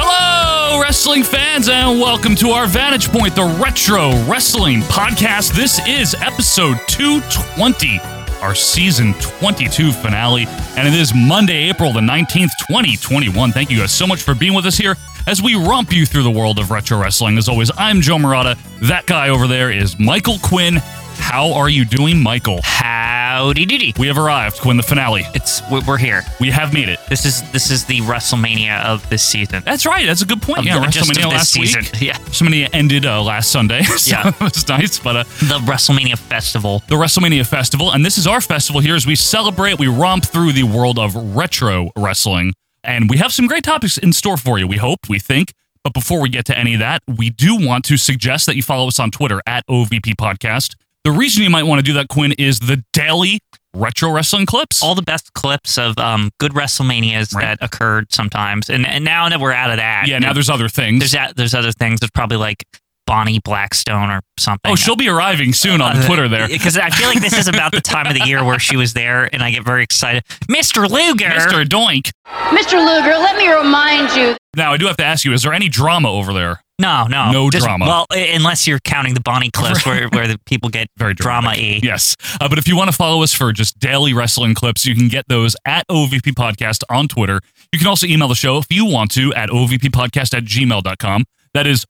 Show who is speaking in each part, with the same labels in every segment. Speaker 1: Hello, wrestling fans, and welcome to our Vantage Point, the Retro Wrestling Podcast. This is episode 220, our season 22 finale, and it is Monday, April the 19th, 2021. Thank you guys so much for being with us here as we romp you through the world of retro wrestling. As always, I'm Joe Murata. That guy over there is Michael Quinn. How are you doing, Michael?
Speaker 2: Howdy doody.
Speaker 1: We have arrived, Quinn, the finale.
Speaker 2: It's we- we're here.
Speaker 1: We have made it.
Speaker 2: This is this is the WrestleMania of this season.
Speaker 1: That's right. That's a good point.
Speaker 2: Of
Speaker 1: Oh, yeah,
Speaker 2: the- just of
Speaker 1: WrestleMania
Speaker 2: this
Speaker 1: last
Speaker 2: season.
Speaker 1: week.
Speaker 2: Yeah.
Speaker 1: WrestleMania ended uh, last Sunday. So
Speaker 2: Yeah.
Speaker 1: it was nice. But uh,
Speaker 2: The WrestleMania festival.
Speaker 1: the WrestleMania Festival, and this is our festival here as we celebrate, we romp through the world of retro wrestling, and we have some great topics in store for you. We hope, we think. But before we get to any of that, we do want to suggest that you follow us on Twitter at OVP Podcast. The reason you might want to do that, Quinn, is the daily retro wrestling clips.
Speaker 2: All the best clips of um, good WrestleManias
Speaker 1: Right.
Speaker 2: that occurred sometimes. And and now that we're out of that.
Speaker 1: yeah, now there's other things.
Speaker 2: there's that, there's other things. There's probably like Bonnie Blackstone or something.
Speaker 1: oh, she'll be arriving soon on
Speaker 2: Uh,
Speaker 1: Twitter there.
Speaker 2: Because I feel like this is about the time of the year where she was there, and I get very excited. Mr. Luger.
Speaker 1: Mr. Doink.
Speaker 3: Mr. Luger, let me remind you
Speaker 1: Now, I do have to ask you, is there any drama over there?
Speaker 2: No, no,
Speaker 1: No
Speaker 2: Just-
Speaker 1: drama.
Speaker 2: Well, i- unless you're counting the Bonnie clips where where the people get
Speaker 1: Very
Speaker 2: drama
Speaker 1: dramatic.
Speaker 2: e.
Speaker 1: Yes. Uh, but if you want to follow us for just daily wrestling clips, you can get those at OVP Podcast on Twitter. You can also email the show if you want to at OVPodcast at gmail.com. That is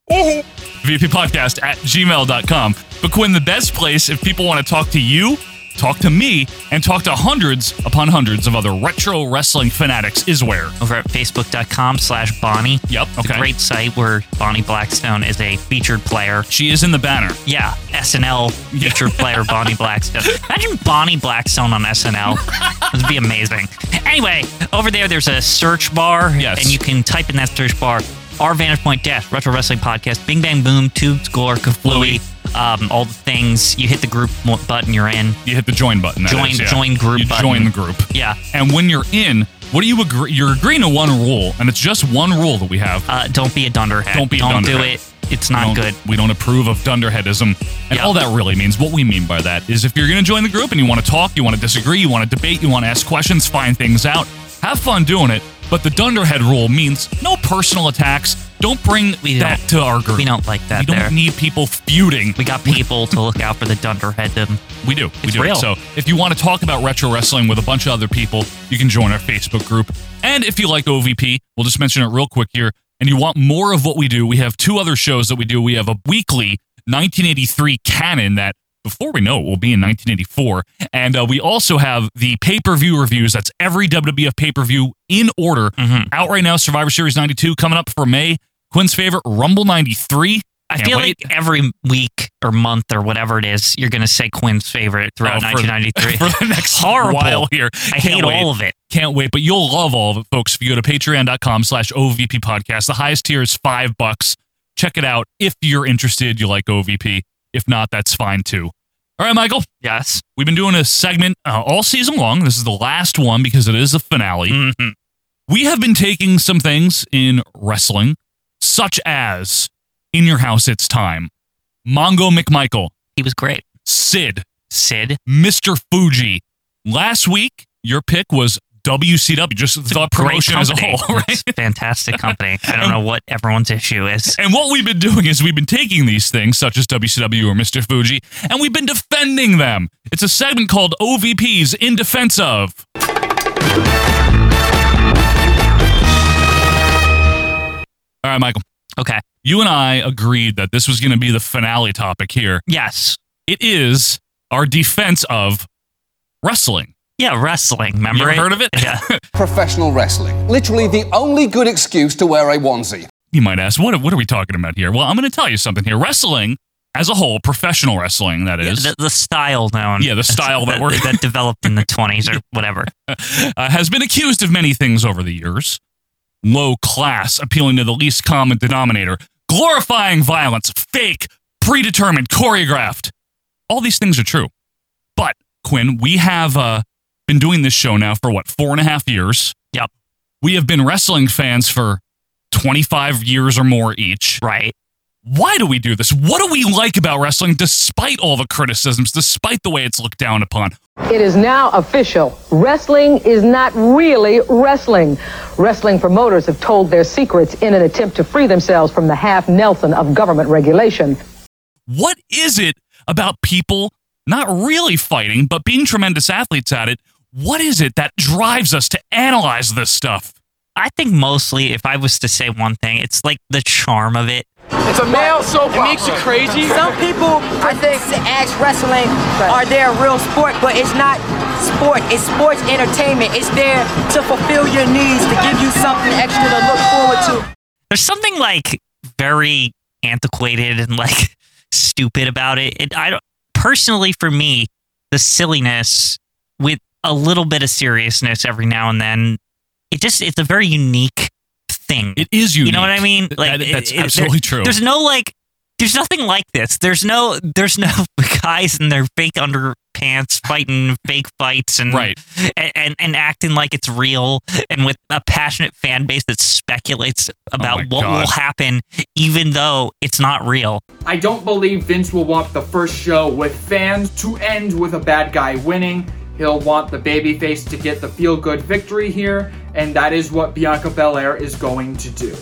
Speaker 1: VP Podcast at gmail.com. But Quinn, the best place if people want to talk to you, talk to me, and talk to hundreds upon hundreds of other retro wrestling fanatics is where?
Speaker 2: over at facebook.com slash Bonnie.
Speaker 1: Yep,
Speaker 2: It's
Speaker 1: okay.
Speaker 2: a great site where Bonnie Blackstone is a featured player.
Speaker 1: She is in the banner.
Speaker 2: Yeah, SNL
Speaker 1: Yeah.
Speaker 2: featured player Bonnie Blackstone. Imagine Bonnie Blackstone on SNL. That'd be amazing. Anyway, over there there's a search bar.
Speaker 1: Yes.
Speaker 2: And you can type in that search bar our Vantage Point Dash, Retro Wrestling Podcast, Bing Bang Boom, Tubes, Gore, Kaflooey, um, all the things. You hit the group mo- button, you're in.
Speaker 1: You hit the join button. that
Speaker 2: Join-
Speaker 1: is, yeah.
Speaker 2: join group
Speaker 1: You
Speaker 2: button.
Speaker 1: join the group.
Speaker 2: Yeah.
Speaker 1: And when you're in, what do you agree? You're agreeing to one rule, and it's just one rule that we have.
Speaker 2: Uh, don't be a dunderhead.
Speaker 1: Don't be a
Speaker 2: Don't do
Speaker 1: dunderhead.
Speaker 2: it. It's
Speaker 1: don't-
Speaker 2: not good.
Speaker 1: We don't approve of dunderheadism. And
Speaker 2: Yeah.
Speaker 1: all that really means, what we mean by that is if you're going to join the group and you want to talk, you want to disagree, you want to debate, you want to ask questions, find things out, have fun doing it. But the dunderhead rule means no personal attacks. Don't bring
Speaker 2: We
Speaker 1: that
Speaker 2: don't-
Speaker 1: to our group.
Speaker 2: We don't like that
Speaker 1: We don't
Speaker 2: there.
Speaker 1: need people feuding.
Speaker 2: we got people to look out for the dunderhead. Them.
Speaker 1: We do. We
Speaker 2: It's
Speaker 1: do. it.
Speaker 2: real.
Speaker 1: So if you want to talk about retro wrestling with a bunch of other people, you can join our Facebook group. And if you like OVP, we'll just mention it real quick here. And you want more of what we do, we have two other shows that we do. We have a weekly 1983 canon that before we know it will be in 1984. And uh, we also have the pay per view reviews. That's every WWF pay per view in order
Speaker 2: Mhm.
Speaker 1: out right now. Survivor Series 92 coming up for May. Quinn's favorite, Rumble 93.
Speaker 2: I
Speaker 1: Can't
Speaker 2: feel
Speaker 1: wait.
Speaker 2: like every week or month or whatever it is, you're going to say Quinn's favorite throughout
Speaker 1: Oh, for-
Speaker 2: 1993.
Speaker 1: for the next
Speaker 2: Horrible.
Speaker 1: while here.
Speaker 2: I hate all of it.
Speaker 1: Can't wait, but you'll love all of it, folks. If you go to patreon.com slash OVP podcast, the highest tier is five bucks. Check it out. If you're interested, you like OVP. If not, that's fine too. All right, Michael,
Speaker 2: Yes.
Speaker 1: we've been doing a segment uh, all season long. This is the last one because it is the finale.
Speaker 2: Mhm.
Speaker 1: We have been taking some things in wrestling, such as In Your House, It's Time, Mongo McMichael,
Speaker 2: He was great.
Speaker 1: Sid,
Speaker 2: Sid.
Speaker 1: Mr. Fuji. Last week, your pick was WCW, just the promotion
Speaker 2: great
Speaker 1: as a
Speaker 2: company.
Speaker 1: whole, right?
Speaker 2: It's a fantastic company. I don't know what everyone's issue is.
Speaker 1: And what we've been doing is we've been taking these things, such as WCW or Mr. Fuji, and we've been defending them. It's a segment called OVPs in defense of. All right, Michael.
Speaker 2: Okay.
Speaker 1: You and I agreed that this was going to be the finale topic here.
Speaker 2: Yes.
Speaker 1: It is our defense of wrestling.
Speaker 2: Yeah, wrestling.
Speaker 1: You
Speaker 2: Remember
Speaker 1: ever
Speaker 2: it?
Speaker 1: heard of it?
Speaker 2: Yeah.
Speaker 4: professional wrestling. Literally the only good excuse to wear a onesie.
Speaker 1: You might ask, what, what are we talking about here? Well, I'm going to tell you something here. Wrestling, as a whole, professional wrestling, that is.
Speaker 2: the, the style known.
Speaker 1: Yeah, the style that we're-
Speaker 2: that developed in the 20s or whatever.
Speaker 1: uh, has been accused of many things over the years low class, appealing to the least common denominator, glorifying violence, fake, predetermined, choreographed. All these things are true. But, Quinn, we have uh, been doing this show now for what, four and a half years?
Speaker 2: Yep.
Speaker 1: We have been wrestling fans for 25 years or more each.
Speaker 2: Right.
Speaker 1: Why do we do this? What do we like about wrestling despite all the criticisms, despite the way it's looked down upon?
Speaker 5: It is now official. Wrestling is not really wrestling. Wrestling promoters have told their secrets in an attempt to free themselves from the half Nelson of government regulation.
Speaker 1: what is it about people not really fighting, but being tremendous athletes at it? What is it that drives us to analyze this stuff?
Speaker 2: I think mostly, if I was to say one thing, it's like the charm of it.
Speaker 6: It's a male soap It makes you crazy. Some people, I think, ask wrestling, are they a real sport? But it's not sport. It's sports entertainment. It's there to fulfill your needs, to give you something extra to look forward to.
Speaker 2: There's something like very antiquated and like stupid about it. it I don't, personally, for me, the silliness with a little bit of seriousness every now and then, it just, it's a very unique thing.
Speaker 1: It is unique.
Speaker 2: You know what I mean?
Speaker 1: Th-
Speaker 2: Like
Speaker 1: that- that's
Speaker 2: it- it-
Speaker 1: absolutely
Speaker 2: there-
Speaker 1: true.
Speaker 2: There's no like, there's nothing like this. There's no, there's no guys in their fake underpants fighting fake fights and
Speaker 1: Right.
Speaker 2: and, and and acting like it's real and with a passionate fan base that speculates about
Speaker 1: Oh my
Speaker 2: what
Speaker 1: God.
Speaker 2: will happen, even though it's not real.
Speaker 7: I don't believe Vince will want the first show with fans to end with a bad guy winning. He'll want the babyface to get the feel good victory here, and that is what Bianca Belair is going to do.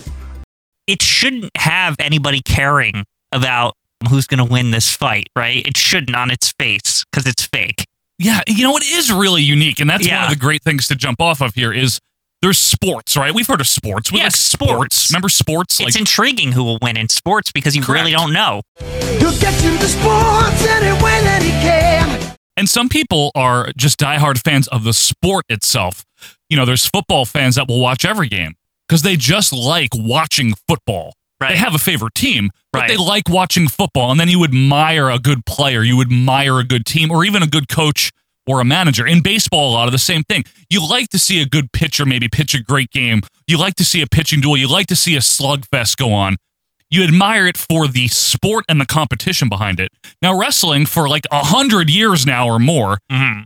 Speaker 2: It shouldn't have anybody caring about who's going to win this fight, right? It shouldn't on its face because it's fake.
Speaker 1: yeah, you know, it is really unique. And that's one
Speaker 2: Yeah.
Speaker 1: of the great things to jump off of here is there's sports, right? We've heard of sports. We
Speaker 2: Yeah,
Speaker 1: like sports.
Speaker 2: sports.
Speaker 1: Remember sports?
Speaker 2: it's intriguing who will win in sports because you really
Speaker 1: Correct.
Speaker 2: don't know.
Speaker 6: He'll get you to sports any way that he can.
Speaker 1: And some people are just diehard fans of the sport itself. You know, there's football fans that will watch every game because they just like watching football. They
Speaker 2: Right.
Speaker 1: have a favorite team, but
Speaker 2: Right.
Speaker 1: they like watching football. And then you admire a good player, you admire a good team, or even a good coach or a manager. In baseball, a lot of the same thing. You like to see a good pitcher maybe pitch a great game. You like to see a pitching duel. You like to see a slugfest go on you admire it for the sport and the competition behind it. Now, wrestling for like a hundred years now or more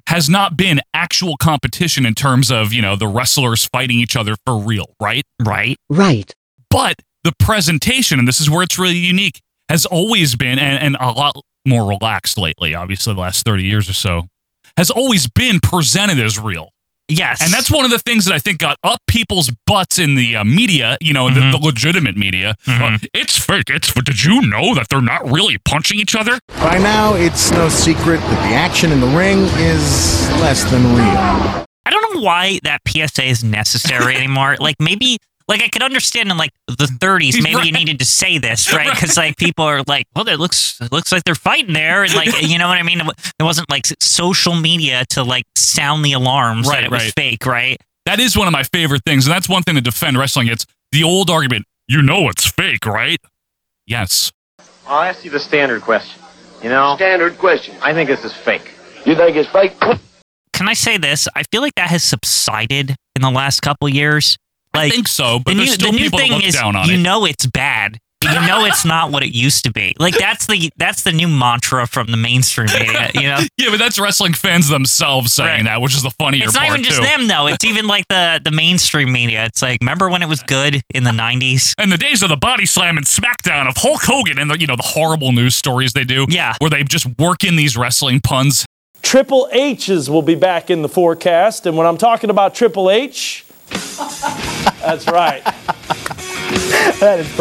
Speaker 1: has not been actual competition in terms of, you know, the wrestlers fighting each other for real, right?
Speaker 2: Right.
Speaker 6: Right.
Speaker 1: But the presentation, and this is where it's really unique, has always been, and, and a lot more relaxed lately, obviously, the last 30 years or so, has always been presented as real.
Speaker 2: Yes.
Speaker 1: And that's one of the things that I think got up people's butts in the uh, media, you know,
Speaker 2: Mm-hmm.
Speaker 1: the, the legitimate media. Uh, it's fake. It's but did you know that they're not really punching each other?
Speaker 8: By now, it's no secret that the action in the ring is less than real.
Speaker 2: I don't know why that PSA is necessary anymore. like maybe like I could understand in like the 30s maybe you
Speaker 1: Right.
Speaker 2: needed to say this, right? Cuz like people are like, well it looks it looks like they're fighting there and like you know what I mean? There wasn't like s- social media to like sound the alarms
Speaker 1: Right,
Speaker 2: that it was
Speaker 1: right.
Speaker 2: fake, right?
Speaker 1: That is one of my favorite things, and that's one thing to defend wrestling. It's the old argument. You know it's fake, right? Yes.
Speaker 6: I'll ask you Oh, the standard question. You know? Standard question. I think this is fake.
Speaker 2: Can I say this? I feel like that has subsided in the last couple years. Like
Speaker 1: I think so, but
Speaker 2: the
Speaker 1: there's
Speaker 2: new,
Speaker 1: still
Speaker 2: the new
Speaker 1: people that
Speaker 2: thing
Speaker 1: look
Speaker 2: is
Speaker 1: down on
Speaker 2: you
Speaker 1: it.
Speaker 2: know it's bad. but You know it's not what it used to be. Like that's the that's the new mantra from the mainstream media. You know,
Speaker 1: yeah, but that's wrestling fans themselves saying
Speaker 2: Right.
Speaker 1: that, which is the funnier
Speaker 2: it's not
Speaker 1: part
Speaker 2: even just
Speaker 1: too.
Speaker 2: them though. It's even like the the mainstream media. It's like remember when it was good in the '90s?
Speaker 1: And the days of the body slam and SmackDown of Hulk Hogan and the you know the horrible news stories they do,
Speaker 2: Yeah.
Speaker 1: where they just work in these wrestling puns.
Speaker 6: Triple H's will be back in the forecast, and when I'm talking about Triple H, that's right.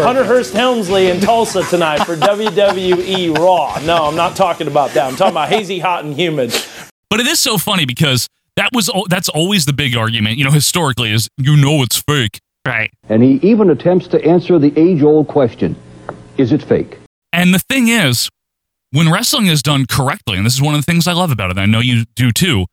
Speaker 6: Hunter Hearst Helmsley in Tulsa tonight for WWE Raw. No, I'm not talking about that. I'm talking about hazy, hot, and humid.
Speaker 1: But it is so funny because that was al- that's always the big argument, you know, historically is you know it's fake.
Speaker 2: Right.
Speaker 6: And he even attempts to answer the age old question is it fake?
Speaker 1: And the thing is, when wrestling is done correctly, and this is one of the things I love about it, and I know you do too,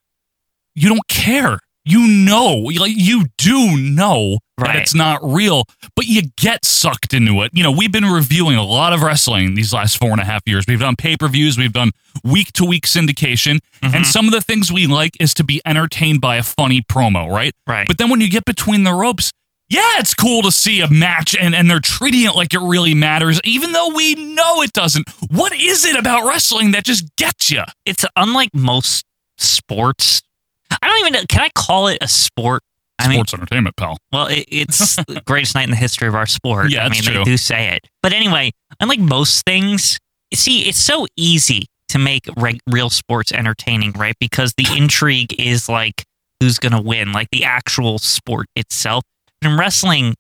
Speaker 1: you don't care. You know, like you do know that it's not real, but you get sucked into it. You know, we've been reviewing a lot of wrestling these last four and a half years. We've done pay per views, we've done week to week syndication,
Speaker 2: Mm-hmm.
Speaker 1: and some of the things we like is to be entertained by a funny promo, right? Right. But then when you get between the ropes, yeah, it's cool to see a match and, and they're treating it like it really matters, even though we know it doesn't. What is it about wrestling that just gets you?
Speaker 2: It's unlike most sports. I don't even know. Can I call it a sport? I mean,
Speaker 1: Sports entertainment, pal.
Speaker 2: well, it, it's the greatest night in the history of our sport.
Speaker 1: Yeah,
Speaker 2: I
Speaker 1: that's
Speaker 2: mean,
Speaker 1: true.
Speaker 2: they do say it. But anyway, unlike most things, see, it's so easy to make reg- real sports entertaining, right? Because the intrigue is like who's going to win, like the actual sport itself. But in wrestling,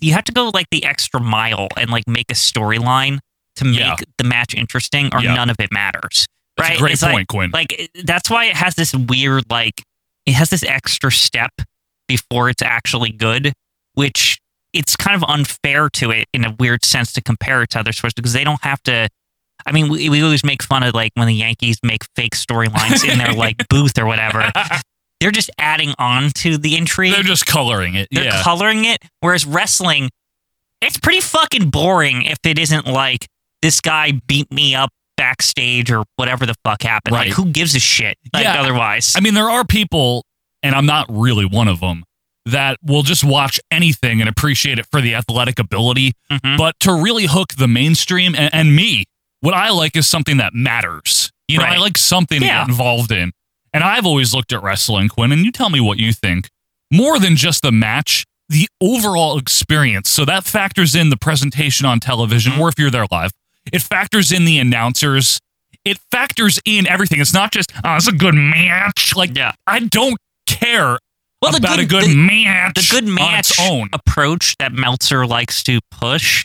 Speaker 2: you have to go like the extra mile and like make a storyline to make the match interesting, or
Speaker 1: Yeah.
Speaker 2: none of it matters.
Speaker 1: That's a
Speaker 2: right?
Speaker 1: great
Speaker 2: like-
Speaker 1: point, Quinn.
Speaker 2: Like it- that's why it has this weird like it has this extra step before it's actually good, which it's kind of unfair to it in a weird sense to compare it to other sports because they don't have to. I mean, we, we always make fun of like when the Yankees make fake storylines in their like booth or whatever. They're just adding on to the intrigue. They're
Speaker 1: just coloring it.
Speaker 2: They're
Speaker 1: yeah.
Speaker 2: coloring it. Whereas wrestling, it's pretty fucking boring if it isn't like this guy beat me up backstage or whatever the fuck happened.
Speaker 1: Right.
Speaker 2: Like who gives a shit? Like
Speaker 1: Yeah.
Speaker 2: otherwise.
Speaker 1: I mean, there are people, and I'm not really one of them, that will just watch anything and appreciate it for the athletic ability.
Speaker 2: Mm-hmm.
Speaker 1: But to really hook the mainstream and, and me, what I like is something that matters. You know, I
Speaker 2: Right.
Speaker 1: like something to
Speaker 2: Yeah.
Speaker 1: get involved in. And I've always looked at wrestling, Quinn, and you tell me what you think. More than just the match, the overall experience. So that factors in the presentation on television,
Speaker 2: Mm-hmm.
Speaker 1: or if you're there live, it factors in the announcers. It factors in everything. It's not just, oh, it's a good match. Like, I don't care
Speaker 2: the
Speaker 1: about a good
Speaker 2: the-
Speaker 1: match.
Speaker 2: The good match approach that Meltzer likes to push,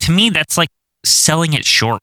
Speaker 2: to me, that's like selling it short.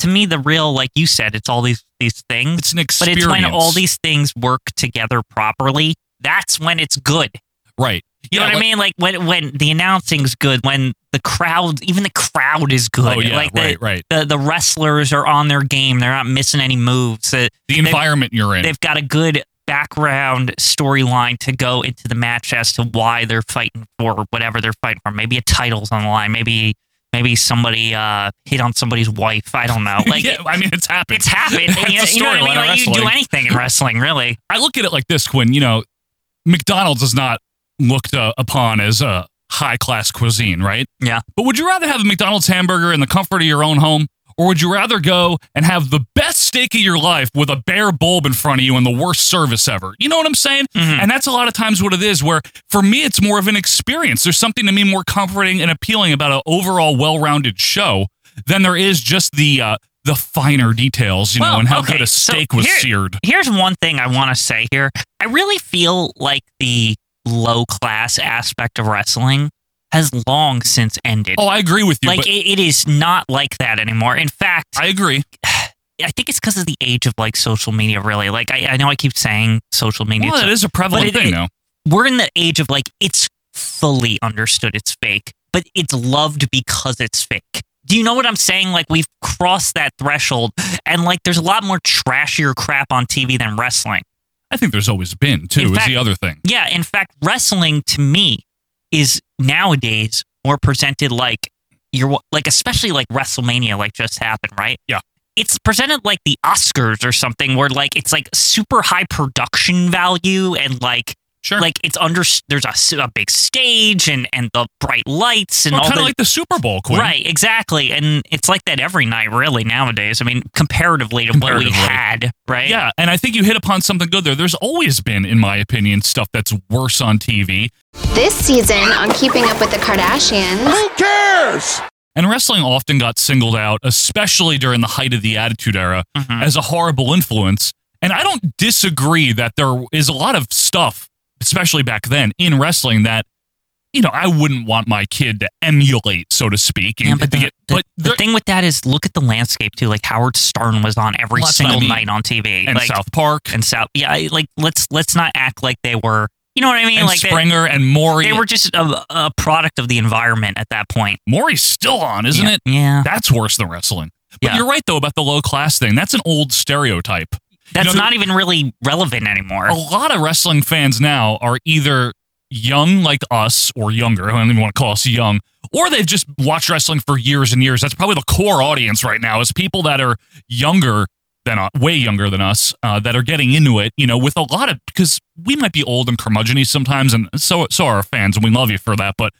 Speaker 2: To me, the real, like you said, it's all these these things. It's
Speaker 1: an
Speaker 2: But it's when
Speaker 1: experience.
Speaker 2: all these things work together properly. That's when it's good.
Speaker 1: Right.
Speaker 2: You
Speaker 1: Yeah,
Speaker 2: know what
Speaker 1: like-
Speaker 2: I mean? Like when when the announcing's good, when the crowd, even the crowd is good.
Speaker 1: Oh, yeah,
Speaker 2: like the,
Speaker 1: right, right.
Speaker 2: The the wrestlers are on their game. They're not missing any moves. The,
Speaker 1: The environment you're in.
Speaker 2: They've got a good background storyline to go into the match as to why they're fighting for whatever they're fighting for. Maybe a title's on the line. Maybe maybe somebody uh, hit on somebody's wife. I don't know. Like
Speaker 1: Yeah, I mean, it's happened.
Speaker 2: It's happened.
Speaker 1: That's
Speaker 2: you,
Speaker 1: the
Speaker 2: you know what
Speaker 1: storyline
Speaker 2: I mean?
Speaker 1: of
Speaker 2: Like, you can do
Speaker 1: wrestling.
Speaker 2: anything in wrestling, really.
Speaker 1: I look at it like this, Quinn. You know, McDonald's is not looked uh, upon as a high class cuisine, right?
Speaker 2: Yeah.
Speaker 1: But would you rather have a McDonald's hamburger in the comfort of your own home, or would you rather go and have the best steak of your life with a bare bulb in front of you and the worst service ever? You know what I'm saying?
Speaker 2: Mm-hmm.
Speaker 1: And that's a lot of times what it is. Where for me, it's more of an experience. There's something to me more comforting and appealing about an overall well-rounded show than there is just the uh, the finer details, you know,
Speaker 2: Well,
Speaker 1: and how
Speaker 2: okay,
Speaker 1: good a
Speaker 2: so
Speaker 1: steak was
Speaker 2: here-
Speaker 1: seared.
Speaker 2: Here's one thing I want to say here. I really feel like the low class aspect of wrestling has long since ended.
Speaker 1: Oh, I agree with you.
Speaker 2: like
Speaker 1: but-
Speaker 2: it, it is not like that anymore. In fact,
Speaker 1: I agree.
Speaker 2: I think it's because of the age of like social media. Really, like I, I know I keep saying social media.
Speaker 1: Well,
Speaker 2: so-
Speaker 1: it is a
Speaker 2: but
Speaker 1: prevalent
Speaker 2: it-
Speaker 1: thing,
Speaker 2: it-
Speaker 1: though.
Speaker 2: We're in the age of like it's fully understood it's fake, but it's loved because it's fake. Do you know what I'm saying? Like we've crossed that threshold, and like there's a lot more trashier crap on TV than wrestling.
Speaker 1: I think there's always been too.
Speaker 2: In
Speaker 1: Is
Speaker 2: fact-
Speaker 1: the other thing.
Speaker 2: Yeah, in fact, wrestling to me is nowadays more presented like you're like especially like WrestleMania like just happened, right?
Speaker 1: Yeah.
Speaker 2: It's presented like the Oscars or something where like it's like super high production value and like
Speaker 1: Sure.
Speaker 2: like it's under there's a, s- a big stage and and the bright lights and
Speaker 1: Well,
Speaker 2: all
Speaker 1: kind
Speaker 2: the,
Speaker 1: of like the Super Bowl, Quinn.
Speaker 2: Right, exactly. And it's like that every night really nowadays. I mean, comparatively to what we
Speaker 1: Comparatively.
Speaker 2: had, right?
Speaker 1: Yeah, and I think you hit upon something good there. There's always been, in my opinion, stuff that's worse on TV.
Speaker 9: This season on Keeping Up with the Kardashians. Who cares?
Speaker 1: And wrestling often got singled out, especially during the height of the Attitude Era,
Speaker 2: Mm-hmm.
Speaker 1: as a horrible influence. And I don't disagree that there is a lot of stuff, especially back then, in wrestling that, you know, I wouldn't want my kid to emulate, so to speak.
Speaker 2: Yeah,
Speaker 1: to
Speaker 2: but the,
Speaker 1: get-
Speaker 2: the- the thing with that is, look at the landscape too. Like Howard Stern was on every
Speaker 1: Well, that's what I
Speaker 2: single
Speaker 1: mean.
Speaker 2: night on TV,
Speaker 1: And
Speaker 2: like,
Speaker 1: South Park.
Speaker 2: and South. Yeah, I- like let's let's not act like they were. You know what I mean?
Speaker 1: and
Speaker 2: like they-
Speaker 1: Springer and Maury.
Speaker 2: They, were just a, a product of the environment at that point.
Speaker 1: Maury's still on, isn't
Speaker 2: Yeah.
Speaker 1: it?
Speaker 2: Yeah.
Speaker 1: That's worse than wrestling. But
Speaker 2: Yeah.
Speaker 1: you're right though about the low class thing. That's an old stereotype.
Speaker 2: That's
Speaker 1: You know, Oh.
Speaker 2: not even really relevant anymore.
Speaker 1: a lot of wrestling fans now are either young like us or younger. I don't even want to call us young. Or they've just watched wrestling for years and years. That's probably the core audience right now is people that are younger than uh, way younger than us uh, that are getting into it. You know, with a lot of because we might be old and curmudgeony sometimes, and so so are our fans, and we love you for that. But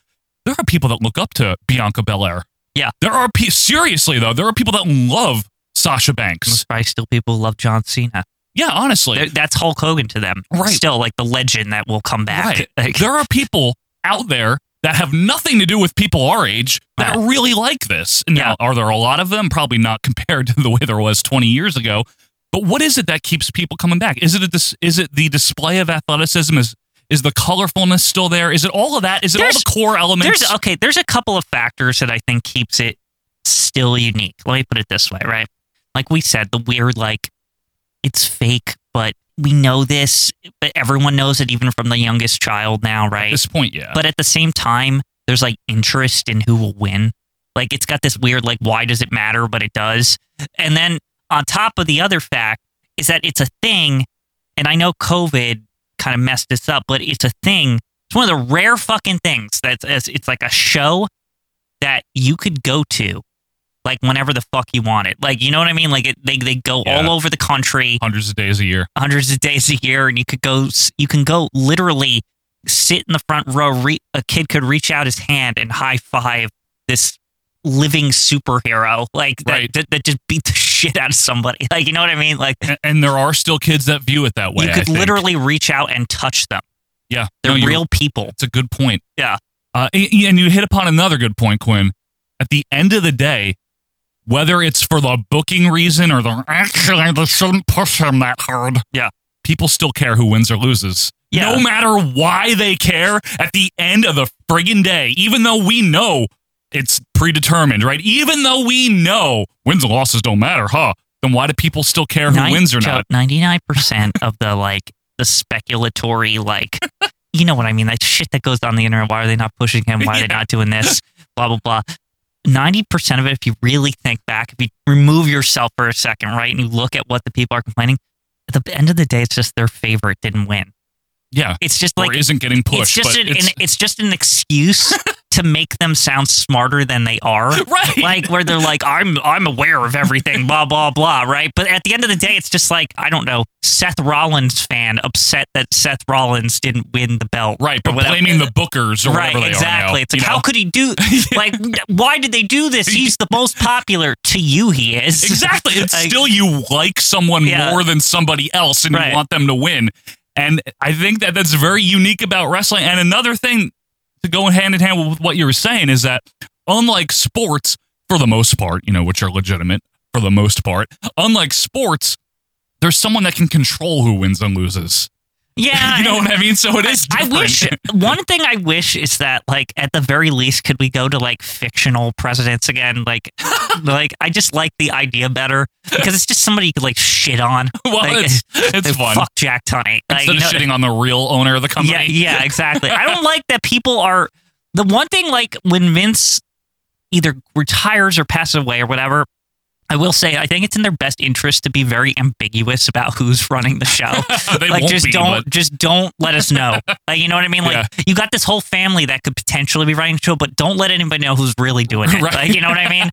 Speaker 1: there are people that look up to Bianca Belair.
Speaker 2: Yeah,
Speaker 1: there are pe- seriously though. There are people that love Sasha Banks.
Speaker 2: Most probably still people who love John Cena.
Speaker 1: Yeah, honestly,
Speaker 2: They're- that's Hulk Hogan to them.
Speaker 1: Right.
Speaker 2: Still, like the legend that will come back.
Speaker 1: Right.
Speaker 2: Like,
Speaker 1: there are people out there that have nothing to do with people our age that really like this. Now, are there a lot of them? Probably not compared to the way there was 20 years ago. But what is it that keeps people coming back? Is it a dis- is it the display of athleticism? Is is the colorfulness still there? Is it all of that? Is it all
Speaker 2: There's-
Speaker 1: the core elements?
Speaker 2: There's okay, there's a couple of factors that I think keeps it still unique. Let me put it this way, right? Like we said, the weird like it's fake, but we know this, but everyone knows it even from the youngest child now, right? At
Speaker 1: this point, yeah.
Speaker 2: But at the same time, there's like interest in who will win. Like it's got this weird like why does it matter, but it does. And then on top of the other fact is that it's a thing and I know COVID kind of messed this up, but it's a thing. It's one of the rare fucking things that's it's, it's like a show that you could go to like whenever the fuck you want it. Like you know what I mean? Like it, they they go
Speaker 1: Yeah.
Speaker 2: all over the country,
Speaker 1: hundreds of days a year,
Speaker 2: hundreds of days a year, and you could go s- you can go literally sit in the front row. Re- a kid could reach out his hand and high five this living superhero like that, that that just beat the shit out of somebody. Like you know what I mean? Like
Speaker 1: and, and there are still kids that view it that way.
Speaker 2: you
Speaker 1: I
Speaker 2: could
Speaker 1: think.
Speaker 2: literally reach out and touch them.
Speaker 1: Yeah,
Speaker 2: They're
Speaker 1: you're-
Speaker 2: real people.
Speaker 1: It's a good point.
Speaker 2: Yeah.
Speaker 1: Uh, and and you hit upon another good point, Quinn. At the end of the day, whether it's for the booking reason or the actually they shouldn't push him that hard.
Speaker 2: Yeah.
Speaker 1: People still care who wins or loses.
Speaker 2: Yeah.
Speaker 1: No matter why they care, at the end of the friggin' day, even though we know it's predetermined, right? Even though we know wins and losses don't matter, huh? Then why do people still care who wins or not?
Speaker 2: Ninety nine percent of the like the speculatory like, you know what I mean? That shit that goes on the internet. Why are they not pushing him? Why are they not doing this? Blah blah blah. Ninety percent of it, if you really think back, if you remove yourself for a second, right, and you look at what the people are complaining, at the end of the day, it's just their favorite didn't win.
Speaker 1: Yeah.
Speaker 2: It's just
Speaker 1: Or
Speaker 2: like
Speaker 1: isn't getting pushed,
Speaker 2: It's just
Speaker 1: but
Speaker 2: an,
Speaker 1: it's-
Speaker 2: an- it's just an excuse to make them sound smarter than they are.
Speaker 1: Right.
Speaker 2: Like where they're like, I'm I'm aware of everything, blah, blah, blah, right? But at the end of the day, it's just like, I don't know, Seth Rollins fan upset that Seth Rollins didn't win the belt.
Speaker 1: Right,
Speaker 2: or
Speaker 1: but
Speaker 2: whatever.
Speaker 1: blaming the bookers or
Speaker 2: Right,
Speaker 1: whatever they are now.
Speaker 2: exactly. It's like,
Speaker 1: you
Speaker 2: how
Speaker 1: know?
Speaker 2: could he do? Like, why did they do this? He's the most popular to you. He is
Speaker 1: Exactly. It's
Speaker 2: Like,
Speaker 1: still you like someone
Speaker 2: Yeah.
Speaker 1: more than somebody else and
Speaker 2: Right.
Speaker 1: you want them to win. And I think that that's very unique about wrestling. And another thing to go hand in hand with what you were saying is that unlike sports, for the most part, you know, which are legitimate for the most part, unlike sports, there's someone that can control who wins and loses.
Speaker 2: Yeah,
Speaker 1: You know
Speaker 2: and-
Speaker 1: what I mean? So it is
Speaker 2: I, I wish
Speaker 1: different.
Speaker 2: one thing I wish is that like at the very least could we go to like fictional presidents again? Like, like I just like the idea better because it's just somebody you could like shit on.
Speaker 1: Well,
Speaker 2: Like,
Speaker 1: it's- it's
Speaker 2: like,
Speaker 1: fun.
Speaker 2: Fuck Jack Tunney. Like,
Speaker 1: Instead
Speaker 2: you know-
Speaker 1: of shitting on the real owner of the company.
Speaker 2: yeah, yeah, exactly. I don't like that people are the one thing like when Vince either retires or passes away or whatever. I will say, I think it's in their best interest to be very ambiguous about who's running the show.
Speaker 1: They
Speaker 2: like,
Speaker 1: won't
Speaker 2: just
Speaker 1: be,
Speaker 2: don't,
Speaker 1: but-
Speaker 2: just don't let us know. like, you know what I mean? Like, you got this whole family that could potentially be running the show, but don't let anybody know who's really doing it.
Speaker 1: Right.
Speaker 2: Like, you know what I mean?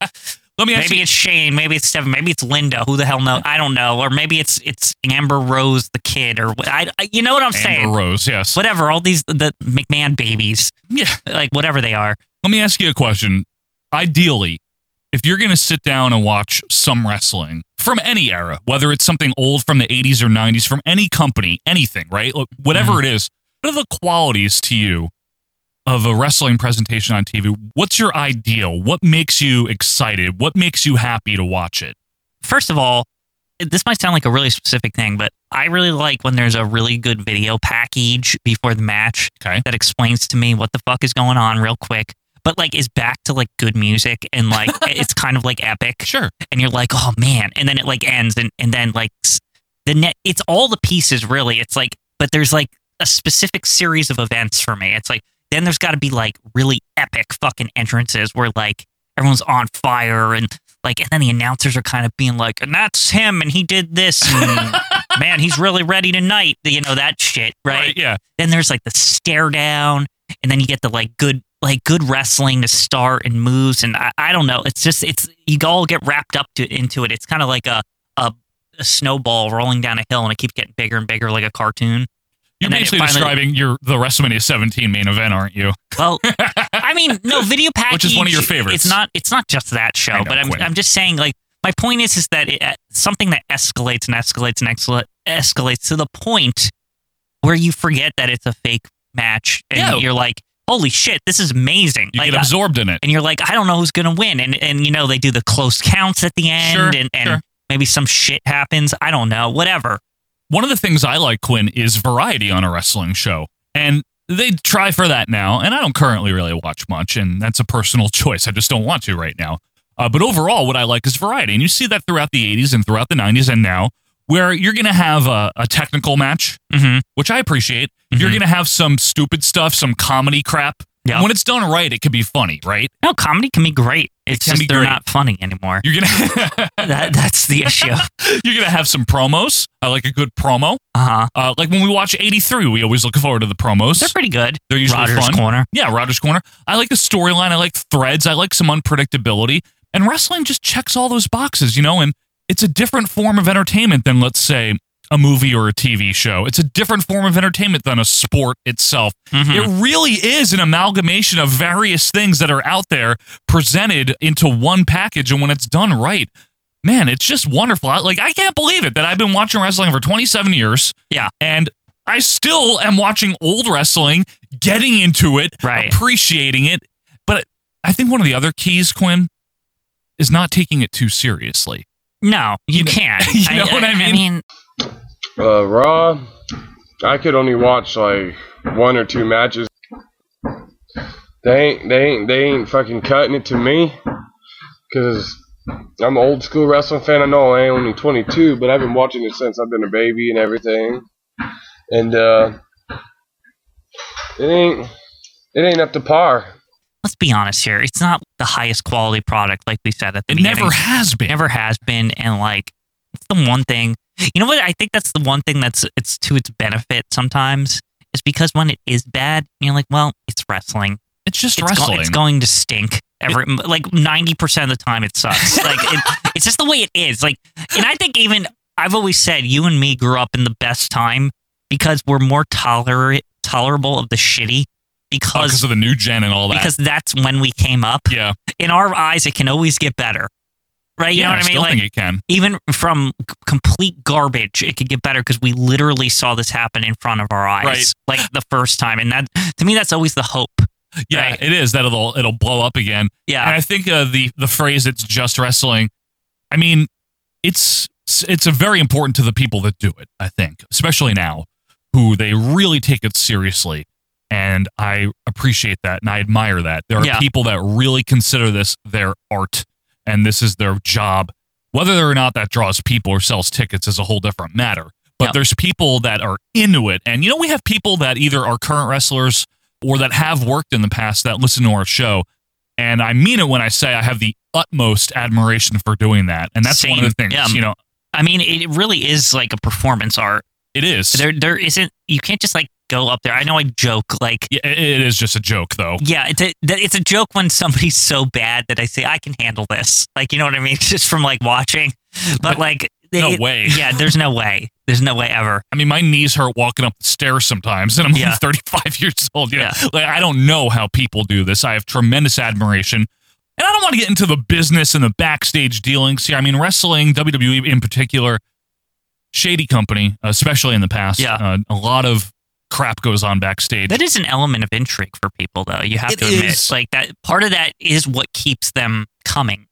Speaker 1: Let me ask
Speaker 2: maybe
Speaker 1: you-
Speaker 2: it's Shane, maybe it's Stephen, maybe it's Linda. Who the hell knows? I don't know. Or maybe it's it's Amber Rose, the kid, or wh- I, I- you know what I'm saying?
Speaker 1: Amber Rose, yes.
Speaker 2: whatever all these the McMahon babies,
Speaker 1: yeah,
Speaker 2: like whatever they are.
Speaker 1: Let me ask you a question. Ideally, if you're going to sit down and watch some wrestling from any era, whether it's something old from the 80s or 90s, from any company, anything, right? Look, Whatever
Speaker 2: Mm-hmm.
Speaker 1: it is, what are the qualities to you of a wrestling presentation on TV? What's your ideal? What makes you excited? What makes you happy to watch it?
Speaker 2: First of all, this might sound like a really specific thing, but I really like when there's a really good video package before the match that explains to me what the fuck is going on real quick. But like is back to like good music and like it's kind of like epic.
Speaker 1: Sure.
Speaker 2: And you're like, oh man, and then it like ends and and then like s- the net. It's all the pieces really. It's like, but there's like a specific series of events for me. It's like then there's got to be like really epic fucking entrances where like everyone's on fire and like and then the announcers are kind of being like and that's him and he did this and man, he's really ready tonight. You know that shit, right?
Speaker 1: yeah.
Speaker 2: Then there's like the stare down, and then you get the like good like good wrestling to start and moves, and I, I don't know. It's just it's you all get wrapped up to into it. It's kind of like a, a a snowball rolling down a hill, and it keeps getting bigger and bigger, like a cartoon.
Speaker 1: You're
Speaker 2: And then it
Speaker 1: basically
Speaker 2: finally-
Speaker 1: describing your the WrestleMania 17 main event, aren't you?
Speaker 2: Well, I mean, no video package,
Speaker 1: Which is one of your favorites.
Speaker 2: It's not. It's not just that show,
Speaker 1: know,
Speaker 2: but I'm,
Speaker 1: Quinn.
Speaker 2: I'm just saying. Like, my point is, is that it, uh, something that escalates and escalates and escala- escalates to the point where you forget that it's a fake match, and
Speaker 1: Yeah.
Speaker 2: you're like, "Holy shit, this is amazing!"
Speaker 1: You
Speaker 2: like, uh,
Speaker 1: get
Speaker 2: I-
Speaker 1: absorbed in it.
Speaker 2: and you're like, "I don't know who's gonna win," and and you know they do the close counts at the end,
Speaker 1: Sure,
Speaker 2: and, and
Speaker 1: sure.
Speaker 2: maybe some shit happens. I don't know. Whatever.
Speaker 1: One of the things I like, Quinn, is variety on a wrestling show. And they try for that now. And I don't currently really watch much. And that's a personal choice. I just don't want to right now. Uh, but overall, what I like is variety. And you see that throughout the 80s and throughout the 90s and now, where you're going to have a, a technical match,
Speaker 2: Mm-hmm.
Speaker 1: which I appreciate. You're going to have some stupid stuff, some comedy crap.
Speaker 2: Yeah.
Speaker 1: And When it's done right, it can be funny, right?
Speaker 2: No, comedy can be great. It's
Speaker 1: can
Speaker 2: just
Speaker 1: be
Speaker 2: they're
Speaker 1: great.
Speaker 2: not funny anymore.
Speaker 1: You're going to.
Speaker 2: that, that's the issue.
Speaker 1: You're gonna have some promos. I like a good promo.
Speaker 2: Uh-huh.
Speaker 1: Uh, like when we watch '83, we always look forward to the promos.
Speaker 2: They're pretty good.
Speaker 1: They're usually
Speaker 2: Rogers
Speaker 1: fun.
Speaker 2: Corner.
Speaker 1: Yeah, Rogers Corner. I like the storyline. I like threads. I like some unpredictability. And wrestling just checks all those boxes, you know. And it's a different form of entertainment than, let's say, a movie or a TV show. It's a different form of entertainment than a sport itself.
Speaker 2: Mm-hmm.
Speaker 1: It really is an amalgamation of various things that are out there presented into one package. And when it's done right, man, it's just wonderful. I- Like I can't believe it that I've been watching wrestling for 27 years.
Speaker 2: Yeah.
Speaker 1: And I still am watching old wrestling, getting into it,
Speaker 2: Right.
Speaker 1: appreciating it. But I think one of the other keys, Quinn, is not taking it too seriously.
Speaker 2: No, you,
Speaker 1: know-
Speaker 2: can't.
Speaker 1: you know what I
Speaker 2: I
Speaker 1: mean?
Speaker 2: mean,
Speaker 10: Uh, Raw, I could only watch like one or two matches. They ain't, they ain't, they ain't fucking cutting it to me, cause I'm an old school wrestling fan. I know I ain't only 22, but I've been watching it since I've been a baby and everything. And uh, it ain't, it ain't up to par.
Speaker 2: let's be honest here. It's not the highest quality product, like we said at the
Speaker 1: It
Speaker 2: beginning.
Speaker 1: never has been.
Speaker 2: Never has been, and like it's the one thing. You know what? I think that's the one thing that's it's to its benefit sometimes is because when it is bad, you're like, well, it's wrestling.
Speaker 1: It's just
Speaker 2: go-
Speaker 1: wrestling.
Speaker 2: it's going to stink. Every like ninety percent of the time, it sucks. Like it, it's just the way it is. Like, and I think even I've always said you and me grew up in the best time because we're more tolerant, tolerable of the shitty because
Speaker 1: because uh, Oh, of the new gen and all that.
Speaker 2: because that's when we came up.
Speaker 1: yeah,
Speaker 2: In our eyes, it can always get better, right? You
Speaker 1: yeah,
Speaker 2: know what I mean?
Speaker 1: still
Speaker 2: like
Speaker 1: think it can.
Speaker 2: even from c- complete garbage, it could get better because we literally saw this happen in front of our eyes, like the first time. And that to me, that's always the hope.
Speaker 1: Yeah,
Speaker 2: right?
Speaker 1: it is that it'll it'll blow up again.
Speaker 2: Yeah.
Speaker 1: and I think uh, the the phrase "it's just wrestling," I mean, it's it's a very important to the people that do it. I think, especially now, who they really take it seriously, and I appreciate that and I admire that. There are
Speaker 2: Yeah.
Speaker 1: people that really consider this their art and this is their job. Whether or not that draws people or sells tickets is a whole different matter. But
Speaker 2: Yeah.
Speaker 1: there's people that are into it. And you know, we have people that either are current wrestlers or that have worked in the past that listen to our show. And I mean it when I say I have the utmost admiration for doing that. And that's one of
Speaker 2: Same.
Speaker 1: the things,
Speaker 2: Yeah.
Speaker 1: you know,
Speaker 2: I mean, it really is like a performance art.
Speaker 1: it is.
Speaker 2: There, there isn't. You can't just like go up there. I know I joke, like
Speaker 1: Yeah, it it is just a joke, though.
Speaker 2: yeah, it's a that- it's a joke when somebody's so bad that I say I can handle this. Like you know what I mean? Just from like watching, but like
Speaker 1: No
Speaker 2: it-
Speaker 1: way.
Speaker 2: Yeah, there's no way. There's no way ever.
Speaker 1: I mean, my knees hurt walking up the stairs sometimes, and I'm only
Speaker 2: Yeah.
Speaker 1: 35 years old. You know? Like, I don't know how people do this. I have tremendous admiration. And I don't want to get into the business and the backstage dealings here. I mean, wrestling, WWE in particular, shady company, especially in the past.
Speaker 2: Yeah.
Speaker 1: Uh, a lot of crap goes on backstage.
Speaker 2: That is an element of intrigue for people, though. You have
Speaker 1: It
Speaker 2: to admit,
Speaker 1: is.
Speaker 2: like that part of that is what keeps them coming.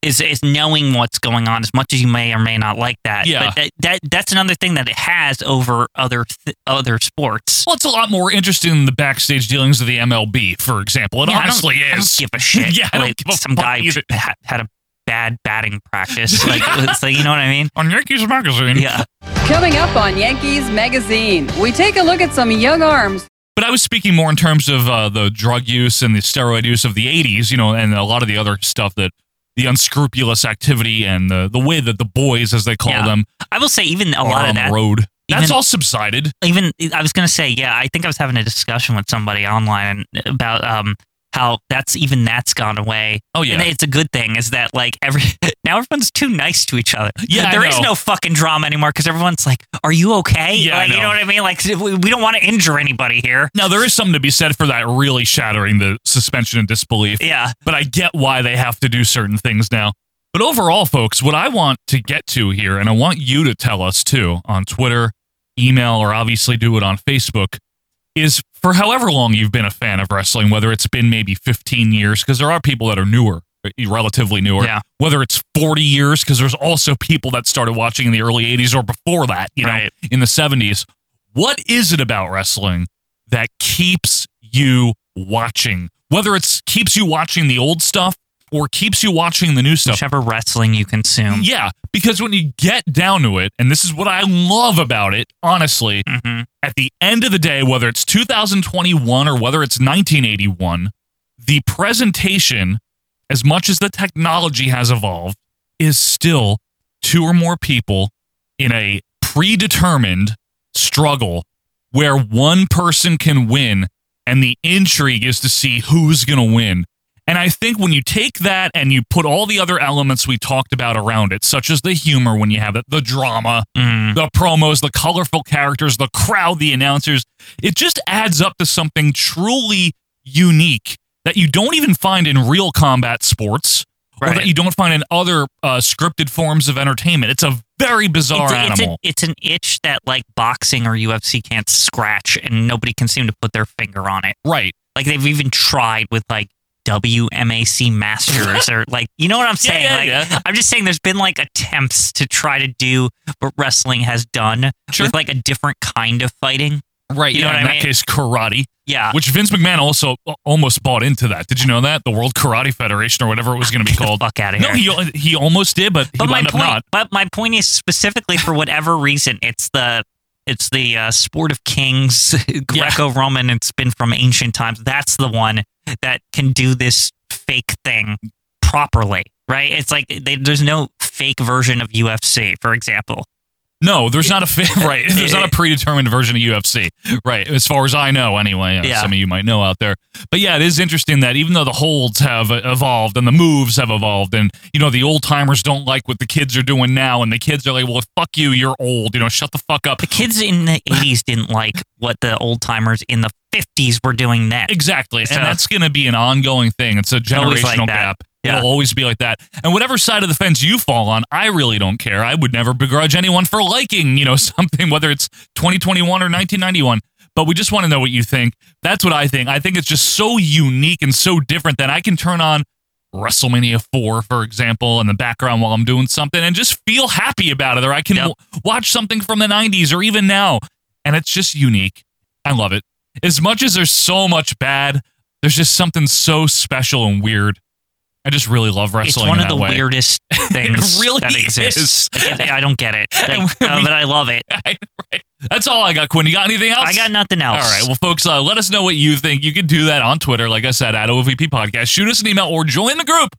Speaker 2: Is is knowing what's going on as much as you may or may not like that.
Speaker 1: Yeah.
Speaker 2: but that, that that's another thing that it has over other th- other sports.
Speaker 1: well, it's a lot more interesting than the backstage dealings of the MLB, for example. It
Speaker 2: Yeah, I don't-
Speaker 1: honestly
Speaker 2: I don't
Speaker 1: is.
Speaker 2: give a shit.
Speaker 1: Yeah, I don't
Speaker 2: like,
Speaker 1: give a
Speaker 2: some
Speaker 1: fuck
Speaker 2: guy
Speaker 1: either.
Speaker 2: ha- had a bad batting practice. Like, it's like you know what I mean?
Speaker 1: On Yankees Magazine.
Speaker 2: Yeah.
Speaker 11: Coming up on Yankees Magazine, we take a look at some young arms.
Speaker 1: But I was speaking more in terms of uh, the drug use and the steroid use of the 80s, you know, and a lot of the other stuff that the unscrupulous activity and the the way that the boys, as they call
Speaker 2: Yeah.
Speaker 1: them,
Speaker 2: I will say even a
Speaker 1: are
Speaker 2: lot
Speaker 1: on
Speaker 2: of that
Speaker 1: the road. That's
Speaker 2: even-
Speaker 1: all subsided.
Speaker 2: even I was gonna say, yeah, I think I was having a discussion with somebody online about um how that's even that's gone away.
Speaker 1: Oh, yeah.
Speaker 2: and it's a good thing is that like every now everyone's too nice to each other.
Speaker 1: Yeah, I
Speaker 2: there is
Speaker 1: know.
Speaker 2: no fucking drama anymore because everyone's like, "Are you okay?"
Speaker 1: Yeah, I
Speaker 2: Like, you
Speaker 1: know.
Speaker 2: know what I mean. Like we, we don't want to injure anybody here.
Speaker 1: Now there is something to be said for that really shattering the suspension and disbelief.
Speaker 2: Yeah.
Speaker 1: But I get why they have to do certain things now. But overall, folks, what I want to get to here, and I want you to tell us too on Twitter, email, or obviously do it on Facebook, is for however long you've been a fan of wrestling, whether it's been maybe 15 years, because there are people that are newer, relatively newer.
Speaker 2: Yeah.
Speaker 1: Whether it's 40 years, because there's also people that started watching in the early 80s or before that, you know,
Speaker 2: Right.
Speaker 1: in the 70s. What is it about wrestling that keeps you watching? Whether it's keeps you watching the old stuff or keeps you watching the new stuff.
Speaker 2: Whichever wrestling you consume.
Speaker 1: Yeah, because when you get down to it, and this is what I love about it, honestly, at the end of the day, whether it's 2021 or whether it's 1981, the presentation, as much as the technology has evolved, is still two or more people in a predetermined struggle where one person can win and the intrigue is to see who's going to win. And I think when you take that and you put all the other elements we talked about around it, such as the humor when you have it, the drama,
Speaker 2: Mm-hmm.
Speaker 1: the promos, the colorful characters, the crowd, the announcers, it just adds up to something truly unique that you don't even find in real combat sports or that you don't find in other uh, scripted forms of entertainment. It's a very bizarre
Speaker 2: It's- it's an-
Speaker 1: animal.
Speaker 2: It's, an, itch that like boxing or UFC can't scratch, and nobody can seem to put their finger on it.
Speaker 1: Right.
Speaker 2: Like they've even tried with like WMAC Masters or like you know what I'm saying.
Speaker 1: yeah,
Speaker 2: like
Speaker 1: yeah.
Speaker 2: I'm just saying, there's been like attempts to try to do what wrestling has done with like a different kind of fighting.
Speaker 1: Right.
Speaker 2: You
Speaker 1: yeah,
Speaker 2: know what
Speaker 1: in
Speaker 2: I mean? Uh,
Speaker 1: that case, karate.
Speaker 2: Yeah.
Speaker 1: Which Vince McMahon also a- almost bought into that. Did you know that? The World Karate Federation or whatever it was going to be called.
Speaker 2: fuck outta
Speaker 1: No, he,
Speaker 2: here.
Speaker 1: al- he almost did, but he
Speaker 2: but my
Speaker 1: wound up
Speaker 2: point,
Speaker 1: not.
Speaker 2: but my point is specifically for whatever reason, it's the it's the uh, sport of kings, Greco-Roman. It's been from ancient times. That's the one that can do this fake thing properly, right? It's like they, there's no fake version of UFC, for example.
Speaker 1: No, there's not a fa- right. There's not a predetermined version of UFC, right? As far as I know, anyway. Uh,
Speaker 2: Yeah.
Speaker 1: Some of you might know out there, but yeah, it is interesting that even though the holds have uh, evolved and the moves have evolved, and you know the old timers don't like what the kids are doing now, and the kids are like, "Well, fuck you, you're old. You know, shut the fuck up."
Speaker 2: The kids in the 80s didn't like what the old timers in the 50s were doing then.
Speaker 1: Exactly.
Speaker 2: So-
Speaker 1: and that's going to be an ongoing thing. It's a
Speaker 2: always like
Speaker 1: generational
Speaker 2: that.
Speaker 1: gap.
Speaker 2: Yeah.
Speaker 1: It'll always be like that. And whatever side of the fence you fall on, I really don't care. I would never begrudge anyone for liking, you know, something, whether it's 2021 or 1991. But we just want to know what you think. That's what I think. I think it's just so unique and so different that I can turn on WrestleMania 4, for example, in the background while I'm doing something and just feel happy about it. Or I can w- watch something from the 90s or even now. And it's just unique. I love it. As much as there's so much bad, there's just something so special and weird. I just really love wrestling.
Speaker 2: It's one
Speaker 1: in
Speaker 2: of
Speaker 1: that
Speaker 2: the
Speaker 1: way.
Speaker 2: weirdest things
Speaker 1: really
Speaker 2: that
Speaker 1: is.
Speaker 2: exists. I I don't get it, Like, uh, but I love it.
Speaker 1: That's all I got, Quinn. You got anything else?
Speaker 2: I got nothing else.
Speaker 1: All right. Well, folks, uh, let us know what you think. You can do that on Twitter, like I said, at OVP Podcast. Shoot us an email or join the group.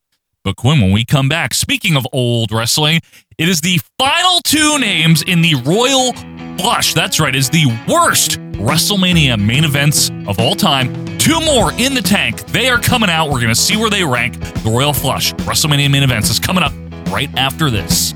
Speaker 1: But Quinn, when we come back, speaking of old wrestling, it is the final two names in the Royal Flush. That's right, is the worst WrestleMania main events of all time. Two more in the tank. They are coming out. We're going to see where they rank. The Royal Flush WrestleMania main events is coming up right after this.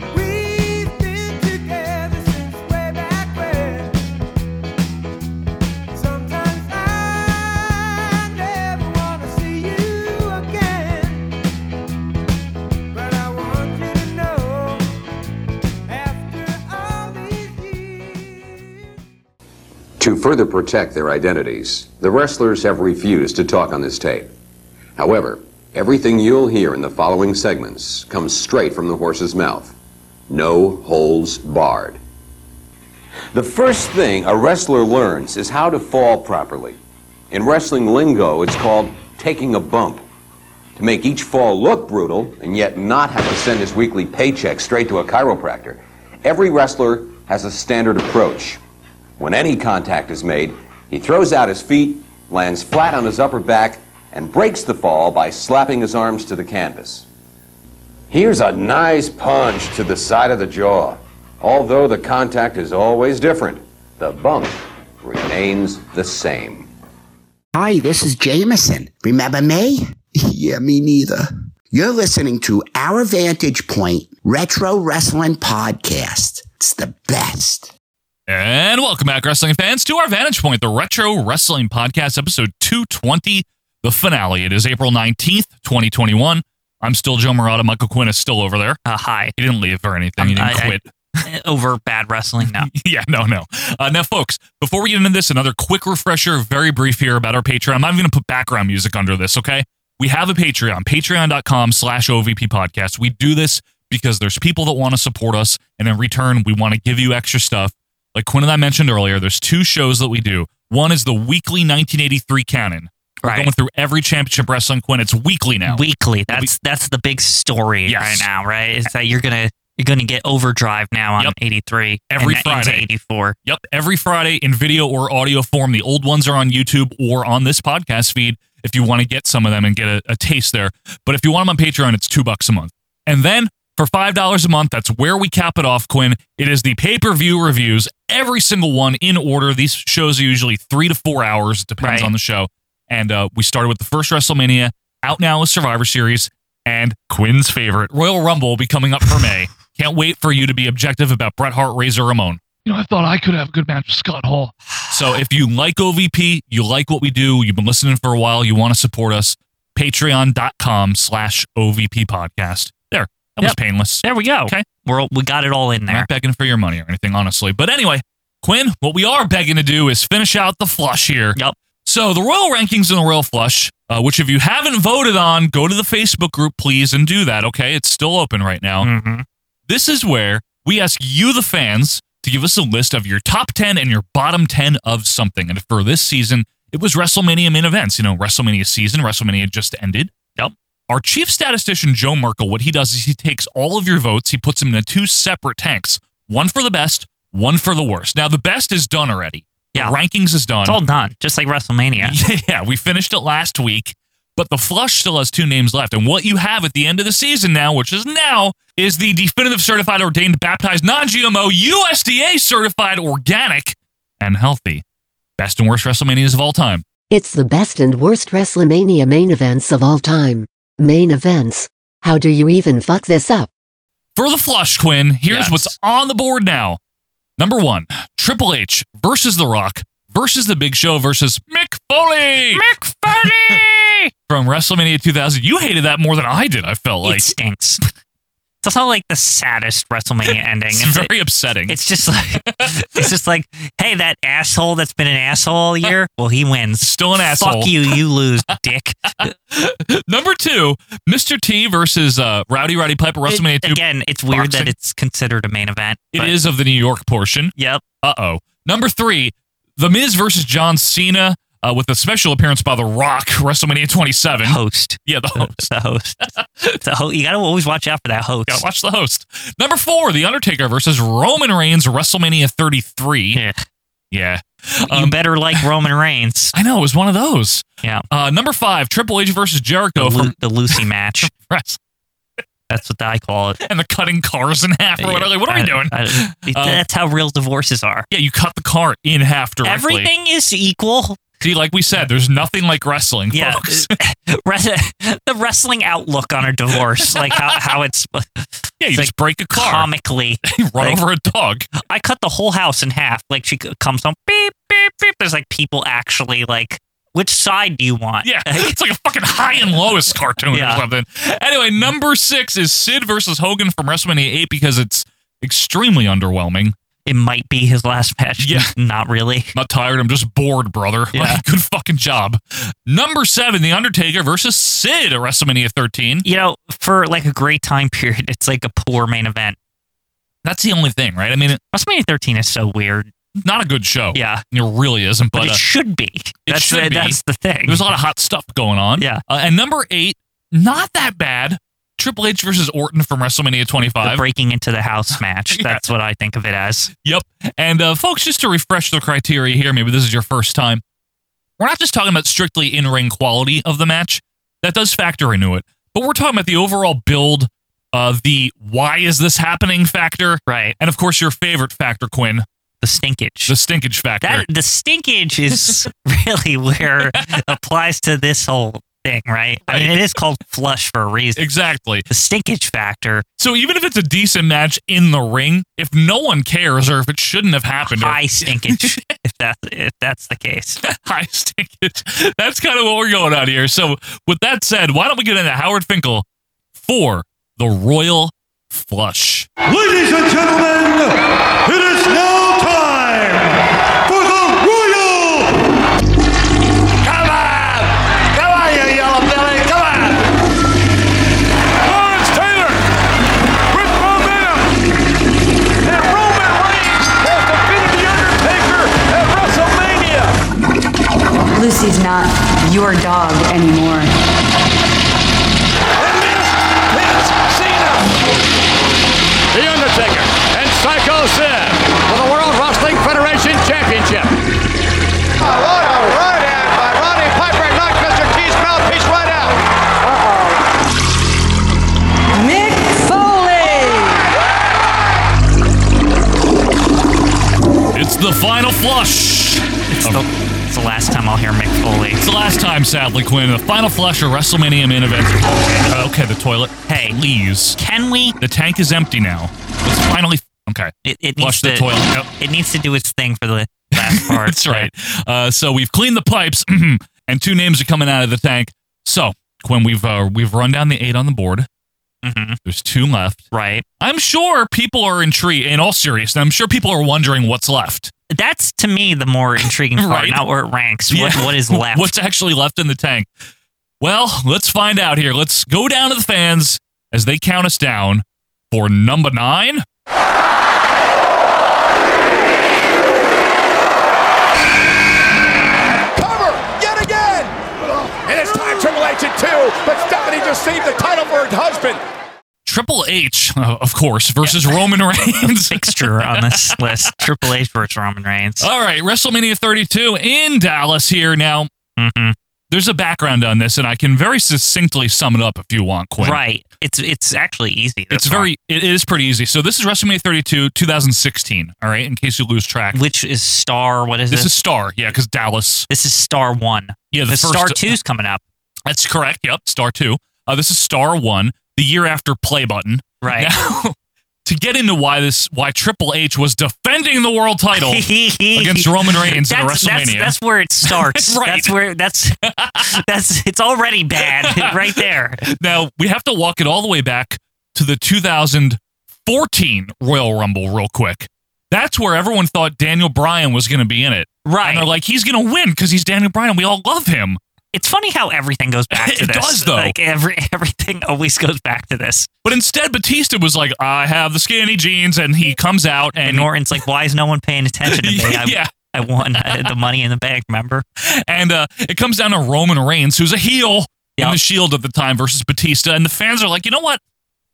Speaker 12: To further protect their identities, the wrestlers have refused to talk on this tape. However, everything you'll hear in the following segments comes straight from the horse's mouth. No holds barred. The first thing a wrestler learns is how to fall properly. In wrestling lingo, it's called taking a bump. To make each fall look brutal and yet not have to send his weekly paycheck straight to a chiropractor, every wrestler has a standard approach. When any contact is made, he throws out his feet, lands flat on his upper back, and breaks the fall by slapping his arms to the canvas. Here's a nice punch to the side of the jaw. Although the contact is always different, the bump remains the same.
Speaker 13: Hi, this is Jameson. Remember me? Yeah, me neither. You're listening to Our Vantage Point Retro Wrestling Podcast. It's the best.
Speaker 1: And welcome back, wrestling fans, to our Vantage Point, the Retro Wrestling Podcast, episode 220, the finale. It is April 19th, 2021. I'm still Joe Morata. Michael Quinn is still over there.
Speaker 2: Uh, hi. Um,
Speaker 1: He didn't leave or anything. He didn't
Speaker 2: I- I-
Speaker 1: quit.
Speaker 2: over bad wrestling now.
Speaker 1: yeah, no, no. Uh, now, folks, before we get into this, another quick refresher, very brief here about our Patreon. I'm not even going to put background music under this, okay? We have a Patreon, patreon.com slash OVP podcast. We do this because there's people that want to support us, and in return, we want to give you extra stuff. Like Quinn and I mentioned earlier, there's two shows that we do. One is the weekly 1983 canon. We're
Speaker 2: Right.
Speaker 1: going through every championship wrestling, Quinn. It's weekly now.
Speaker 2: Weekly. That's that's the big story right now, right? Is that you're gonna you're gonna get overdrive now on eighty three
Speaker 1: every Friday.
Speaker 2: 84.
Speaker 1: Yep, every Friday in video or audio form. The old ones are on YouTube or on this podcast feed if you want to get some of them and get a, a taste there. But if you want them on Patreon, it's two bucks a month. And then for five dollars a month, that's where we cap it off, Quinn. It is the pay-per-view reviews, every single one in order. These shows are usually three to four hours, it depends on the show. And uh, we started with the first WrestleMania, out now is Survivor Series, and Quinn's favorite, Royal Rumble, will be coming up for May. Can't wait for you to be objective about Bret Hart, Razor Ramon.
Speaker 14: You know, I thought I could have a good match with Scott Hall.
Speaker 1: So if you like OVP, you like what we do, you've been listening for a while, you want to support us, patreon.com slash OVP podcast. There. That was painless.
Speaker 2: There we go. Okay. We're, we got it all in there.
Speaker 1: Not begging for your money or anything, honestly. But anyway, Quinn, what we are begging to do is finish out the flush here.
Speaker 2: Yep.
Speaker 1: So the Royal Rankings and the Royal Flush, uh, which if you haven't voted on, go to the Facebook group, please, and do that, okay? It's still open right now. This is where we ask you, the fans, to give us a list of your top 10 and your bottom 10 of something. And for this season, it was WrestleMania main events. You know, WrestleMania season, WrestleMania just ended. Yep. Our chief statistician, Joe Merkel, what he does is he takes all of your votes, he puts them into two separate tanks one for the best, one for the worst. Now, the best is done already. Yeah. The rankings is done.
Speaker 2: It's all done, just like WrestleMania.
Speaker 1: Yeah, we finished it last week, but the flush still has two names left. And what you have at the end of the season now, which is now, is the definitive certified, ordained, baptized, non GMO, USDA certified, organic, and healthy. Best and worst WrestleManias of all time.
Speaker 15: It's the best and worst WrestleMania main events of all time. Main events. How do you even fuck this up?
Speaker 1: For the flush, Quinn, here's what's on the board now. Number one Triple H versus The Rock versus The Big Show versus Mick Foley. Mick Foley! From WrestleMania 2000. You hated that more than I did, I felt like.
Speaker 2: It stinks. It's also like the saddest WrestleMania ending.
Speaker 1: It's
Speaker 2: It's-
Speaker 1: very upsetting.
Speaker 2: It's just like it's just like, hey, that asshole that's been an asshole all year. Well, he wins.
Speaker 1: Still an asshole.
Speaker 2: Fuck you, you lose, dick.
Speaker 1: Number two, Mr. T versus uh, Rowdy Roddy Piper WrestleMania two.
Speaker 2: Again, it's weird
Speaker 1: Boxing.
Speaker 2: that it's considered a main event.
Speaker 1: It is of the New York portion.
Speaker 2: Yep.
Speaker 1: Uh oh. Number three, The Miz versus John Cena uh, with a special appearance by The Rock WrestleMania 27.
Speaker 2: Host.
Speaker 1: Yeah, the host.
Speaker 2: the host. the ho- you gotta always watch out for that host.
Speaker 1: Yeah, watch the host. Number four, The Undertaker versus Roman Reigns WrestleMania 33.
Speaker 2: Yeah.
Speaker 1: Yeah. Um,
Speaker 2: you better like Roman Reigns.
Speaker 1: I know it was one of those.
Speaker 2: Yeah.
Speaker 1: Uh, number five, Triple H versus Jericho
Speaker 2: the, Lu-
Speaker 1: from
Speaker 2: the Lucy match.
Speaker 1: Wrest-
Speaker 2: That's what I call it.
Speaker 1: and the cutting cars in half or whatever. What are we
Speaker 2: I-
Speaker 1: doing?
Speaker 2: I-
Speaker 1: Uh,
Speaker 2: that's how real divorces are.
Speaker 1: yeah, you cut the car in half directly.
Speaker 2: Everything is equal.
Speaker 1: See, like we said, there's nothing like wrestling,
Speaker 2: Yeah.
Speaker 1: folks.
Speaker 2: Res- the wrestling outlook on a divorce, like how, how it's yeah,
Speaker 1: you just break a car.
Speaker 2: comically.
Speaker 1: Run
Speaker 2: Like,
Speaker 1: over a dog.
Speaker 2: I cut the whole house in half. Like she comes home, beep beep beep. There's like people actually like, which side do you want?
Speaker 1: Yeah, it's like a fucking high and lowest cartoon
Speaker 2: Yeah.
Speaker 1: or something. Anyway, number six is Sid versus Hogan from WrestleMania 8 because it's extremely underwhelming.
Speaker 2: It might be his last match.
Speaker 1: Yeah.
Speaker 2: Not really.
Speaker 1: Not tired. I'm just bored, brother. Like, good fucking job. Number seven, The Undertaker versus Sid at WrestleMania 13.
Speaker 2: You know, for like a great time period, it's like a poor main event.
Speaker 1: That's the only thing, right? I mean,
Speaker 2: WrestleMania 13 is so weird,
Speaker 1: Not a good show.
Speaker 2: Yeah.
Speaker 1: It really isn't, but,
Speaker 2: but it
Speaker 1: uh,
Speaker 2: should be.
Speaker 1: It
Speaker 2: that's
Speaker 1: should
Speaker 2: the,
Speaker 1: be.
Speaker 2: that's the thing.
Speaker 1: There's a lot of hot stuff going on. Yeah. Uh, and number eight, not that bad. Triple H versus Orton from WrestleMania 25.
Speaker 2: The breaking into the house match. That's what I think of it as.
Speaker 1: Yep. And uh, folks, just to refresh the criteria here, maybe this is your first time. We're not just talking about strictly in ring quality of the match. That does factor into it. But we're talking about the overall build, uh, the why is this happening factor, right? And of course, your favorite factor, Quinn,
Speaker 2: the stinkage,
Speaker 1: the stinkage factor.
Speaker 2: That the stinkage is really where it applies to this whole thing, right? I mean, it is called flush for a reason.
Speaker 1: Exactly.
Speaker 2: The stinkage factor.
Speaker 1: So even if it's a decent match in the ring, if no one cares or if it shouldn't have happened, or-
Speaker 2: High stinkage, if that's if that's the case.
Speaker 1: high stinkage. That's kind of what we're going on here. So with that said, why don't we get into Howard Finkel for the Royal Flush?
Speaker 16: Ladies and gentlemen, it is now time for the Royal. Come on! Come on, you yellow belly! Come on! Lawrence Taylor with momentum! And Roman Reigns has defeated The Undertaker at WrestleMania!
Speaker 17: Lucy's not your dog anymore.
Speaker 16: Vince Cena!
Speaker 18: The Undertaker and Psycho Sid for the World Wrestling Federation Championship.
Speaker 16: Oh, what a right hand by Roddy Piper knocked Mr. T's mouthpiece right out!
Speaker 17: Mick Foley!
Speaker 1: It's the final flush. It's
Speaker 2: the, it's the last time I'll hear Mick Foley.
Speaker 1: It's the last time, sadly, Quinn. The final flush of WrestleMania main event. Uh, Okay, the toilet. Hey, please.
Speaker 2: Can we?
Speaker 1: The tank is empty now. Let's finally. Okay.
Speaker 2: It, it
Speaker 1: Flush
Speaker 2: needs
Speaker 1: the
Speaker 2: to,
Speaker 1: toilet. Yep.
Speaker 2: It needs to do its thing for the last part.
Speaker 1: That's right. Uh, so we've cleaned the pipes, and two names are coming out of the tank. So Quinn, we've uh, we've run down the eight on the board.
Speaker 2: Mhm.
Speaker 1: There's two left.
Speaker 2: Right.
Speaker 1: I'm sure people are intrigued. In all seriousness, I'm sure people are wondering what's left.
Speaker 2: That's to me the more intriguing part,
Speaker 1: Right.
Speaker 2: not where it ranks.
Speaker 1: Yeah.
Speaker 2: What what is left?
Speaker 1: What's actually left in the tank? Well, let's find out here. Let's go down to the fans as they count us down for number nine.
Speaker 18: Cover yet again! And it's time Triple H at two, but Stephanie just saved the title for her husband.
Speaker 1: Triple H, uh, of course, versus Roman Reigns.
Speaker 2: fixture on this list? Triple H versus Roman Reigns.
Speaker 1: All right, WrestleMania 32 in Dallas here. Now, Mm-hmm. there's a background on this, and I can very succinctly sum it up if you want, Quinn.
Speaker 2: Right. It's it's actually easy.
Speaker 1: It's
Speaker 2: this
Speaker 1: very, it is pretty easy. So this is WrestleMania 32, 2016. All right, in case you lose track,
Speaker 2: one. which is Star. What is
Speaker 1: this
Speaker 2: this?
Speaker 1: is Star, yeah, because Dallas.
Speaker 2: this is Star One.
Speaker 1: Yeah, the
Speaker 2: Because Star
Speaker 1: first-
Speaker 2: Two's coming up.
Speaker 1: That's correct. Yep, Star Two. Uh, this is Star One, the year after Play Button.
Speaker 2: Right.
Speaker 1: Now, to get into why this, why Triple H was defending the world title against
Speaker 2: against
Speaker 1: Roman Reigns at
Speaker 2: that's,
Speaker 1: WrestleMania.
Speaker 2: That's, that's where it starts.
Speaker 1: Right.
Speaker 2: That's where that's that's it's already bad right there.
Speaker 1: Now we have to walk it all the way back to the 2014 Royal Rumble, real quick. That's where everyone thought Daniel Bryan was going to be in it,
Speaker 2: Right.
Speaker 1: And they're like, he's going to win because he's Daniel Bryan. We all love him.
Speaker 2: It's funny how everything goes back to
Speaker 1: It
Speaker 2: this.
Speaker 1: does, though.
Speaker 2: Like every everything always goes back to this.
Speaker 1: But instead, Batista was like, I have the skinny jeans, and he comes out
Speaker 2: And
Speaker 1: and
Speaker 2: Norton's like, why is no one paying attention to me? I,
Speaker 1: Yeah.
Speaker 2: I won uh, the money in the bank, remember?
Speaker 1: and uh, it comes down to Roman Reigns, who's a heel in
Speaker 2: Yep.
Speaker 1: the Shield at the time versus Batista, and the fans are like, you know what?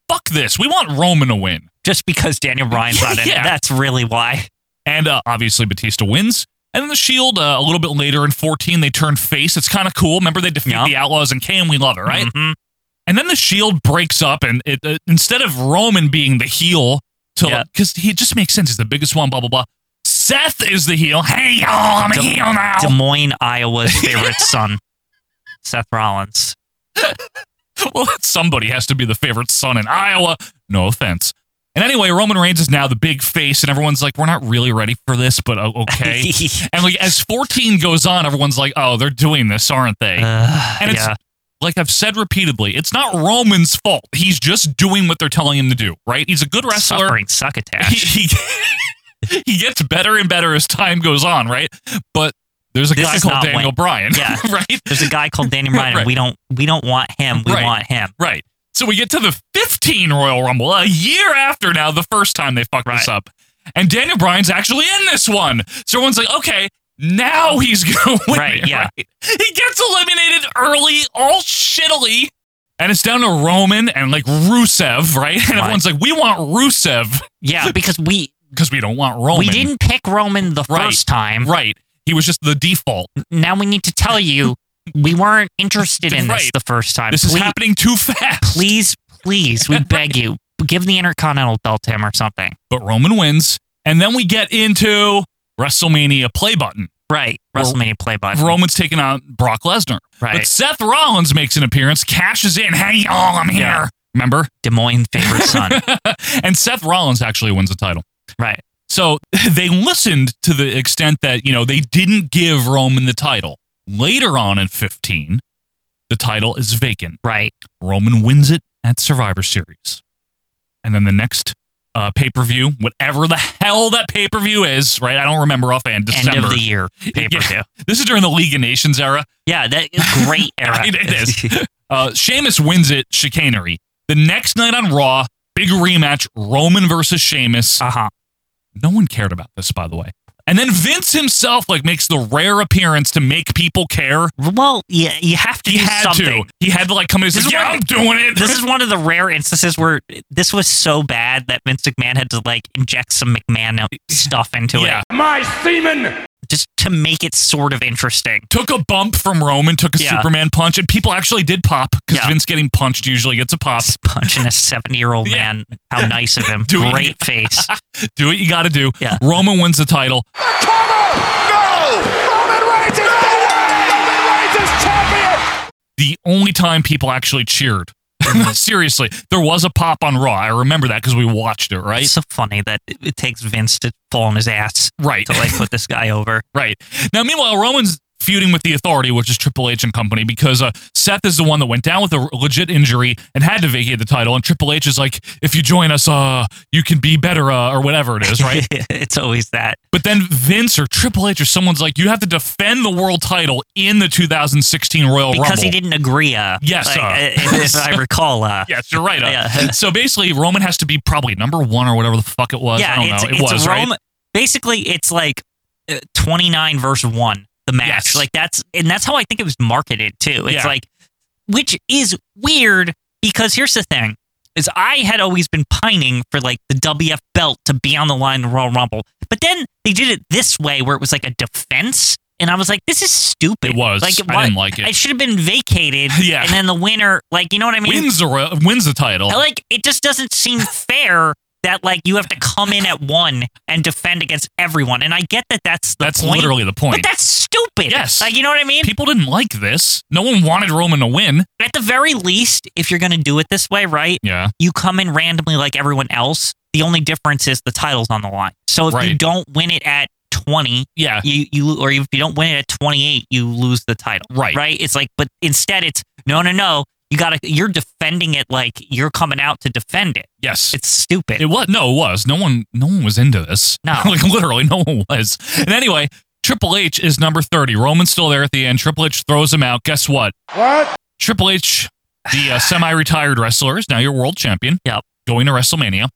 Speaker 1: Fuck this. We want Roman to win.
Speaker 2: Just because Daniel Bryan's not in
Speaker 1: Yeah.
Speaker 2: it. That's really why.
Speaker 1: And uh, obviously, Batista wins. And then the Shield, uh, a little bit later in 14, they turn face. It's kind of cool. Remember, they defeat
Speaker 2: Yeah.
Speaker 1: the Outlaws and Kane. We love it, right?
Speaker 2: Mhm.
Speaker 1: And then the Shield breaks up, and it, uh, instead of Roman being the heel,
Speaker 2: Yeah.
Speaker 1: to because he just makes sense. He's the biggest one, blah, blah, blah. Seth is the heel. Hey, y'all, I'm a
Speaker 2: Des-
Speaker 1: heel now.
Speaker 2: Des Moines, Iowa's favorite son, Seth Rollins.
Speaker 1: well, somebody has to be the favorite son in Iowa. No offense. And anyway, Roman Reigns is now the big face, and everyone's like, we're not really ready for this, but o- okay. and like as 14 goes on, everyone's like, oh, they're doing this, aren't they?
Speaker 2: Uh,
Speaker 1: and it's
Speaker 2: yeah.
Speaker 1: like I've said repeatedly, it's not Roman's fault. He's just doing what they're telling him to do, right? He's a good wrestler.
Speaker 2: Suffering
Speaker 1: He,
Speaker 2: succotash.
Speaker 1: he, he gets better and better as time goes on, right? But there's a
Speaker 2: This
Speaker 1: guy
Speaker 2: is
Speaker 1: called
Speaker 2: not
Speaker 1: Daniel
Speaker 2: when-
Speaker 1: Bryan,
Speaker 2: Yeah.
Speaker 1: right?
Speaker 2: There's a guy called Daniel Bryan.
Speaker 1: Right.
Speaker 2: and We don't we don't want him. We
Speaker 1: Right.
Speaker 2: want him.
Speaker 1: Right. So we get to the 15 Royal Rumble, a year after now, the first time they fucked this
Speaker 2: Right.
Speaker 1: up. And Daniel Bryan's actually in this one. So everyone's like, okay, now he's going to win.
Speaker 2: Right,
Speaker 1: it,
Speaker 2: yeah.
Speaker 1: He gets eliminated early, all shittily. And it's down to Roman and like Rusev, right? And everyone's like, we want Rusev
Speaker 2: Yeah, because we
Speaker 1: because we don't want Roman.
Speaker 2: we didn't pick Roman the
Speaker 1: Right.
Speaker 2: first time.
Speaker 1: Right. He was just the default.
Speaker 2: Now we need to tell you we weren't interested in this
Speaker 1: Right.
Speaker 2: the first time.
Speaker 1: This
Speaker 2: please,
Speaker 1: is happening too fast.
Speaker 2: Please Please, we beg you, give the Intercontinental belt to him or something.
Speaker 1: But Roman wins, and then we get into WrestleMania play button.
Speaker 2: Right, WrestleMania play button.
Speaker 1: Roman's taking on Brock Lesnar.
Speaker 2: Right.
Speaker 1: But Seth Rollins makes an appearance, cashes in. Hey, oh, I'm here.
Speaker 2: Yeah.
Speaker 1: Remember?
Speaker 2: Des Moines' favorite son.
Speaker 1: and Seth Rollins actually wins the title.
Speaker 2: Right.
Speaker 1: So they listened to the extent that, you know, they didn't give Roman the title. Later on in 15, the title is vacant.
Speaker 2: Right.
Speaker 1: Roman wins it at Survivor Series. And then the next uh, pay per view, whatever the hell that pay per view is, right? I don't remember offhand. December.
Speaker 2: End of the year pay per view.
Speaker 1: Yeah. This is during the League of Nations era.
Speaker 2: Yeah, that great era.
Speaker 1: It- it is. uh, Sheamus wins it chicanery. The next night on Raw, big rematch Roman versus Sheamus.
Speaker 2: Uh huh.
Speaker 1: No one cared about this, by the way. And then Vince himself like makes the rare appearance to make people care.
Speaker 2: Well, yeah, you have to
Speaker 1: He
Speaker 2: do
Speaker 1: had
Speaker 2: something.
Speaker 1: to. He had to like come in and
Speaker 2: This
Speaker 1: say,
Speaker 2: is
Speaker 1: "Yeah,
Speaker 2: one-
Speaker 1: I'm doing it."
Speaker 2: This is one of the rare instances where this was so bad that Vince McMahon had to like inject some McMahon stuff into
Speaker 1: Yeah.
Speaker 2: it
Speaker 18: My semen!
Speaker 2: just to make it sort of interesting.
Speaker 1: took a bump from Roman, took a
Speaker 2: Yeah.
Speaker 1: Superman punch, and people actually did pop because
Speaker 2: Yeah.
Speaker 1: Vince getting punched usually gets a pop.
Speaker 2: Punching a 70 year old man. How nice of him.
Speaker 1: Doing-
Speaker 2: Great face.
Speaker 1: Do what you got to do.
Speaker 2: Yeah.
Speaker 1: Roman wins the title. The only time people actually cheered. Seriously, there was a pop on Raw. I remember that because we watched it, right?
Speaker 2: It's so funny that it, it takes Vince to fall on his ass
Speaker 1: Right.
Speaker 2: to like put this guy over.
Speaker 1: Right. Now, meanwhile, Roman's feuding with the authority, which is Triple H and company, because uh, Seth is the one that went down with a legit injury and had to vacate the title. And Triple H is like, if you join us, uh, you can be better, uh, or whatever it is, right?
Speaker 2: it's always that.
Speaker 1: but then Vince or Triple H or someone's like, you have to defend the world title in the 2016 Royal
Speaker 2: Because
Speaker 1: Rumble.
Speaker 2: he didn't agree. Uh,
Speaker 1: Yes,
Speaker 2: like,
Speaker 1: uh.
Speaker 2: uh, if I recall. Uh,
Speaker 1: Yes, you're right. Uh,
Speaker 2: Yeah.
Speaker 1: so basically, Roman has to be probably number one or whatever the fuck it was. I don't
Speaker 2: it's,
Speaker 1: know. It
Speaker 2: it's
Speaker 1: was,
Speaker 2: Roman.
Speaker 1: right?
Speaker 2: Basically, it's like uh, 29 verse 1, the match.
Speaker 1: Yes.
Speaker 2: Like that's, and that's how I think it was marketed too. It's
Speaker 1: Yeah.
Speaker 2: like, which is weird because here's the thing is I had always been pining for like the WF belt to be on the line in the Royal Rumble. But then they did it this way where it was like a defense. And I was like, this is stupid.
Speaker 1: It was.
Speaker 2: Like,
Speaker 1: I
Speaker 2: why-
Speaker 1: didn't like it.
Speaker 2: It should have been vacated.
Speaker 1: Yeah.
Speaker 2: And then the winner, like, you know what I mean?
Speaker 1: wins, the, Roy- wins the title.
Speaker 2: I like it just doesn't seem fair that like you have to come in at one and defend against everyone. And I get that that's the
Speaker 1: That's
Speaker 2: point,
Speaker 1: literally the point.
Speaker 2: But that's stupid.
Speaker 1: Yes.
Speaker 2: Like you know what I mean?
Speaker 1: People didn't like this. No one wanted Roman to win.
Speaker 2: at the very least, if you're gonna do it this way, right?
Speaker 1: Yeah.
Speaker 2: You come in randomly like everyone else. The only difference is the title's on the line. So if you
Speaker 1: Right.
Speaker 2: don't win it at twenty,
Speaker 1: Yeah.
Speaker 2: you you or if you don't win it at twenty eight, you lose the title.
Speaker 1: Right.
Speaker 2: Right? It's like but instead it's no no no. You gotta you're defending it like you're coming out to defend it.
Speaker 1: Yes.
Speaker 2: It's stupid.
Speaker 1: It was no, it was no one. No one was into this.
Speaker 2: No.
Speaker 1: like literally, no one was. And anyway, Triple H is number thirty. Roman's still there at the end. Triple H throws him out. Guess what?
Speaker 18: What?
Speaker 1: Triple H, the uh, semi-retired wrestler, is now your world champion.
Speaker 2: Yep.
Speaker 1: Going to WrestleMania,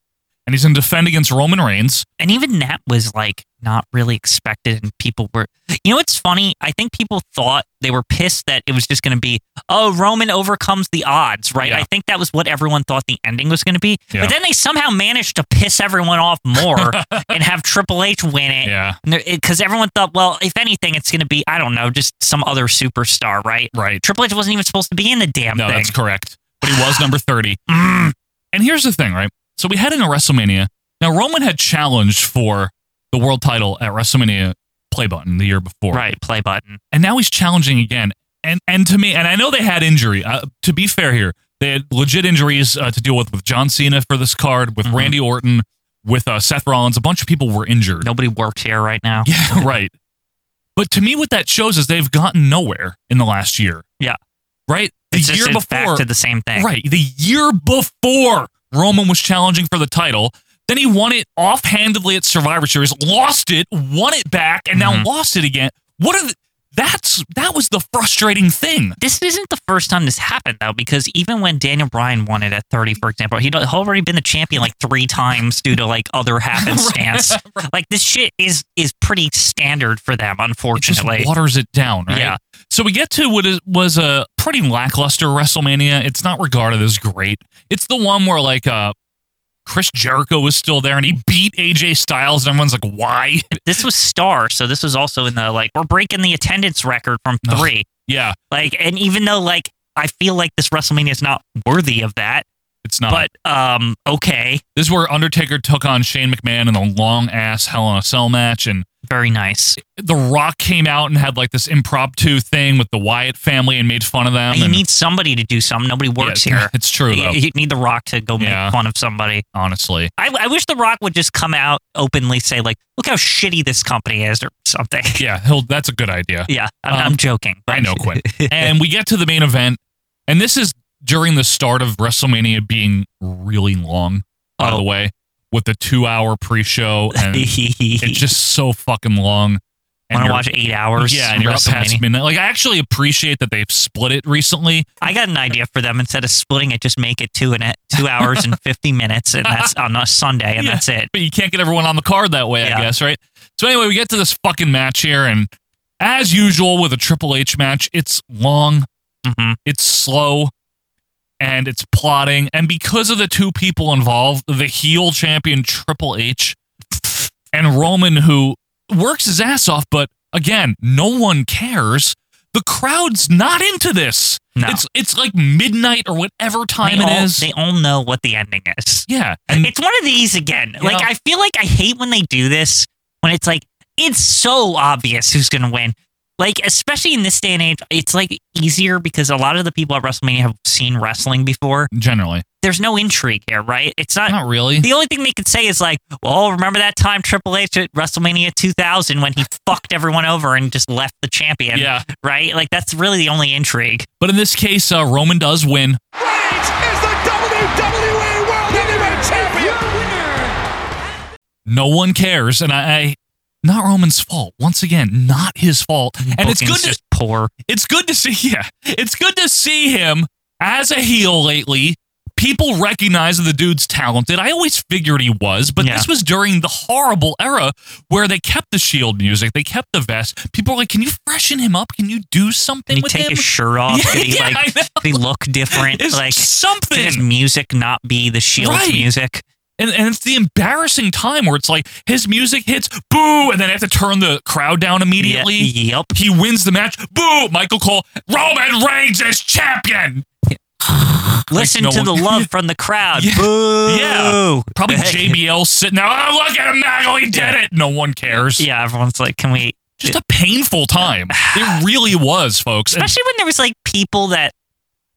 Speaker 1: and he's going to defend against Roman Reigns.
Speaker 2: and even that was like not really expected and people were you know what's funny i think people thought they were pissed that it was just going to be oh roman overcomes the odds right
Speaker 1: Yeah.
Speaker 2: i think that was what everyone thought the ending was going to be
Speaker 1: Yeah.
Speaker 2: but then they somehow managed to piss everyone off more and have triple h win it
Speaker 1: Yeah.
Speaker 2: because everyone thought well if anything it's going to be i don't know just some other superstar right
Speaker 1: Right.
Speaker 2: triple h wasn't even supposed to be in the damn
Speaker 1: No,
Speaker 2: thing
Speaker 1: that's correct. But he was number 30.
Speaker 2: Mm.
Speaker 1: And here's the thing, right? So we had in a WrestleMania. Now, Roman had challenged for the world title at WrestleMania Play Button the year before.
Speaker 2: right play button
Speaker 1: And now he's challenging again. And and to me, and I know they had injury. Uh, to be fair here, they had legit injuries uh, to deal with with John Cena for this card,
Speaker 2: Mm-hmm.
Speaker 1: with Randy Orton, with uh, Seth Rollins. A bunch of people were injured.
Speaker 2: nobody worked here right now
Speaker 1: Yeah, right. But to me, what that shows is they've gotten nowhere in the last year.
Speaker 2: Yeah.
Speaker 1: Right? The
Speaker 2: it's just
Speaker 1: year
Speaker 2: it's
Speaker 1: before,
Speaker 2: back to the same thing
Speaker 1: Right. The year before Roman was challenging for the title, then he won it offhandedly at Survivor Series, lost it, won it back, and
Speaker 2: Mm-hmm.
Speaker 1: now lost it again. What are the, that's that was the frustrating thing.
Speaker 2: This isn't the first time this happened though, because even when Daniel Bryan won it at 30, for example, he'd already been the champion like three times due to like other happenstance. Like this shit is is pretty standard for them,
Speaker 1: It just
Speaker 2: unfortunately.
Speaker 1: waters it down, right?
Speaker 2: Yeah.
Speaker 1: So we get to what is, was a pretty lackluster WrestleMania. It's not regarded as great. It's the one where like uh Chris Jericho was still there and he beat AJ Styles and everyone's like, why?
Speaker 2: This was Star, so this was also in the like we're breaking the attendance record from
Speaker 1: Ugh.
Speaker 2: three.
Speaker 1: Yeah.
Speaker 2: Like, and even though like I feel like this WrestleMania is not worthy of that,
Speaker 1: It's not.
Speaker 2: But um, okay.
Speaker 1: This is where Undertaker took on Shane McMahon in a long ass Hell in a Cell match, and
Speaker 2: very nice.
Speaker 1: The Rock came out and had like this impromptu thing with the Wyatt family and made fun of them.
Speaker 2: you
Speaker 1: and-
Speaker 2: need somebody to do something. Nobody works
Speaker 1: Yeah,
Speaker 2: here.
Speaker 1: It's true
Speaker 2: You-
Speaker 1: though.
Speaker 2: You need The Rock to go make
Speaker 1: Yeah.
Speaker 2: fun of somebody.
Speaker 1: honestly,
Speaker 2: I, I wish The Rock would just come out openly say like, "Look how shitty this company is," or something.
Speaker 1: yeah, he'll, that's a good idea.
Speaker 2: Yeah, I'm,
Speaker 1: Um,
Speaker 2: I'm joking.
Speaker 1: I know, Quinn. and we get to the main event, and this is during the start of WrestleMania being really long, by
Speaker 2: Oh.
Speaker 1: the way, with the two hour pre show. And it's just so fucking long. And
Speaker 2: Wanna
Speaker 1: you're-
Speaker 2: watch eight hours
Speaker 1: Yeah, and you're up past
Speaker 2: WrestleMania?
Speaker 1: midnight. Like, I actually appreciate that they've split it recently.
Speaker 2: I got an idea for them. Instead of splitting it, just make it two and a, two hours and fifty minutes, and that's on a Sunday, and
Speaker 1: Yeah,
Speaker 2: that's it.
Speaker 1: But you can't get everyone on the card that way, I guess, right? So anyway, we get to this fucking match here, and as usual with a Triple H match, it's long,
Speaker 2: Mm-hmm.
Speaker 1: it's slow, and it's plotting. And because of the two people involved, the heel champion Triple H and Roman, who works his ass off, but again, no one cares. The crowd's not into this.
Speaker 2: No.
Speaker 1: It's it's like midnight or whatever time
Speaker 2: they
Speaker 1: it is.
Speaker 2: all, They all know what the ending is.
Speaker 1: Yeah,
Speaker 2: it's one of these again. Like
Speaker 1: Yeah.
Speaker 2: I feel like I hate when they do this when it's like it's so obvious who's going to win. Like especially in this day and age, it's like easier because a lot of the people at WrestleMania have seen wrestling before.
Speaker 1: Generally,
Speaker 2: there's no intrigue here, right? It's not
Speaker 1: not really.
Speaker 2: The only thing they could say is like, "Well, remember that time Triple H at WrestleMania 2000 when he fucked everyone over and just left the champion?"
Speaker 1: Yeah.
Speaker 2: right. Like that's really the only intrigue.
Speaker 1: But in this case, uh, Roman does win.
Speaker 16: E
Speaker 1: No one cares, and I, I not Roman's fault. Once again, not his fault. And it's good
Speaker 2: Booking's
Speaker 1: to
Speaker 2: just poor.
Speaker 1: it's good to see yeah, it's good to see him as a heel lately. People recognize that the dude's talented. I always figured he was, but
Speaker 2: Yeah.
Speaker 1: this was during the horrible era where they kept the shield music, they kept the vest. People were like, "Can you freshen him up? Can you do something
Speaker 2: Did he
Speaker 1: with
Speaker 2: take
Speaker 1: him?"
Speaker 2: his shirt off?
Speaker 1: Yeah,
Speaker 2: did he
Speaker 1: yeah, I
Speaker 2: like?
Speaker 1: know.
Speaker 2: Did he look different?
Speaker 1: It's
Speaker 2: like
Speaker 1: something.
Speaker 2: Did his music not be the Shield's
Speaker 1: Right.
Speaker 2: music?
Speaker 1: And, and it's the embarrassing time where it's like his music hits, boo, and then they have to turn the crowd down immediately.
Speaker 2: yep.
Speaker 1: He wins the match, boo. Michael Cole, Roman Reigns is champion.
Speaker 2: Listen
Speaker 1: no
Speaker 2: to
Speaker 1: one-
Speaker 2: the love from the crowd.
Speaker 1: Yeah.
Speaker 2: Boo.
Speaker 1: Yeah. Probably
Speaker 2: Hey.
Speaker 1: JBL sitting there. Oh, look at him now. He did it. No one cares.
Speaker 2: Yeah, everyone's like, can we?
Speaker 1: Just a painful time. It really was, folks. And-
Speaker 2: Especially when there was like people that,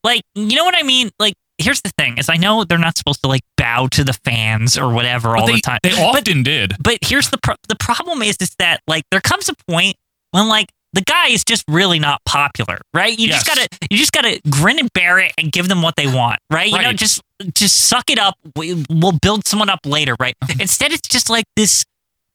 Speaker 2: like, you know what I mean? Like, here's the thing: is I know they're not supposed to like bow to the fans or whatever
Speaker 1: but
Speaker 2: all
Speaker 1: they,
Speaker 2: the time.
Speaker 1: They often did.
Speaker 2: But here's the pro- the problem is is that like there comes a point when like the guy is just really not popular, right? You just
Speaker 1: Yes.
Speaker 2: gotta you just gotta grin and bear it and give them what they want, right? You know,
Speaker 1: Right.
Speaker 2: just just suck it up. We, we'll build someone up later, right?
Speaker 1: Mm-hmm.
Speaker 2: Instead, it's just like this.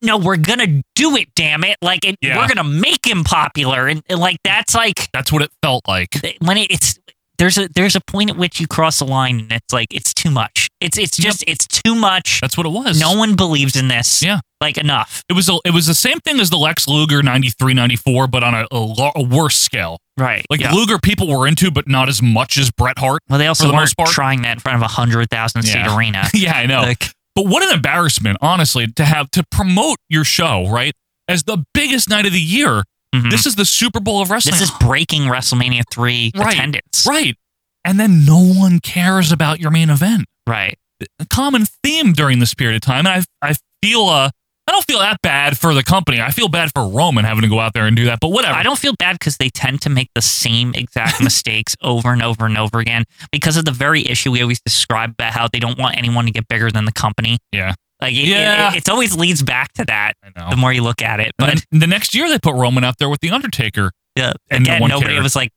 Speaker 2: No, we're gonna do it, damn it! Like it,
Speaker 1: Yeah.
Speaker 2: we're gonna make him popular, and, and like that's like
Speaker 1: That's what it felt like.
Speaker 2: when it, it's there's a there's a point at which you cross a line, and it's like it's too much. It's it's just it's too much.
Speaker 1: That's what it was.
Speaker 2: No one believes in this.
Speaker 1: Yeah.
Speaker 2: like enough.
Speaker 1: It was a, it was the same thing as the Lex Luger 93 94 but on a, a, lo- a worse scale.
Speaker 2: Right.
Speaker 1: Like
Speaker 2: yeah.
Speaker 1: Luger people were into but not as much as Bret Hart.
Speaker 2: Well, they
Speaker 1: for
Speaker 2: also
Speaker 1: the most
Speaker 2: weren't
Speaker 1: part.
Speaker 2: trying that in front of a hundred thousand seat
Speaker 1: Yeah.
Speaker 2: arena.
Speaker 1: yeah, I know.
Speaker 2: Like,
Speaker 1: but what an embarrassment, honestly, to have to promote your show, right? As the biggest night of the year. This is the Super Bowl of wrestling.
Speaker 2: Mm-hmm. this is breaking WrestleMania three
Speaker 1: right,
Speaker 2: attendance.
Speaker 1: Right. And then no one cares about your main event.
Speaker 2: Right.
Speaker 1: A common theme during this period of time. And I I feel uh I don't feel that bad for the company. I feel bad for Roman having to go out there and do that, but whatever.
Speaker 2: I don't feel bad because they tend to make the same exact mistakes over and over and over again because of the very issue we always describe about how they don't want anyone to get bigger than the company.
Speaker 1: yeah.
Speaker 2: Like, it,
Speaker 1: Yeah.
Speaker 2: it, it's always leads back to that.
Speaker 1: know.
Speaker 2: The more you look at it, but
Speaker 1: And then the next year they put Roman out there with the Undertaker.
Speaker 2: yeah,
Speaker 1: And no
Speaker 2: again,
Speaker 1: one
Speaker 2: nobody
Speaker 1: cared.
Speaker 2: was like.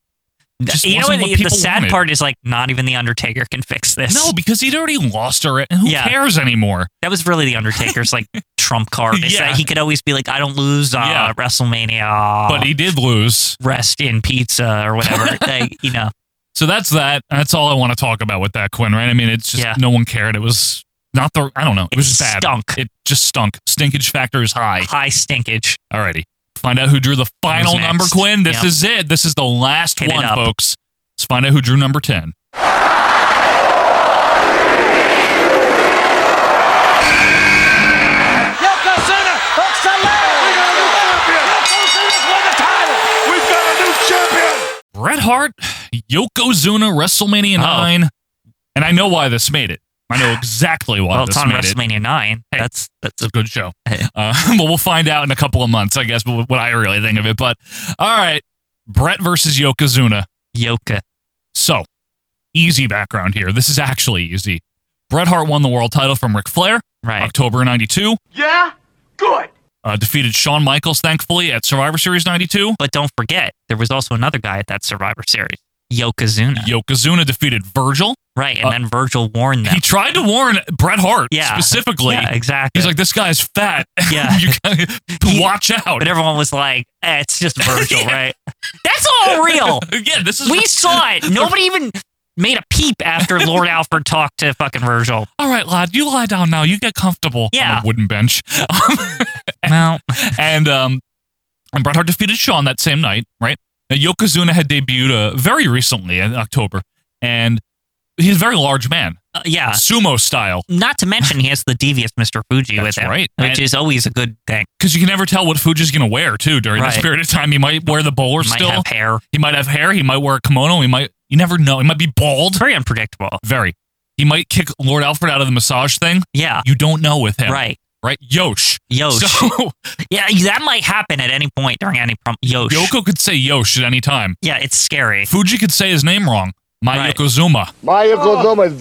Speaker 1: Just
Speaker 2: you know
Speaker 1: wasn't what
Speaker 2: what? The
Speaker 1: people
Speaker 2: sad
Speaker 1: wanted.
Speaker 2: part is like not even the Undertaker can fix this.
Speaker 1: No, because he'd already lost her, and who
Speaker 2: Yeah.
Speaker 1: cares anymore?
Speaker 2: that was really the Undertaker's like trump card. Is
Speaker 1: Yeah.
Speaker 2: that he could always be like, I don't lose uh,
Speaker 1: Yeah.
Speaker 2: WrestleMania,
Speaker 1: But he did lose.
Speaker 2: rest in pizza or whatever. like, you know,
Speaker 1: So that's that. That's all I want to talk about with that, Quinn, right? I mean, it's just
Speaker 2: Yeah.
Speaker 1: no one cared. It was not the, I don't know. It,
Speaker 2: It
Speaker 1: was just bad.
Speaker 2: stunk.
Speaker 1: It just stunk. Stinkage factor is high.
Speaker 2: high stinkage.
Speaker 1: Alrighty. Find out who drew the final
Speaker 2: next?
Speaker 1: number, Quinn. This
Speaker 2: Yep.
Speaker 1: is it. This is the last
Speaker 2: Hit it
Speaker 1: one,
Speaker 2: up.
Speaker 1: folks. Let's find out who drew number 10.
Speaker 16: Yokozuna hooks a leg. We got a new champion. Yokozuna's won the title. We've got a new champion.
Speaker 2: Oh.
Speaker 1: Bret Hart, Yokozuna, WrestleMania 9. And I know why this made it. I know exactly why
Speaker 2: Well,
Speaker 1: this
Speaker 2: it's on
Speaker 1: made it.
Speaker 2: WrestleMania 9. that's that's
Speaker 1: a good show. Uh, well, we'll find out in a couple of months, I guess, what what I really think of it. But all right, Brett versus Yokozuna.
Speaker 2: Yoka.
Speaker 1: So easy background here. This is actually easy. Bret Hart won the world title from Ric Flair, right? October '92.
Speaker 16: Yeah? Good.
Speaker 1: Uh, defeated Shawn Michaels, thankfully, at Survivor Series 92.
Speaker 2: But don't forget, there was also another guy at that Survivor Series, Yokozuna.
Speaker 1: Yokozuna defeated Virgil.
Speaker 2: Right, and then Virgil warned them.
Speaker 1: uh, He tried to warn Bret Hart
Speaker 2: Yeah.
Speaker 1: specifically.
Speaker 2: Yeah, exactly.
Speaker 1: He's like, this guy's fat.
Speaker 2: Yeah.
Speaker 1: you gotta watch out.
Speaker 2: But everyone was like, eh, it's just Virgil, right? That's all real.
Speaker 1: yeah, this is.
Speaker 2: We saw it. Nobody even made a peep after Lord Alfred talked to fucking Virgil.
Speaker 1: All right, lad, you lie down now. You get comfortable
Speaker 2: Yeah.
Speaker 1: on a wooden bench.
Speaker 2: well,
Speaker 1: and um, and Bret Hart defeated Shawn that same night, right? Now, Yokozuna had debuted uh, very recently in October, and he's a very large man,
Speaker 2: Uh, yeah.
Speaker 1: sumo style.
Speaker 2: Not to mention he has the devious Mr. Fuji with him,
Speaker 1: right.
Speaker 2: which
Speaker 1: And-
Speaker 2: is always a good thing.
Speaker 1: Because you can never tell what Fuji's going to wear too during this
Speaker 2: Right.
Speaker 1: period of time. He might wear the bowler
Speaker 2: Might
Speaker 1: still.
Speaker 2: have hair.
Speaker 1: He might have hair. He might wear a kimono. He might. You never know. He might be bald.
Speaker 2: Very unpredictable.
Speaker 1: Very. He might kick Lord Alfred out of the massage thing.
Speaker 2: Yeah.
Speaker 1: You don't know with him.
Speaker 2: Right.
Speaker 1: Right. Yosh.
Speaker 2: Yosh.
Speaker 1: So
Speaker 2: Yeah, that might happen at any point during any prom. Yosh.
Speaker 1: Yoko could say Yosh at any time.
Speaker 2: Yeah, it's scary.
Speaker 1: Fuji could say his name wrong. My
Speaker 2: Right.
Speaker 1: Yokozuma.
Speaker 2: My
Speaker 16: Yokozuma.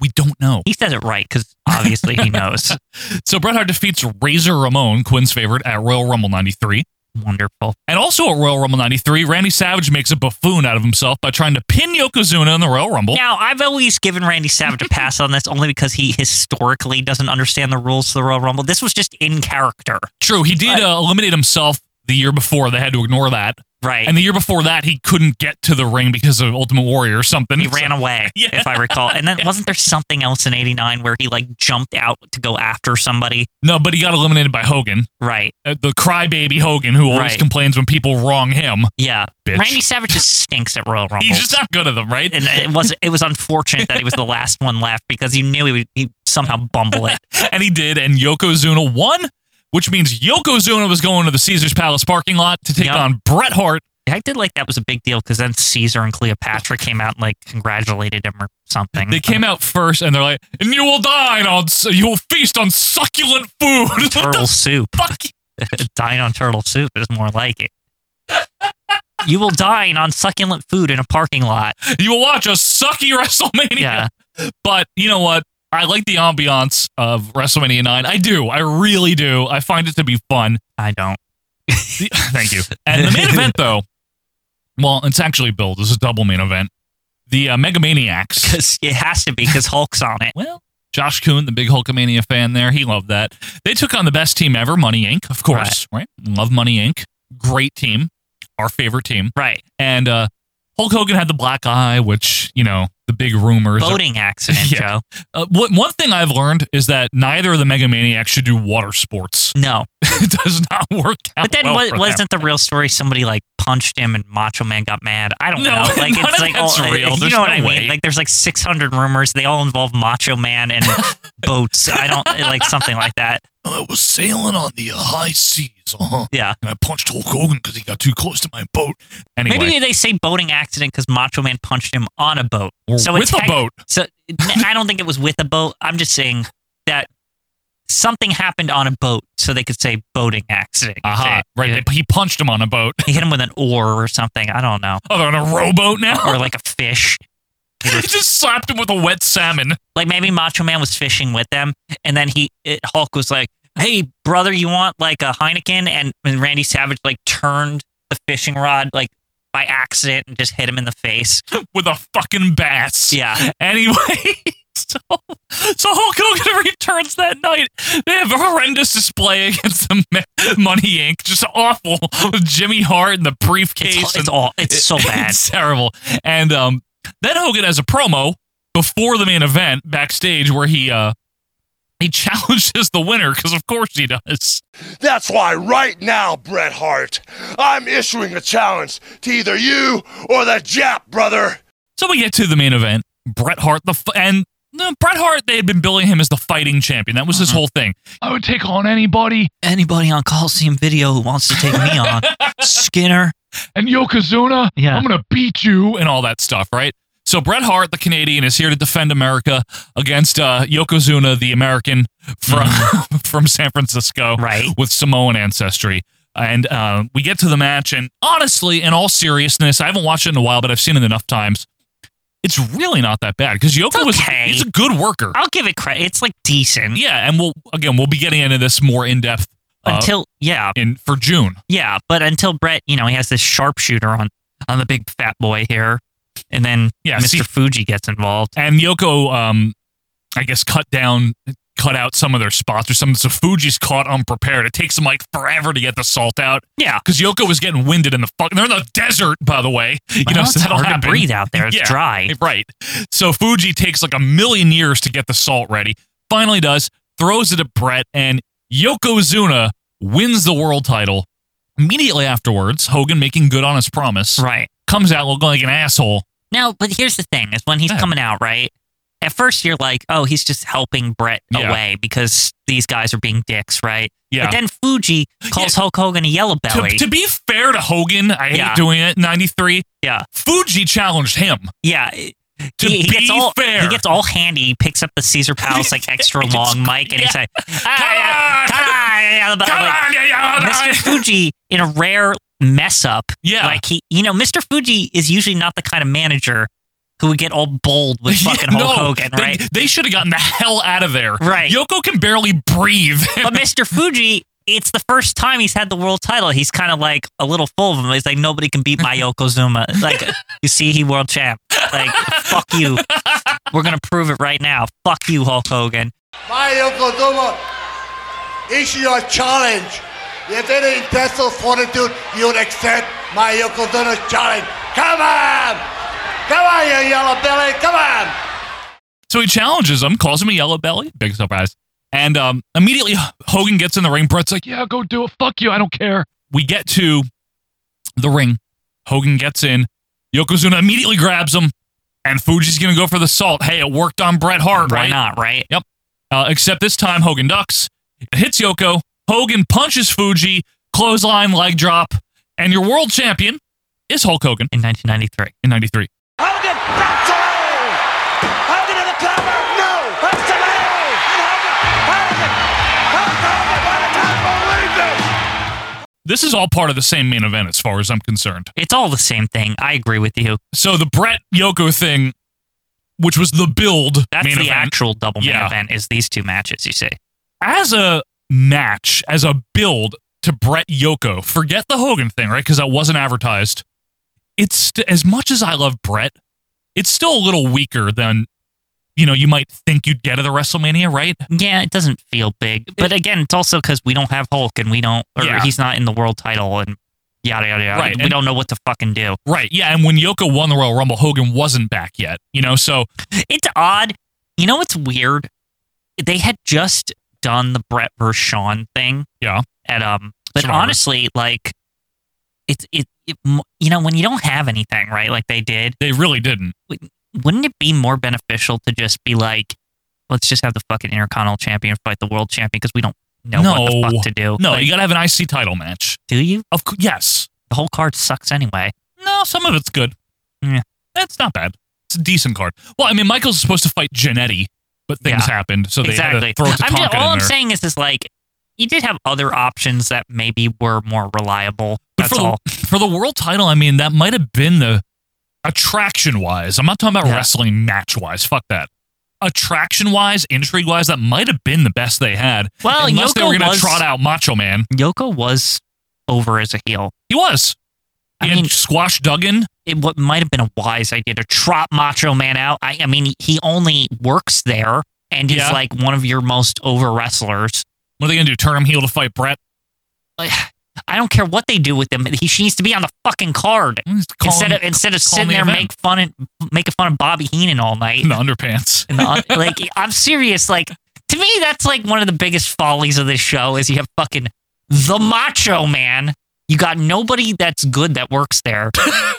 Speaker 1: We don't know.
Speaker 2: He says it right because obviously he knows.
Speaker 1: So Bret Hart defeats Razor Ramon, Quinn's favorite, at Royal Rumble 93.
Speaker 2: Wonderful.
Speaker 1: And also at Royal Rumble 93, Randy Savage makes a buffoon out of himself by trying to pin Yokozuna in the Royal Rumble.
Speaker 2: Now, I've always given Randy Savage a pass on this only because he historically doesn't understand the rules of the Royal Rumble. This was just in character.
Speaker 1: True, he did uh, eliminate himself the year before. They had to ignore that.
Speaker 2: Right.
Speaker 1: And the year before that, he couldn't get to the ring because of Ultimate Warrior or something.
Speaker 2: He ran away, if I recall. And then wasn't there something else in 89 where he like jumped out to go after somebody?
Speaker 1: No, but he got eliminated by Hogan,
Speaker 2: Right.
Speaker 1: uh, the crybaby Hogan, who always
Speaker 2: Right.
Speaker 1: complains when people wrong him.
Speaker 2: Yeah.
Speaker 1: Bitch.
Speaker 2: Randy Savage just stinks at Royal Rumble.
Speaker 1: He's just not good at them, right?
Speaker 2: and it was it was unfortunate that he was the last one left because you knew he would he somehow bumble it.
Speaker 1: and he did, and Yokozuna won, which means Yokozuna was going to the Caesar's Palace parking lot to take
Speaker 2: Yup.
Speaker 1: on Bret Hart.
Speaker 2: I did like that was a big deal because then Caesar and Cleopatra came out and like congratulated him or something.
Speaker 1: They came out first, and they're like, "And you will dine on, you will feast on succulent food." What the
Speaker 2: turtle soup.
Speaker 1: fuck?
Speaker 2: dine on turtle soup is more like it. you will dine on succulent food in a parking lot.
Speaker 1: You will watch a sucky WrestleMania.
Speaker 2: Yeah.
Speaker 1: But you know what? I like the ambiance of WrestleMania 9. I do. I really do. I find it to be fun.
Speaker 2: I don't.
Speaker 1: The- Thank you. And the main event, though, well, it's actually billed as a double main event. The uh, Mega Maniacs.
Speaker 2: 'Cause it has to be because Hulk's on it.
Speaker 1: Well, Josh Kuhn, the big Hulkamania fan there, he loved that. They took on the best team ever, Money Inc., of course, right? Love Money Inc. Great team. Our favorite team.
Speaker 2: Right.
Speaker 1: And uh, Hulk Hogan had the black eye, which, you know, the big rumors. are-
Speaker 2: Boating accident,
Speaker 1: Yeah.
Speaker 2: Joe.
Speaker 1: Uh, what, one thing I've learned is that neither of the Mega Maniacs should do water sports.
Speaker 2: No.
Speaker 1: it does not work out.
Speaker 2: But then
Speaker 1: well
Speaker 2: wa-
Speaker 1: for them.
Speaker 2: wasn't the real story somebody like punched him and Macho Man got mad? I don't
Speaker 1: No,
Speaker 2: know. Like
Speaker 1: none
Speaker 2: it's
Speaker 1: of
Speaker 2: like
Speaker 1: that's
Speaker 2: all,
Speaker 1: real.
Speaker 2: you
Speaker 1: There's
Speaker 2: know what
Speaker 1: no
Speaker 2: I
Speaker 1: way.
Speaker 2: mean? Like there's like 600 rumors. They all involve Macho Man and boats. I don't like something like that.
Speaker 1: I was sailing on the uh, high seas, uh-huh,
Speaker 2: Yeah.
Speaker 1: and I punched Hulk Hogan because he got too close to my boat. Anyway,
Speaker 2: Maybe they say boating accident because Macho Man punched him on a boat.
Speaker 1: Or
Speaker 2: so
Speaker 1: with
Speaker 2: it's
Speaker 1: a boat.
Speaker 2: So n- I don't think it was with a boat. I'm just saying that something happened on a boat, so they could say boating accident.
Speaker 1: aha, Uh-huh. right? they- he punched him on a boat.
Speaker 2: They hit him with an oar or something. I don't know,
Speaker 1: Oh, they're on a rowboat now.
Speaker 2: or like a fish.
Speaker 1: he just slapped him with a wet salmon.
Speaker 2: Like maybe Macho Man was fishing with them, and then he it, Hulk was like, "Hey brother, you want like a Heineken?" And, and Randy Savage like turned the fishing rod like by accident and just hit him in the face.
Speaker 1: with a fucking bass.
Speaker 2: Yeah.
Speaker 1: Anyway, so, so Hulk Hogan returns that night. They have a horrendous display against the Ma- Money Inc. Just awful with Jimmy Hart and the briefcase.
Speaker 2: It's,
Speaker 1: and-
Speaker 2: it's all it's so bad.
Speaker 1: It's terrible. And um, then Hogan has a promo before the main event backstage where he uh he challenges the winner because of course he does.
Speaker 16: That's why right now, Bret Hart, I'm issuing a challenge to either you or the Jap, brother.
Speaker 1: So we get to the main event. Bret Hart the f- and. No, Bret Hart, they had been billing him as the fighting champion. That was his whole thing.
Speaker 14: Mm-hmm. I would take on anybody.
Speaker 2: anybody on Coliseum Video who wants to take me on, Skinner.
Speaker 14: And Yokozuna,
Speaker 2: Yeah.
Speaker 14: I'm going to beat you.
Speaker 1: and all that stuff, right? So Bret Hart, the Canadian, is here to defend America against uh, Yokozuna, the American from from San Francisco, right? With Samoan ancestry. And uh, we get to the match, and honestly, in all seriousness, I haven't watched it in a while, but I've seen it enough times. It's really not that bad because Yoko was he's a good worker. I'll
Speaker 2: give it credit. It's like decent. Oh.
Speaker 1: Yeah, and we'll again we'll be getting into this more in depth
Speaker 2: Until- yeah
Speaker 1: in for June.
Speaker 2: Yeah, but until Brett, you know, he has this sharpshooter on on the big fat boy here, and then
Speaker 1: Yeah,
Speaker 2: Mr.
Speaker 1: see-
Speaker 2: Fuji gets involved.
Speaker 1: And Yoko, um, I guess, cut down, cut out some of their spots or something. So Fuji's caught unprepared. It takes them like forever to get the salt out.
Speaker 2: Yeah,
Speaker 1: because Yoko was getting winded in the fuck. They're in the desert, by the way. You
Speaker 2: Well,
Speaker 1: know,
Speaker 2: it's
Speaker 1: so that'll
Speaker 2: hard to
Speaker 1: happen.
Speaker 2: breathe out there. It's dry.
Speaker 1: right? So Fuji takes like a million years to get the salt ready. Finally, does throws it at Brett, and Yokozuna wins the world title. Immediately afterwards, Hogan making good on his promise.
Speaker 2: Right,
Speaker 1: comes out looking like an asshole.
Speaker 2: Now, but here's the thing: is when he's coming out, right? At first, you're like, "Oh, he's just helping Brett
Speaker 1: Yeah.
Speaker 2: away because these guys are being dicks, right?"
Speaker 1: Yeah.
Speaker 2: But then Fuji calls Hulk Hogan a yellow belly.
Speaker 1: To, to be fair to Hogan, I hate
Speaker 2: Yeah.
Speaker 1: doing it. Ninety three.
Speaker 2: Yeah.
Speaker 1: Fuji challenged him.
Speaker 2: yeah.
Speaker 1: To
Speaker 2: he, he
Speaker 1: be
Speaker 2: gets all,
Speaker 1: fair.
Speaker 2: He gets all handy. He picks up the Caesar Palace like extra long mic, and he's like, uh, "Ah, yeah, yeah, Mr. Fuji in a rare mess up.
Speaker 1: Yeah.
Speaker 2: Like he you know, Mr. Fuji is usually not the kind of manager who would get all bold with fucking
Speaker 1: no,
Speaker 2: Hulk Hogan,
Speaker 1: they-
Speaker 2: right?
Speaker 1: They should have gotten the hell out of there.
Speaker 2: Right.
Speaker 1: Yoko can barely breathe.
Speaker 2: but Mr. Fuji, it's the first time he's had the world title. He's kind of like a little full of him. He's like, nobody can beat my Yokozuna. Like, you see, he world champ. Like, fuck you. We're gonna prove it right now. Fuck you, Hulk Hogan.
Speaker 16: My Yokozuna, is your challenge. If it ain't wrestle fortitude, you'll accept my Yokozuna challenge. Come on! Come on, you yellow belly! Come on!
Speaker 1: So he challenges him, calls him a yellow belly. Big surprise. And um, immediately H- Hogan gets in the ring. Brett's like, yeah, go do it. Fuck you. I don't care. We get to the ring. Hogan gets in. Yokozuna immediately grabs him. And Fuji's going to go for the salt. Hey, it worked on Bret Hart,
Speaker 2: Why
Speaker 1: right?
Speaker 2: not, right?
Speaker 1: Yep. Uh, except this time, Hogan ducks. It hits Yoko. Hogan punches Fuji. Clothesline, leg drop. And your world champion is Hulk Hogan.
Speaker 2: In 1993.
Speaker 1: In 93.
Speaker 16: Hogan, back to Lane! Hogan in the cover! No! Back to Lane! And Hogan, Hogan, Hulk Hogan, what a time! Believe this!
Speaker 1: This is all part of the same main event, as far as I'm concerned.
Speaker 2: It's all the same thing. I agree with you.
Speaker 1: So the Brett Yoko thing, which was the build,
Speaker 2: That's
Speaker 1: main
Speaker 2: the
Speaker 1: event,
Speaker 2: actual double main
Speaker 1: Yeah.
Speaker 2: event is these two matches, you see.
Speaker 1: as a match, as a build to Brett Yoko. Forget the Hogan thing, right? Because that wasn't advertised. It's st- as much as I love Brett, it's still a little weaker than you know you might think you'd get at the WrestleMania, right?
Speaker 2: Yeah, it doesn't feel big. But again, it's also because we don't have Hulk and we don't, or
Speaker 1: Yeah.
Speaker 2: he's not in the world title and yada, yada, yada.
Speaker 1: Right,
Speaker 2: We
Speaker 1: and-
Speaker 2: don't know what to fucking do.
Speaker 1: Right. Yeah. And when Yoko won the Royal Rumble, Hogan wasn't back yet. You know, so
Speaker 2: It's odd. You know what's weird? They had just done the Brett versus Shawn thing.
Speaker 1: Yeah.
Speaker 2: At, um, but
Speaker 1: Survivor.
Speaker 2: honestly, like, it's, it, it, mo- you know, when you don't have anything, right? Like they did,
Speaker 1: they really didn't.
Speaker 2: wouldn't it be more beneficial to just be like, let's just have the fucking Intercontinental Champion fight the world champion because we don't know what the fuck to do.
Speaker 1: No,
Speaker 2: Like,
Speaker 1: you gotta have an IC title match.
Speaker 2: do you?
Speaker 1: Of cou- yes.
Speaker 2: The whole card sucks anyway.
Speaker 1: No, some of it's good.
Speaker 2: Yeah.
Speaker 1: That's not bad. It's a decent card. Well, I mean, Michael's supposed to fight Janetti, but things
Speaker 2: Yeah.
Speaker 1: happened, so they
Speaker 2: exactly.
Speaker 1: had to throw Tatanka
Speaker 2: I'm just, all
Speaker 1: in
Speaker 2: I'm
Speaker 1: there.
Speaker 2: saying is, is like you did have other options that maybe were more reliable.
Speaker 1: but
Speaker 2: That's
Speaker 1: for
Speaker 2: all.
Speaker 1: the, for the world title, I mean, that might have been the attraction wise. I'm not talking about
Speaker 2: Yeah.
Speaker 1: wrestling match wise. Fuck that. Attraction wise, intrigue wise, that might have been the best they had.
Speaker 2: Well,
Speaker 1: unless they
Speaker 2: Yoko
Speaker 1: were gonna
Speaker 2: was-
Speaker 1: trot out Macho Man.
Speaker 2: Yoko was over as a heel.
Speaker 1: He was.
Speaker 2: I
Speaker 1: He had
Speaker 2: mean-
Speaker 1: Squash Duggan.
Speaker 2: It what might have been a wise idea to trot Macho Man out. I, I mean, he only works there and he's
Speaker 1: Yeah.
Speaker 2: like one of your most over wrestlers.
Speaker 1: What are they gonna do? Turn him heel to fight Brett?
Speaker 2: Like, I don't care what they do with him. He she needs to be on the fucking card
Speaker 1: Just Mm, call
Speaker 2: instead
Speaker 1: him-
Speaker 2: of instead of
Speaker 1: call
Speaker 2: sitting
Speaker 1: the
Speaker 2: there
Speaker 1: event.
Speaker 2: make fun and making fun of Bobby Heenan all night.
Speaker 1: in the underpants.
Speaker 2: in the, like I'm serious. Like to me, that's like one of the biggest follies of this show is you have fucking the Macho Man. You got nobody that's good that works there,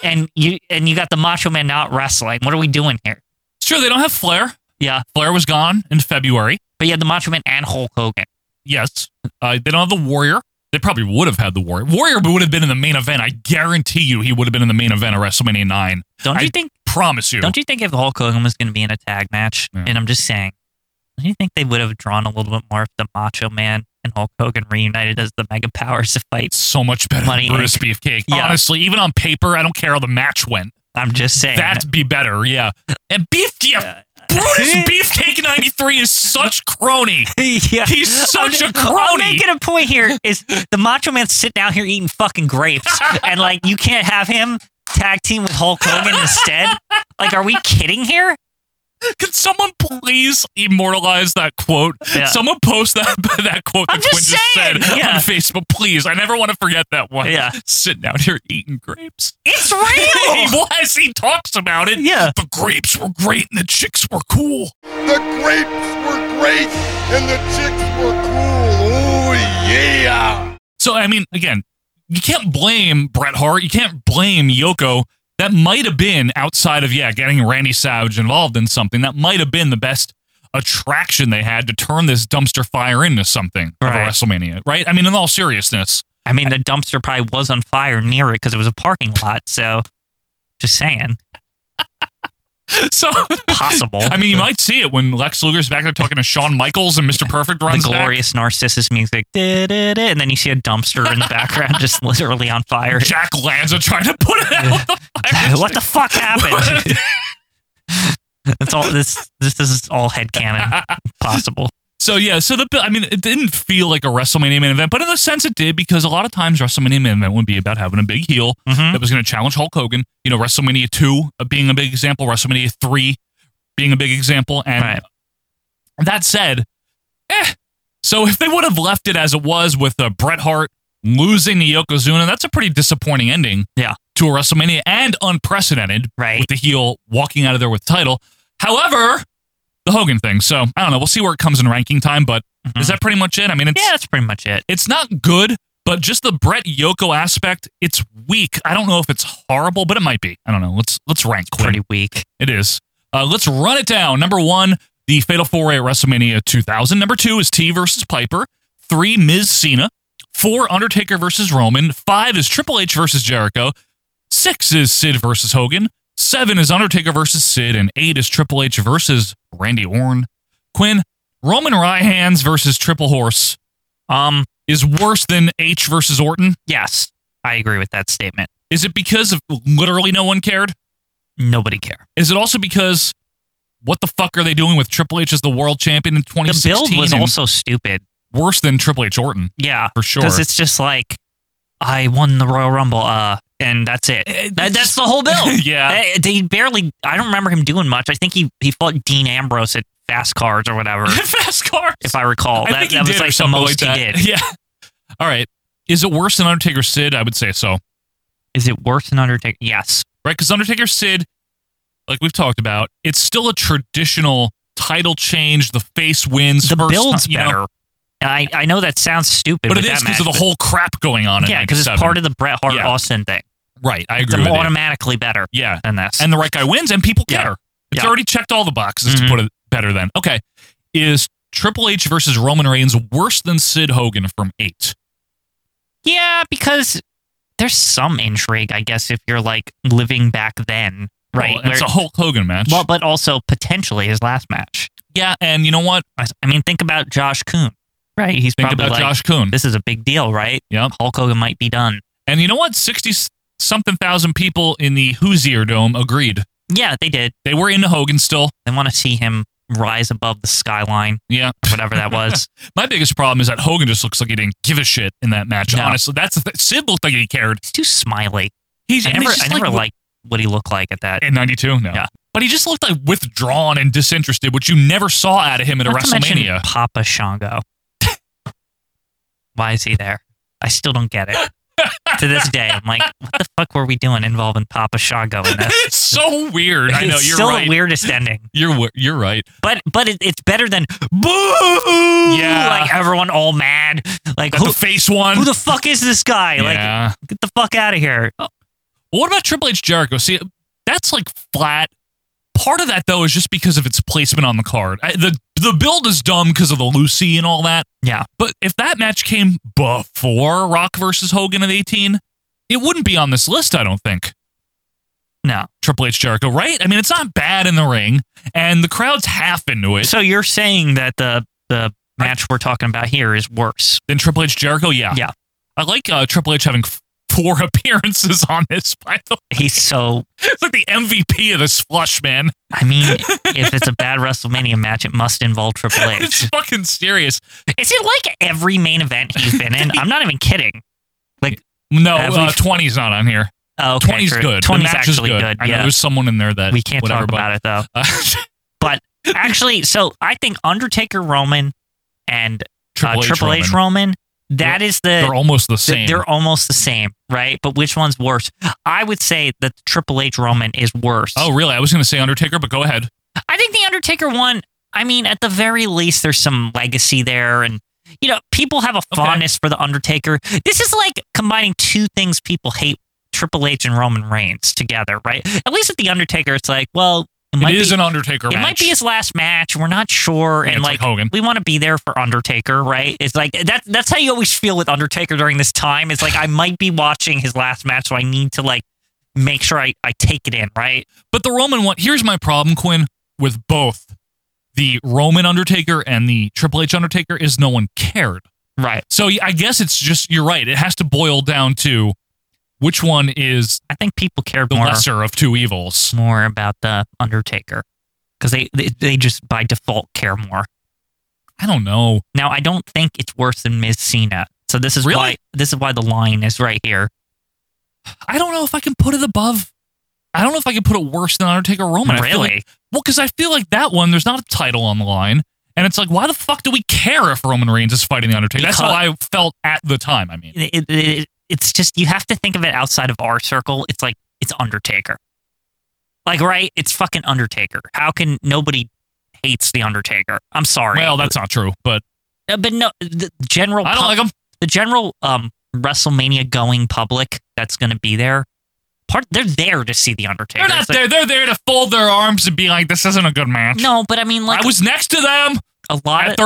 Speaker 2: and you and you got the Macho Man not wrestling. What are we doing here?
Speaker 1: Sure, they don't have Flair.
Speaker 2: Yeah,
Speaker 1: Flair was gone in February.
Speaker 2: but you had the Macho Man and Hulk Hogan.
Speaker 1: Yes. Uh, they don't have the Warrior. They probably would have had the Warrior. Warrior would have been in the main event. I guarantee you he would have been in the main event of WrestleMania 9.
Speaker 2: Don't
Speaker 1: I
Speaker 2: you think?
Speaker 1: promise you.
Speaker 2: Don't you think if Hulk Hogan was going to be in a tag match, and I'm just saying, do you think they would have drawn a little bit more if the Macho Man and Hulk Hogan reunited as the Mega Powers to fight?
Speaker 1: So much better
Speaker 2: Money
Speaker 1: than Brutus
Speaker 2: Inc.
Speaker 1: Beefcake.
Speaker 2: Yeah. Ah,
Speaker 1: Honestly, even on paper, I don't care how the match went.
Speaker 2: I'm just saying
Speaker 1: that'd be better. Yeah, and Beef yeah, Brutus Beefcake '93 is such crony.
Speaker 2: yeah.
Speaker 1: he's such
Speaker 2: I'm-
Speaker 1: a crony.
Speaker 2: I'm making a point here is the Macho Man's sitting down here eating fucking grapes, and like you can't have him tag team with Hulk Hogan instead. Like, are we kidding here?
Speaker 1: Could someone please immortalize that quote?
Speaker 2: Yeah.
Speaker 1: Someone post that that quote
Speaker 2: I'm
Speaker 1: that Quinn
Speaker 2: just
Speaker 1: just
Speaker 2: saying,
Speaker 1: said
Speaker 2: yeah.
Speaker 1: on Facebook, please. I never want to forget that one.
Speaker 2: Yeah.
Speaker 1: Sitting out here eating grapes.
Speaker 2: It's real.
Speaker 1: he was. He talks about it. Yeah. The grapes were great and the chicks were cool.
Speaker 16: The grapes were great and the chicks were cool. Ooh, yeah.
Speaker 1: So I mean, again, you can't blame Bret Hart. You can't blame Yoko. That might have been outside of yeah, getting Randy Savage involved in something. That might have been the best attraction they had to turn this dumpster fire into something of
Speaker 2: Right.
Speaker 1: a WrestleMania, right? I mean, in all seriousness,
Speaker 2: I mean, the dumpster probably was on fire near it because it was a parking lot. So, just saying,
Speaker 1: so
Speaker 2: possible.
Speaker 1: I mean, you might see it when Lex Luger's back there talking to Shawn Michaels and Mr. Perfect
Speaker 2: the
Speaker 1: runs back.
Speaker 2: glorious narcissus music, Da-da-da, and then you see a dumpster in the background just literally on fire.
Speaker 1: Jack Lanza trying to put it out. The fire.
Speaker 2: what the fuck happened? That's all. This this is all headcanon possible.
Speaker 1: So yeah, so the I mean, it didn't feel like a WrestleMania main event, but in the sense it did because a lot of times WrestleMania main event would be about having a big heel
Speaker 2: Mm-hmm.
Speaker 1: that was going to challenge Hulk Hogan. You know, WrestleMania two uh, being a big example, WrestleMania three being a big example, and that said, eh. So if they would have left it as it was with uh, Bret Hart losing to Yokozuna, that's a pretty disappointing ending.
Speaker 2: Yeah.
Speaker 1: to a WrestleMania and unprecedented.
Speaker 2: Right,
Speaker 1: with the heel walking out of there with the title. However the Hogan thing. So I don't know. We'll see where it comes in ranking time, but is that pretty much it? I mean, it's, yeah,
Speaker 2: that's pretty much it.
Speaker 1: It's not good, but just the Brett Yoko aspect, it's weak. I don't know if it's horrible, but it might be. I don't know. Let's let's rank. Quinn.
Speaker 2: pretty weak.
Speaker 1: It is. Uh, let's run it down. Number one, the Fatal Four Way at WrestleMania 2000. Number two is T versus Piper. Three, Miz Cena. Four, Undertaker versus Roman. Five is Triple H versus Jericho. Six is Sid versus Hogan. Seven is Undertaker versus Sid, and eight is Triple H versus Randy Orton. Quinn, Roman Ryhans versus Triple Horse,
Speaker 2: um,
Speaker 1: is worse than H versus Orton.
Speaker 2: Yes, I agree with that statement.
Speaker 1: Is it because of literally no one cared?
Speaker 2: Nobody care.
Speaker 1: Is it also because what the fuck are they doing with Triple H as the world champion in
Speaker 2: The
Speaker 1: 2016?
Speaker 2: build was
Speaker 1: and
Speaker 2: also stupid.
Speaker 1: worse than Triple H Orton.
Speaker 2: Yeah,
Speaker 1: for sure.
Speaker 2: Because it's just like I won the Royal Rumble, uh, and that's it. That, that's the whole bill.
Speaker 1: Eh, Yeah.
Speaker 2: Eh, they barely. I don't remember him doing much. I think he he fought Dean Ambrose at Fast Cars or whatever,
Speaker 1: fast cars.
Speaker 2: if I recall.
Speaker 1: I
Speaker 2: that
Speaker 1: think he
Speaker 2: that
Speaker 1: did
Speaker 2: was
Speaker 1: or
Speaker 2: like the
Speaker 1: something
Speaker 2: most
Speaker 1: like
Speaker 2: he
Speaker 1: that.
Speaker 2: did.
Speaker 1: Yeah. All right. Is it worse than Undertaker Sid? I would say so.
Speaker 2: Is it worse than Undertaker? Yes.
Speaker 1: Right, because Undertaker Sid, like we've talked about, it's still a traditional title change. The face wins.
Speaker 2: The
Speaker 1: first
Speaker 2: build's
Speaker 1: time, you know?
Speaker 2: better. I, I know that sounds stupid,
Speaker 1: but
Speaker 2: with
Speaker 1: it
Speaker 2: that
Speaker 1: is because
Speaker 2: match,
Speaker 1: of the
Speaker 2: but-
Speaker 1: whole crap going on.
Speaker 2: Yeah, because it's part of the Bret Hart
Speaker 1: Yeah.
Speaker 2: Austin thing.
Speaker 1: Right, I
Speaker 2: It's
Speaker 1: agree. with you.
Speaker 2: automatically better.
Speaker 1: Yeah.
Speaker 2: than this.
Speaker 1: and the right guy wins, and people care. It's
Speaker 2: Yeah.
Speaker 1: already checked all the boxes
Speaker 2: Mhm.
Speaker 1: to put it better than. Okay. Is Triple H versus Roman Reigns worse than Sid Hogan from eight?
Speaker 2: Yeah, because there's some intrigue, I guess, if you're like living back then, right?
Speaker 1: Well, it's a
Speaker 2: Where-
Speaker 1: Hulk Hogan match.
Speaker 2: Well, but also potentially his last match.
Speaker 1: yeah, and you know what?
Speaker 2: I, I mean, think about Josh Kuhn, right? He's
Speaker 1: Think
Speaker 2: probably
Speaker 1: about
Speaker 2: like,
Speaker 1: Josh Kuhn.
Speaker 2: This is a big deal, right?
Speaker 1: Yep.
Speaker 2: Hulk Hogan might be done.
Speaker 1: And you know what? 60 something thousand people in the Hoosier Dome agreed.
Speaker 2: Yeah, they did.
Speaker 1: They were into Hogan still.
Speaker 2: They want to see him rise above the skyline,
Speaker 1: Yeah.
Speaker 2: or whatever that was.
Speaker 1: My biggest problem is that Hogan just looks like he didn't give a shit in that match. Honestly, that's the th- Sid looked like he cared.
Speaker 2: He's too smiley.
Speaker 1: He's
Speaker 2: I
Speaker 1: and
Speaker 2: never,
Speaker 1: he's
Speaker 2: I
Speaker 1: just
Speaker 2: never
Speaker 1: like,
Speaker 2: liked what he looked like at that.
Speaker 1: in '92. No,
Speaker 2: Yeah.
Speaker 1: but he just looked like withdrawn and disinterested, which you never saw out of him at a
Speaker 2: Not to mention
Speaker 1: WrestleMania.
Speaker 2: Papa Shango. Why is he there? I still don't get it. to this day, I'm like, what the fuck were we doing involving Papa Shango in this?
Speaker 1: it's so weird. I know
Speaker 2: it's
Speaker 1: you're
Speaker 2: still
Speaker 1: right.
Speaker 2: the weirdest ending.
Speaker 1: You're wi- you're right.
Speaker 2: But but it, it's better than boo.
Speaker 1: Yeah.
Speaker 2: like everyone all mad. Like
Speaker 1: Got
Speaker 2: who,
Speaker 1: the face one.
Speaker 2: who the fuck is this guy? Like
Speaker 1: yeah.
Speaker 2: get the fuck out of here.
Speaker 1: Well, what about Triple H Jericho? See, that's like flat. Part of that though is just because of its placement on the card. I, the The build is dumb because of the Lucy and all that.
Speaker 2: Yeah,
Speaker 1: But if that match came before Rock versus Hogan at 18, it wouldn't be on this list. I don't think. No. Triple H Jericho, right? I mean, it's not bad in the ring, and the crowd's half into it.
Speaker 2: So you're saying that the the match we're talking about here is worse
Speaker 1: than Triple H Jericho? Yeah.
Speaker 2: Yeah.
Speaker 1: I like uh, Triple H having f- four appearances on this, by the way.
Speaker 2: He's so.
Speaker 1: It's like the MVP of this flush, man.
Speaker 2: I mean, if it's a bad WrestleMania match, it must involve Triple
Speaker 1: It's
Speaker 2: H.
Speaker 1: fucking serious.
Speaker 2: Is it like every main event he's been in? I'm not even kidding. Like
Speaker 1: No,
Speaker 2: Have we-
Speaker 1: uh, 20's not on here.
Speaker 2: Oh, okay,
Speaker 1: 20's
Speaker 2: true.
Speaker 1: good.
Speaker 2: 20's
Speaker 1: 20's the match
Speaker 2: actually
Speaker 1: is good.
Speaker 2: good,
Speaker 1: I know
Speaker 2: yeah.
Speaker 1: there's someone in there that
Speaker 2: we can't
Speaker 1: whatever,
Speaker 2: talk
Speaker 1: but- uh,
Speaker 2: about it though. but actually, so I think Undertaker Roman and uh, Triple,
Speaker 1: Triple H
Speaker 2: H, Roman. that is the
Speaker 1: They're almost the
Speaker 2: th-
Speaker 1: same.
Speaker 2: They're almost the same, right? But which one's worse? I would say that the Triple H Roman is worse.
Speaker 1: Oh, really? I was going to say Undertaker, but go ahead.
Speaker 2: I think the Undertaker one. I mean, at the very least, there's some legacy there, and you know, people have a fondness for the Undertaker. This is like combining two things people hate: Triple H and Roman Reigns together, right? At least with the Undertaker, it's like, well, it, might
Speaker 1: it is
Speaker 2: be,
Speaker 1: an Undertaker
Speaker 2: it
Speaker 1: match.
Speaker 2: might be his last match. We're not sure, and
Speaker 1: it's like
Speaker 2: like,
Speaker 1: Hogan.
Speaker 2: we want to be there for Undertaker, right? It's like that. That's how you always feel with Undertaker during this time. It's like I might be watching his last match, so I need to like make sure I, I take it in, right?
Speaker 1: But the Roman one, here's my problem, Quinn, with both the Roman Undertaker and the Triple H Undertaker is no one cared.
Speaker 2: Right.
Speaker 1: So y- I guess it's just you're right. It has to boil down to which one is
Speaker 2: I think people care
Speaker 1: the
Speaker 2: more.
Speaker 1: lesser of two evils.
Speaker 2: more about the Undertaker because they, they they just by default care more.
Speaker 1: I don't know.
Speaker 2: Now I don't think it's worse than Ms. Cena. So this is
Speaker 1: Really?
Speaker 2: why this is why the line is right here.
Speaker 1: I don't know if I can put it above. I don't know if I can put it worse than Undertaker Roman. I feel
Speaker 2: Really?
Speaker 1: like- well, because I feel like that one, there's not a title on the line. And it's like, why the fuck do we care if Roman Reigns is fighting the Undertaker? That's how I
Speaker 2: Because-
Speaker 1: felt at the time. I mean,
Speaker 2: It, it, it- it's just you have to think of it outside of our circle. It's like it's Undertaker. Like right, it's fucking Undertaker. How can nobody hates the Undertaker? I'm sorry.
Speaker 1: well, that's not true, but
Speaker 2: Uh, but no, the general.
Speaker 1: I don't like 'em.
Speaker 2: The general um, WrestleMania going public that's going to be there. Part they're there to see the Undertaker.
Speaker 1: They're not
Speaker 2: It's like-
Speaker 1: there. They're there to fold their arms and be like, "This isn't a good match."
Speaker 2: No, but I mean, like
Speaker 1: I was next to them
Speaker 2: a lot
Speaker 1: at
Speaker 2: of
Speaker 1: 35,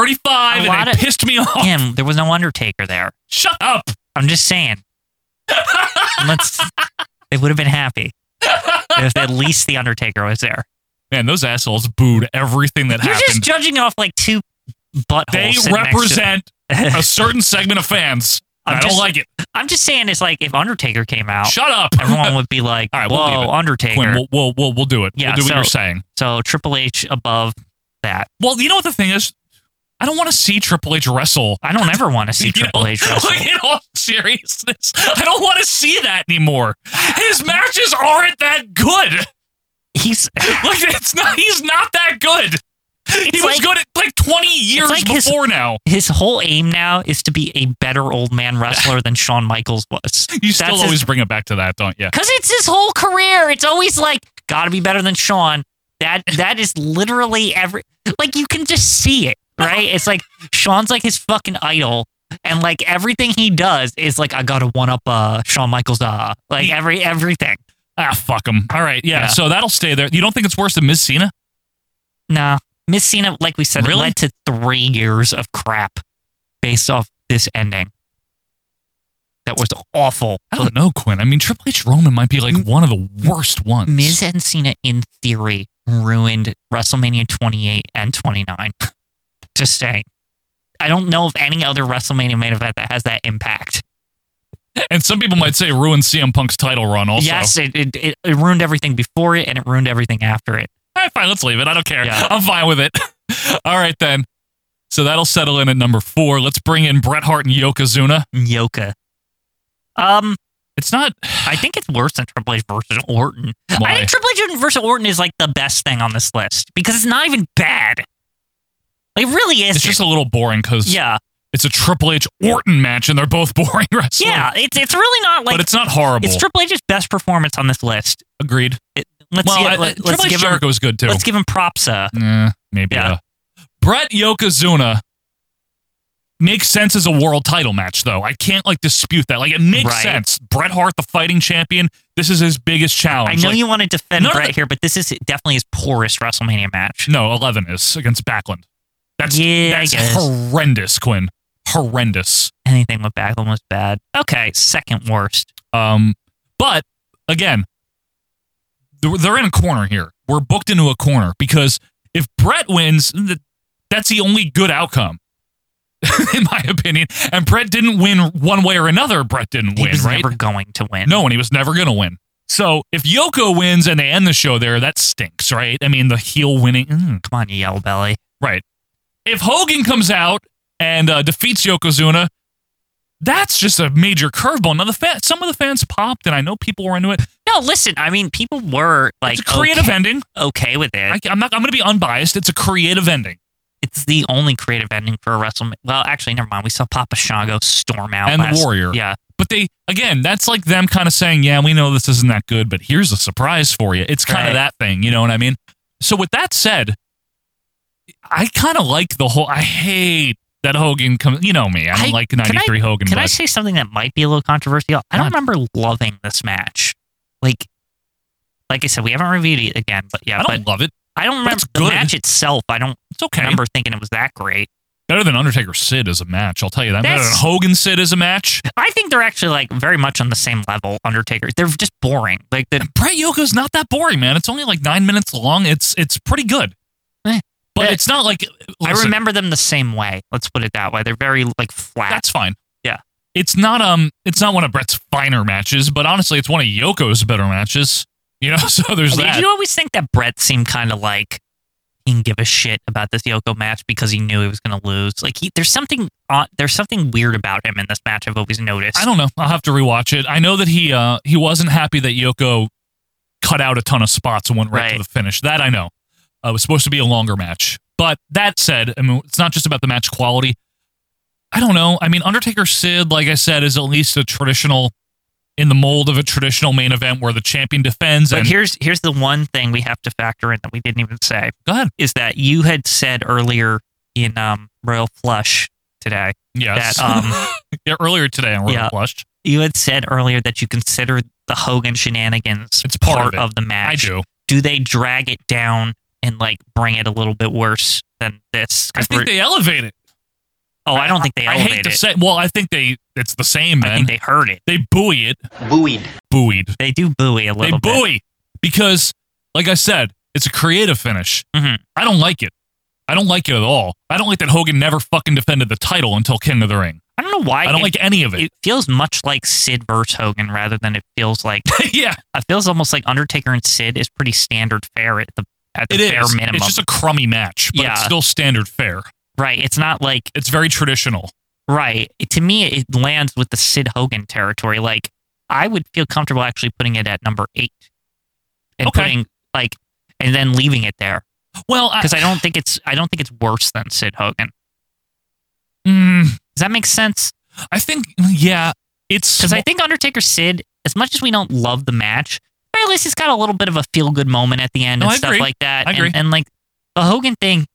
Speaker 2: a
Speaker 1: and
Speaker 2: lot
Speaker 1: they
Speaker 2: of-
Speaker 1: pissed me off.
Speaker 2: Him, there was no Undertaker there.
Speaker 1: Shut up!
Speaker 2: I'm just saying. Let's. They would have been happy if at least the Undertaker was there.
Speaker 1: Man, those assholes booed everything that
Speaker 2: You're just
Speaker 1: happened.
Speaker 2: judging off like two buttholes.
Speaker 1: They
Speaker 2: sitting next to-
Speaker 1: represent a certain segment of fans.
Speaker 2: I'm
Speaker 1: I don't
Speaker 2: just-
Speaker 1: like it.
Speaker 2: I'm just saying, it's like if Undertaker came out,
Speaker 1: Shut up.
Speaker 2: everyone would be like,
Speaker 1: All right, we'll
Speaker 2: "Whoa,
Speaker 1: leave it.
Speaker 2: Undertaker."
Speaker 1: Quinn, we'll, we'll we'll we'll do it.
Speaker 2: Yeah,
Speaker 1: we'll do what
Speaker 2: so-
Speaker 1: you're saying.
Speaker 2: So Triple H above that.
Speaker 1: Well, you know what the thing is. I don't want to see Triple H wrestle.
Speaker 2: I don't ever want to see
Speaker 1: You
Speaker 2: Triple
Speaker 1: know,
Speaker 2: H wrestle.
Speaker 1: Like, in all seriousness, I don't want to see that anymore. His matches aren't that good.
Speaker 2: He's
Speaker 1: Like it's not. He's not that good. he
Speaker 2: It's
Speaker 1: was
Speaker 2: like-
Speaker 1: good at like 20 years
Speaker 2: like his-
Speaker 1: before now.
Speaker 2: his whole aim now is to be a better old man wrestler than Shawn Michaels was.
Speaker 1: You still
Speaker 2: That's his-
Speaker 1: always bring it back to that, don't you?
Speaker 2: Cause it's his whole career. It's always like, gotta be better than Sean. That that is literally every like you can just see it, right? It's like Sean's like his fucking idol. And like everything he does is like I gotta one up uh Shawn Michaels uh like every everything.
Speaker 1: Ah, fuck him. All right, yeah,
Speaker 2: Yeah.
Speaker 1: So that'll stay there. You don't think it's worse than Ms. Cena?
Speaker 2: Nah. Miss Cena, like we said,
Speaker 1: Really?
Speaker 2: it led to three years of crap based off this ending. That was awful.
Speaker 1: I don't know, Quinn. I mean, Triple H Roman might be like one of the worst ones.
Speaker 2: Miz and Cena, in theory, ruined WrestleMania 28 and 29. Just saying. I don't know of any other WrestleMania main event that has that impact.
Speaker 1: and some people might say ruined CM Punk's title run. Also,
Speaker 2: Yes, it, it, it, it ruined everything before it and it ruined everything after it.
Speaker 1: All right, Eh, fine. Let's leave it. I don't care.
Speaker 2: Yeah.
Speaker 1: I'm fine with it. All right then. So that'll settle in at number four. Let's bring in Bret Hart and Yokozuna.
Speaker 2: Yoka. Um,
Speaker 1: It's not.
Speaker 2: I think it's worse than Triple H versus Orton.
Speaker 1: Why?
Speaker 2: I think Triple H versus Orton is like the best thing on this list because it's not even bad. It really is.
Speaker 1: It's just a little boring because
Speaker 2: yeah,
Speaker 1: it's a Triple H Orton match, and they're both boring wrestlers.
Speaker 2: yeah. It's it's really not like
Speaker 1: but it's not horrible.
Speaker 2: it's Triple H's best performance on this list.
Speaker 1: Agreed.
Speaker 2: It, let's
Speaker 1: well,
Speaker 2: give,
Speaker 1: I-
Speaker 2: let,
Speaker 1: Triple
Speaker 2: us
Speaker 1: H
Speaker 2: give him,
Speaker 1: Jericho is good too.
Speaker 2: let's give him props. Uh,
Speaker 1: Eh, maybe.
Speaker 2: Yeah.
Speaker 1: uh, Brett Yokozuna makes sense as a world title match, though. I can't like dispute that. Like it makes
Speaker 2: Right.
Speaker 1: sense. Bret Hart, the fighting champion, this is his biggest
Speaker 2: I
Speaker 1: challenge.
Speaker 2: know
Speaker 1: Like,
Speaker 2: you want to defend
Speaker 1: none of
Speaker 2: Brett
Speaker 1: the-
Speaker 2: here, but this is definitely his poorest WrestleMania match.
Speaker 1: No, eleven is against Backlund. That's
Speaker 2: Yeah, I
Speaker 1: that's
Speaker 2: guess.
Speaker 1: horrendous, Quinn. Horrendous.
Speaker 2: Anything with Backlund was bad. Okay, second worst.
Speaker 1: Um, but again, they're they're in a corner here. We're booked into a corner because if Brett wins, th- that's the only good outcome, in my opinion. And Brett didn't win one way or another. Brett didn't
Speaker 2: He
Speaker 1: win,
Speaker 2: was
Speaker 1: right?
Speaker 2: never going to win.
Speaker 1: No, and he was never going to win. So if Yoko wins and they end the show there, that stinks, right? I mean, the heel winning. mm,
Speaker 2: Come on, you yellow belly.
Speaker 1: Right. If Hogan comes out and uh, defeats Yokozuna, that's just a major curveball. Now the fan, some of the fans popped, and I know people were into it.
Speaker 2: No, listen. I mean, people were like
Speaker 1: It's a creative
Speaker 2: okay,
Speaker 1: ending.
Speaker 2: Okay with it.
Speaker 1: I, I'm not. I'm going to be unbiased. It's a creative ending,
Speaker 2: it's the only creative ending for a WrestleMania. Well, actually, never mind. We saw Papa Shango storm out
Speaker 1: and
Speaker 2: last-
Speaker 1: the Warrior.
Speaker 2: Yeah,
Speaker 1: But they again, that's like them kind of saying, "Yeah, we know this isn't that good, but here's a surprise for you." It's kind
Speaker 2: Right.
Speaker 1: of that thing, you know what I mean? So with that said, I kind of like the whole. I hate that Hogan comes. You know me. I don't
Speaker 2: I-
Speaker 1: like
Speaker 2: can I-
Speaker 1: '93 Hogan.
Speaker 2: Can I
Speaker 1: but-
Speaker 2: say something that might be a little controversial? I don't remember loving this match. Like, like I said, we haven't reviewed it again, but yeah,
Speaker 1: I don't
Speaker 2: but
Speaker 1: love it.
Speaker 2: I don't remember
Speaker 1: it's
Speaker 2: the
Speaker 1: good.
Speaker 2: match itself. I don't.
Speaker 1: It's okay.
Speaker 2: remember thinking it was that great.
Speaker 1: Better than Undertaker Sid as a match. I'll tell you that. Better than
Speaker 2: That's-
Speaker 1: Hogan Sid as a match.
Speaker 2: I think they're actually like very much on the same level. Undertaker, they're just boring. Like the
Speaker 1: Brett Yoko's not that boring, man. It's only like nine minutes long. It's it's pretty good,
Speaker 2: Eh.
Speaker 1: but
Speaker 2: Eh.
Speaker 1: it's not like.
Speaker 2: I
Speaker 1: listen,
Speaker 2: remember them the same way. Let's put it that way. They're very like flat.
Speaker 1: That's fine.
Speaker 2: yeah.
Speaker 1: It's not um. It's not one of Brett's finer matches, but honestly, it's one of Yoko's better matches. You know, so there's
Speaker 2: Did
Speaker 1: that.
Speaker 2: you always think that Brett seemed kind of like he can give a shit about this Yoko match because he knew he was going to lose? Like he, there's something on, there's something weird about him in this match. I've always noticed.
Speaker 1: I don't know. I'll have to rewatch it. I know that he uh he wasn't happy that Yoko cut out a ton of spots and went right, to
Speaker 2: Right.
Speaker 1: the finish. That I know. Uh, it was supposed to be a longer match, but that said, I mean, it's not just about the match quality. I don't know. I mean, Undertaker Sid, like I said, is at least a traditional, in the mold of a traditional main event where the champion defends.
Speaker 2: But
Speaker 1: and
Speaker 2: here's here's the one thing we have to factor in that we didn't even say.
Speaker 1: Go ahead.
Speaker 2: Is that you had said earlier in um, Royal Flush today?
Speaker 1: Yes.
Speaker 2: That um,
Speaker 1: yeah, earlier today on Royal
Speaker 2: Yeah.
Speaker 1: Flush.
Speaker 2: you had said earlier that you consider the Hogan shenanigans
Speaker 1: It's part of it.
Speaker 2: the match.
Speaker 1: I do.
Speaker 2: Do they drag it down and like bring it a little bit worse than this?
Speaker 1: I
Speaker 2: 'Cause
Speaker 1: think
Speaker 2: we're-
Speaker 1: they elevate it.
Speaker 2: oh, I don't think they
Speaker 1: I
Speaker 2: elevate
Speaker 1: hate to
Speaker 2: it.
Speaker 1: say. Well, I think they. It's the same, man.
Speaker 2: I think they hurt it.
Speaker 1: they, buoy it.
Speaker 2: Buoyed.
Speaker 1: Buoyed.
Speaker 2: They do buoy a
Speaker 1: They
Speaker 2: little bit.
Speaker 1: buoy because, like I said, it's a creative finish.
Speaker 2: Mhm.
Speaker 1: I don't like it. I don't like it at all. I don't like that Hogan never fucking defended the title until King of the Ring.
Speaker 2: I don't know why.
Speaker 1: I don't like any of it.
Speaker 2: It feels much like Sid versus Hogan rather than it feels like.
Speaker 1: yeah,
Speaker 2: it feels almost like Undertaker and Sid is pretty standard fare at the at the
Speaker 1: it is.
Speaker 2: bare minimum.
Speaker 1: It's just a crummy match, but
Speaker 2: Yeah.
Speaker 1: it's still standard fare.
Speaker 2: right. It's not like
Speaker 1: It's very traditional.
Speaker 2: right. It- to me, it lands with the Sid Hogan territory. Like I would feel comfortable actually putting it at number eight and
Speaker 1: Okay.
Speaker 2: putting like and then leaving it there
Speaker 1: Well,
Speaker 2: because I don't think it's I don't think it's worse than Sid Hogan.
Speaker 1: Mm,
Speaker 2: Does that make sense?
Speaker 1: I think yeah, it's
Speaker 2: Because I think Undertaker Sid, as much as we don't love the match, at least it's got a little bit of a feel good moment at the end
Speaker 1: No,
Speaker 2: and
Speaker 1: I
Speaker 2: stuff
Speaker 1: agree.
Speaker 2: like that.
Speaker 1: I
Speaker 2: and,
Speaker 1: agree.
Speaker 2: and like the Hogan thing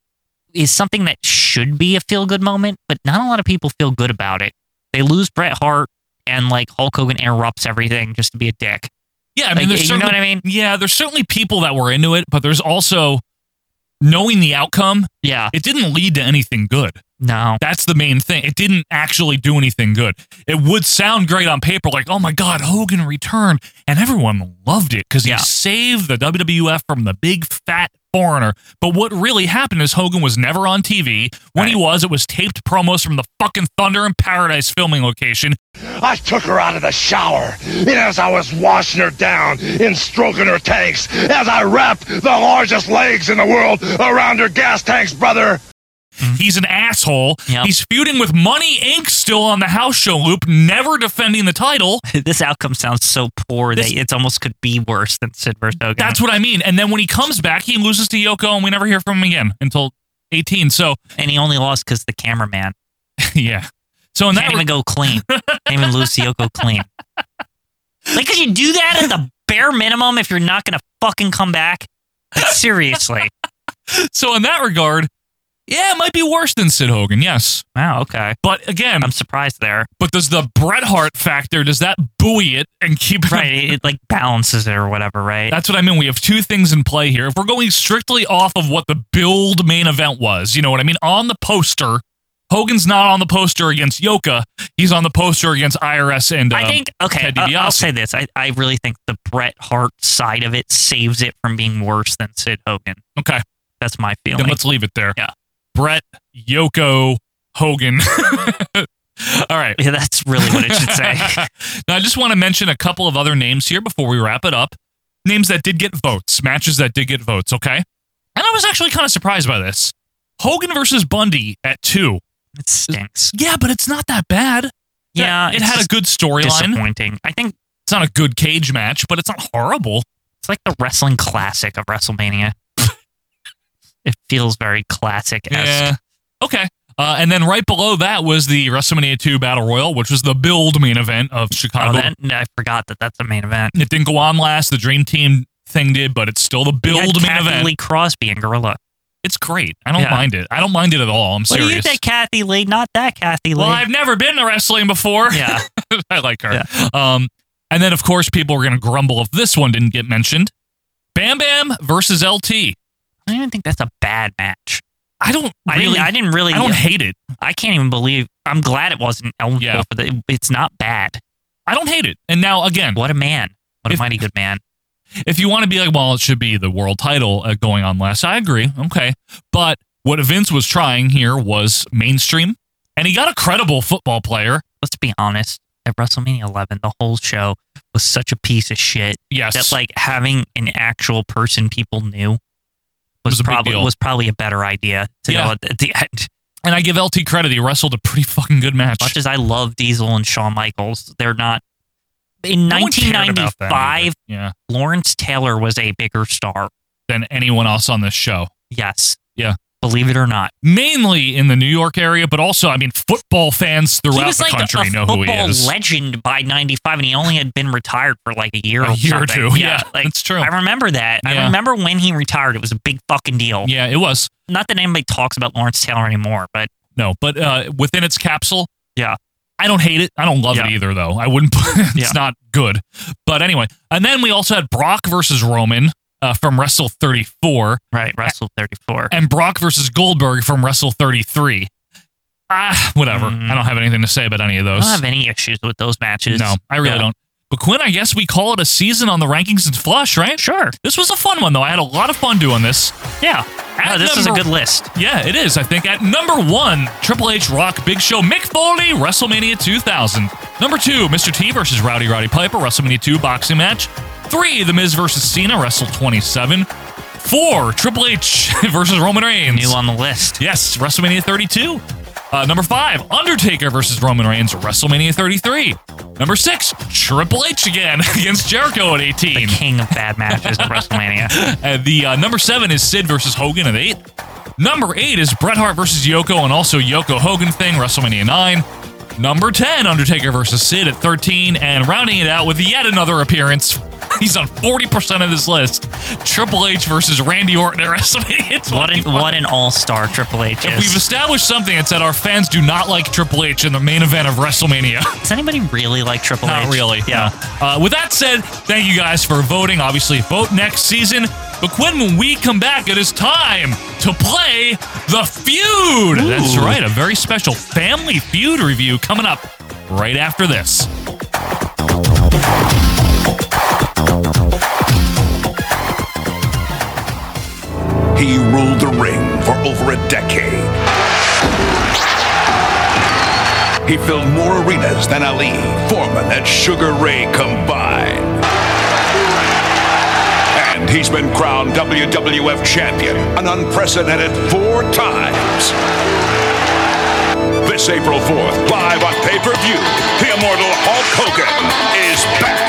Speaker 2: is something that should be a feel good moment, but not a lot of people feel good about it. They lose Bret Hart and like Hulk Hogan interrupts everything just to be a dick.
Speaker 1: Yeah, I
Speaker 2: Like,
Speaker 1: mean, there's
Speaker 2: you know
Speaker 1: certainly-
Speaker 2: what I mean?
Speaker 1: Yeah, there's certainly people that were into it, but there's also knowing the outcome.
Speaker 2: Yeah.
Speaker 1: It didn't lead to anything good.
Speaker 2: No.
Speaker 1: That's the main thing. It didn't actually do anything good. It would sound great on paper, like, oh my God, Hogan returned. And everyone loved it because
Speaker 2: Yeah.
Speaker 1: he saved the WWF from the big fat foreigner. But what really happened is Hogan was never on TV. When he was, it was taped promos from the fucking Thunder in Paradise filming location.
Speaker 16: I took her out of the shower and as I was washing her down and stroking her tanks as I wrapped the largest legs in the world around her gas tanks, brother.
Speaker 1: He's an asshole.
Speaker 2: Mm-hmm. Yep.
Speaker 1: He's feuding with Money Inc. still on the house show loop, never defending the title.
Speaker 2: this outcome sounds so poor
Speaker 1: This-
Speaker 2: that it's almost could be worse than Sid versus Hogan.
Speaker 1: That's what I mean. And then when he comes back, he loses to Yoko, and we never hear from him again until 18. So,
Speaker 2: and he only lost because the cameraman
Speaker 1: yeah. So in that
Speaker 2: can't even go clean. Can't even lose to Yoko clean. Like, could you do that at the bare minimum if you're not gonna fucking come back? Like, seriously.
Speaker 1: so in that regard, yeah, it might be worse than Sid Hogan. Yes,
Speaker 2: Wow. Okay.
Speaker 1: but again,
Speaker 2: I'm surprised there.
Speaker 1: but does the Bret Hart factor does that buoy it and keep it?
Speaker 2: Right. It, it, like balances it or whatever. Right.
Speaker 1: That's what I mean. We have two things in play here. If we're going strictly off of what the build main event was, you know what I mean? On the poster, Hogan's not on the poster against Yoka. He's on the poster against IRS and um,
Speaker 2: I think okay.
Speaker 1: Ted
Speaker 2: uh, I'll
Speaker 1: DiBiase.
Speaker 2: say this: I, I really think the Bret Hart side of it saves it from being worse than Sid Hogan.
Speaker 1: Okay,
Speaker 2: that's my feeling.
Speaker 1: Then let's leave it there.
Speaker 2: Yeah,
Speaker 1: Brett Yoko Hogan. All right.
Speaker 2: Yeah, that's really what it should say.
Speaker 1: now, I just want to mention a couple of other names here before we wrap it up. Names that did get votes, matches that did get votes, okay? And I was actually kind of surprised by this. Hogan versus Bundy at two.
Speaker 2: It stinks.
Speaker 1: Yeah, but it's not that bad.
Speaker 2: Yeah,
Speaker 1: It
Speaker 2: it's
Speaker 1: had a
Speaker 2: just
Speaker 1: good storyline.
Speaker 2: Disappointing. I think
Speaker 1: It's not a good cage match, but it's not horrible.
Speaker 2: it's like the wrestling classic of WrestleMania. it feels very classic.
Speaker 1: Yeah. Okay. Uh, and then right below that was the WrestleMania 2 Battle Royal, which was the build main event of
Speaker 2: Oh,
Speaker 1: Chicago.
Speaker 2: that, no, I forgot that that's the main event.
Speaker 1: It didn't go on last. The Dream Team thing did, but it's still the
Speaker 2: You had
Speaker 1: build main
Speaker 2: Kathy
Speaker 1: event.
Speaker 2: Lee Crosby and Gorilla.
Speaker 1: It's great. I don't
Speaker 2: Yeah.
Speaker 1: mind it. I don't mind it at all. I'm
Speaker 2: What do
Speaker 1: serious.
Speaker 2: you think, Kathy Lee? Not that Kathy Lee.
Speaker 1: well, I've never been to wrestling before.
Speaker 2: yeah.
Speaker 1: I like her. Um, and then of course people were going to grumble if this one didn't get mentioned. Bam Bam versus LT.
Speaker 2: I don't even think that's a bad match.
Speaker 1: I don't.
Speaker 2: I didn't.
Speaker 1: really-
Speaker 2: I didn't really.
Speaker 1: I don't hate it.
Speaker 2: I can't even believe. I'm glad it wasn't eligible
Speaker 1: Yeah.
Speaker 2: for the. It's not bad.
Speaker 1: I don't hate it. And now again,
Speaker 2: What a man. What
Speaker 1: If-
Speaker 2: a mighty good man.
Speaker 1: if you want to be like, well, it should be the world title uh, going on last. I agree. Okay, but what Vince was trying here was mainstream, and he got a credible football player.
Speaker 2: Let's be honest. At WrestleMania 11, the whole show was such a piece of shit
Speaker 1: Yes.
Speaker 2: that like having an actual person people knew was,
Speaker 1: was a big
Speaker 2: probably
Speaker 1: deal.
Speaker 2: was probably a better idea. To
Speaker 1: Yeah.
Speaker 2: know at the- at the end.
Speaker 1: and I give LT credit. He wrestled a pretty fucking good match.
Speaker 2: much as I love Diesel and Shawn Michaels, they're not. In
Speaker 1: No one cared about them
Speaker 2: 1995,
Speaker 1: either. yeah,
Speaker 2: Lawrence Taylor was a bigger star.
Speaker 1: than anyone else on this show.
Speaker 2: Yes,
Speaker 1: Yeah.
Speaker 2: believe it or not.
Speaker 1: Mainly in the New York area, but also, I mean, football fans throughout
Speaker 2: he was
Speaker 1: the
Speaker 2: like
Speaker 1: country
Speaker 2: a
Speaker 1: know
Speaker 2: football
Speaker 1: who he is.
Speaker 2: legend by '95, and he only had been retired for like a year,
Speaker 1: A
Speaker 2: or,
Speaker 1: year or
Speaker 2: something.
Speaker 1: two, yeah, that's true.
Speaker 2: I remember that.
Speaker 1: Yeah.
Speaker 2: I remember when he retired. It was a big fucking deal.
Speaker 1: yeah, it was.
Speaker 2: Not that anybody talks about Lawrence Taylor anymore, but
Speaker 1: No, but uh, within its capsule,
Speaker 2: yeah,
Speaker 1: I don't hate it. I don't love
Speaker 2: Yeah.
Speaker 1: it either, though. I wouldn't. Put, it's
Speaker 2: Yeah.
Speaker 1: not good. But anyway, and then we also had Brock versus Roman uh, from Wrestle 34,
Speaker 2: right. Wrestle 34.
Speaker 1: and Brock versus Goldberg from Wrestle 33. Ah, whatever. I don't have anything to say about any of
Speaker 2: Mm-hmm. I
Speaker 1: those.
Speaker 2: don't have any issues with those matches.
Speaker 1: no, I really
Speaker 2: Yeah.
Speaker 1: don't. But Quinn, I guess we call it a season on the rankings and flush, right?
Speaker 2: Sure.
Speaker 1: This was a fun one, though. I had a lot of fun doing this.
Speaker 2: Yeah. No, this is a
Speaker 1: number-
Speaker 2: good list.
Speaker 1: Yeah, it is, I think. At number one, Triple H Rock Big Show Mick Foley, WrestleMania 2000. Number two, Mr. T versus Rowdy Roddy Piper, WrestleMania 2 boxing match. Three, The Miz versus Cena, Wrestle 27. Four, Triple H versus Roman Reigns.
Speaker 2: New on the list.
Speaker 1: Yes, WrestleMania 32. Uh, number five, Undertaker versus Roman Reigns, WrestleMania 33. Number six, Triple H again against Jericho at 18.
Speaker 2: The king of bad matches at WrestleMania.
Speaker 1: Uh, the uh, number seven is Sid versus Hogan at eight. Number eight is Bret Hart versus Yoko and also Yoko Hogan thing, WrestleMania 9. Number 10, Undertaker versus Sid at 13. And rounding it out with yet another appearance, he's on 40% of this list Triple H versus Randy Orton at WrestleMania 21.
Speaker 2: What an what an all star Triple H
Speaker 1: If we've
Speaker 2: is.
Speaker 1: established something, it's that our fans do not like Triple H in the main event of WrestleMania.
Speaker 2: Does anybody really like Triple H?
Speaker 1: Not really.
Speaker 2: Yeah.
Speaker 1: no. Uh, with that said, thank you guys for voting. Obviously, vote next season. But Quinn, when we come back, it is time to play the feud. That's right, a very special family feud review coming up right after this.
Speaker 19: He ruled the ring for over a decade. He filled more arenas than Ali, Foreman, and Sugar Ray combined. And he's been crowned WWF champion an unprecedented four times. This April 4th, live on pay per view, the immortal Hulk Hogan is back.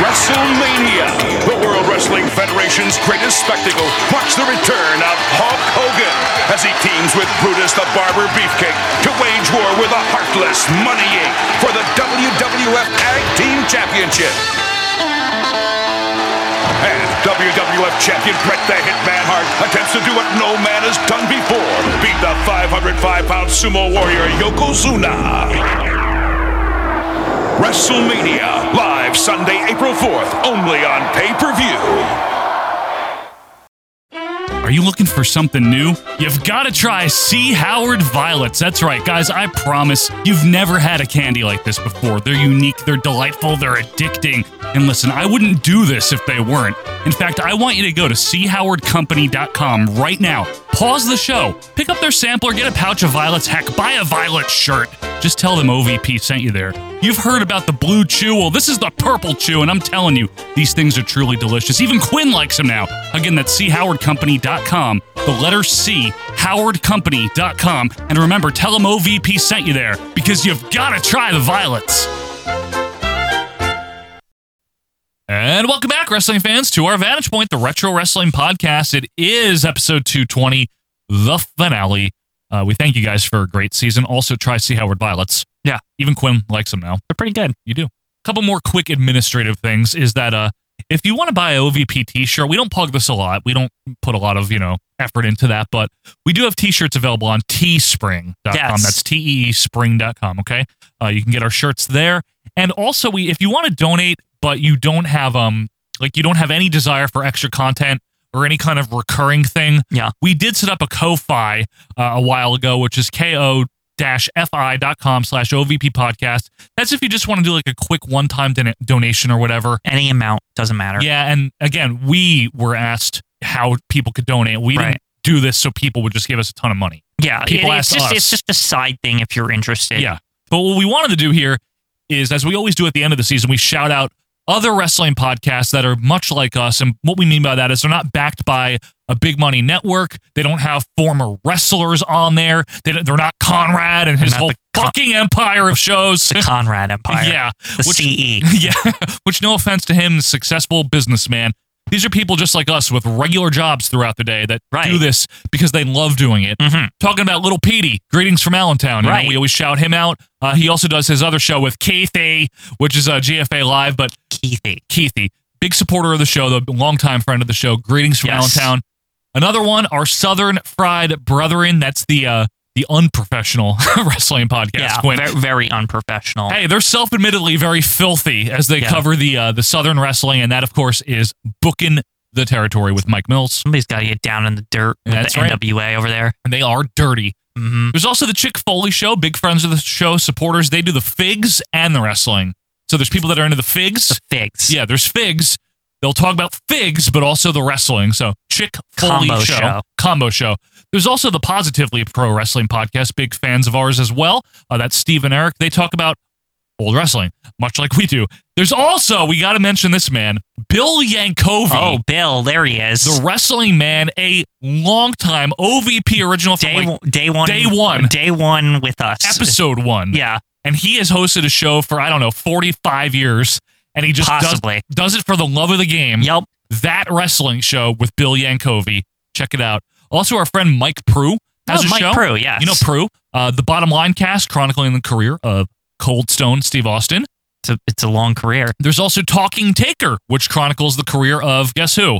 Speaker 19: WrestleMania, the World Wrestling Federation's greatest spectacle. Watch the return of Hulk Hogan as he teams with Brutus the Barber Beefcake to wage war with a heartless money ape for the WWF Tag Team Championship. And WWF Champion Bret the Hitman Hart attempts to do what no man has done before beat the 505 pound sumo warrior Yokozuna. WrestleMania, live Sunday, April 4th, only on pay per view.
Speaker 1: Are you looking for something new? You've got to try C. Howard Violets. That's right, guys. I promise you've never had a candy like this before. They're unique, they're delightful, they're addicting. And listen, I wouldn't do this if they weren't. In fact, I want you to go to chowardcompany.com right now. Pause the show, pick up their sampler, get a pouch of violets. Heck, buy a violet shirt. Just tell them OVP sent you there. You've heard about the blue chew. Well, this is the purple chew, and I'm telling you, these things are truly delicious. Even Quinn likes them now. Again, that's chowardcompany.com, the letter C, howardcompany.com. And remember, tell them OVP sent you there because you've got to try the violets. And welcome back, wrestling fans, to our Vantage Point, the Retro Wrestling Podcast. It is episode 220, the finale. Uh, we thank you guys for a great season. Also, try See Howard Violets. Yeah. Even Quinn likes them now. They're pretty good. You do. A couple more quick administrative things is that uh, if you want to buy a OVP t shirt, we don't plug this a lot. We don't put a lot of, you know, effort into that, but we do have t shirts available on teespring.com.
Speaker 2: Yes.
Speaker 1: That's T E E spring.com. Okay. Uh, you can get our shirts there. And also, we if you want to donate, but you don't have, um, like, you don't have any desire for extra content or any kind of recurring thing, yeah. we did set up a Ko-Fi uh, a while ago, which is ko fi.com slash OVP podcast. That's if you just want to do like a quick one time don- donation or whatever.
Speaker 2: Any amount doesn't matter.
Speaker 1: Yeah. And again, we were asked how people could donate. We
Speaker 2: Right.
Speaker 1: didn't do this so people would just give us a ton of money.
Speaker 2: Yeah,
Speaker 1: People
Speaker 2: it-
Speaker 1: ask
Speaker 2: it's just
Speaker 1: us.
Speaker 2: it's just a side thing if you're interested.
Speaker 1: Yeah. But what we wanted to do here is, as we always do at the end of the season, we shout out other wrestling podcasts that are much like us. And what we mean by that is they're not backed by a big money network. They don't have former wrestlers on there. They don't, they're not Conrad and his
Speaker 2: Not
Speaker 1: whole
Speaker 2: the Con-
Speaker 1: fucking empire of shows. The
Speaker 2: Conrad empire.
Speaker 1: Yeah.
Speaker 2: The E.
Speaker 1: CE. Yeah. Which, no offense to him, successful businessman. These are people just like us with regular jobs throughout the day that do this because they love doing it. Talking about Little Petey, greetings from Allentown. you know,
Speaker 2: Mm-hmm. Right.
Speaker 1: we always shout him out. Uh, he also does his other show with Keithy, which is uh, GFA Live, but
Speaker 2: Keithy.
Speaker 1: Keithy, big supporter of the show, the longtime friend of the show. Greetings from
Speaker 2: Yes.
Speaker 1: Allentown. Another one, our Southern Fried Brethren. That's the uh, the unprofessional wrestling podcast.
Speaker 2: Yeah,
Speaker 1: Quinn.
Speaker 2: ver- very unprofessional.
Speaker 1: Hey, they're self-admittedly very filthy as they
Speaker 2: Yeah.
Speaker 1: cover the uh, the Southern wrestling, and that, of course, is booking the territory with Mike Mills.
Speaker 2: Somebody's got to get down in the dirt with
Speaker 1: That's
Speaker 2: the
Speaker 1: right.
Speaker 2: NWA over there.
Speaker 1: And they are dirty. There's also the Chick Foley show, big friends of the show, supporters. They do the figs and the wrestling. So there's people that are into the figs. The
Speaker 2: figs.
Speaker 1: Yeah, there's figs. They'll talk about figs, but also the wrestling. So Chick Foley
Speaker 2: Combo
Speaker 1: show,
Speaker 2: show.
Speaker 1: combo show. There's also the Positively Pro Wrestling podcast, big fans of ours as well. Uh, that's Steve and Eric. They talk about old wrestling, much like we do. There's also, we got to mention this man, Bill Yankovic.
Speaker 2: Oh, Bill, there he is.
Speaker 1: The wrestling man, a longtime OVP original from day,
Speaker 2: day one, uh,
Speaker 1: day one,
Speaker 2: day one with us,
Speaker 1: episode one.
Speaker 2: Yeah.
Speaker 1: and he has hosted a show for I don't know forty five years, and he just does-
Speaker 2: Possibly.
Speaker 1: does, it for the love of the game.
Speaker 2: Yep,
Speaker 1: that wrestling show with Bill Yankovi. Check it out. Also, our friend Mike Prue has
Speaker 2: Oh,
Speaker 1: a
Speaker 2: Mike
Speaker 1: show.
Speaker 2: Prue, yes.
Speaker 1: you know Prue. Uh, the Bottom Line Cast chronicling the career of Cold Stone Steve Austin.
Speaker 2: It's a, it's a long career.
Speaker 1: There's also Talking Taker, which chronicles the career of guess who?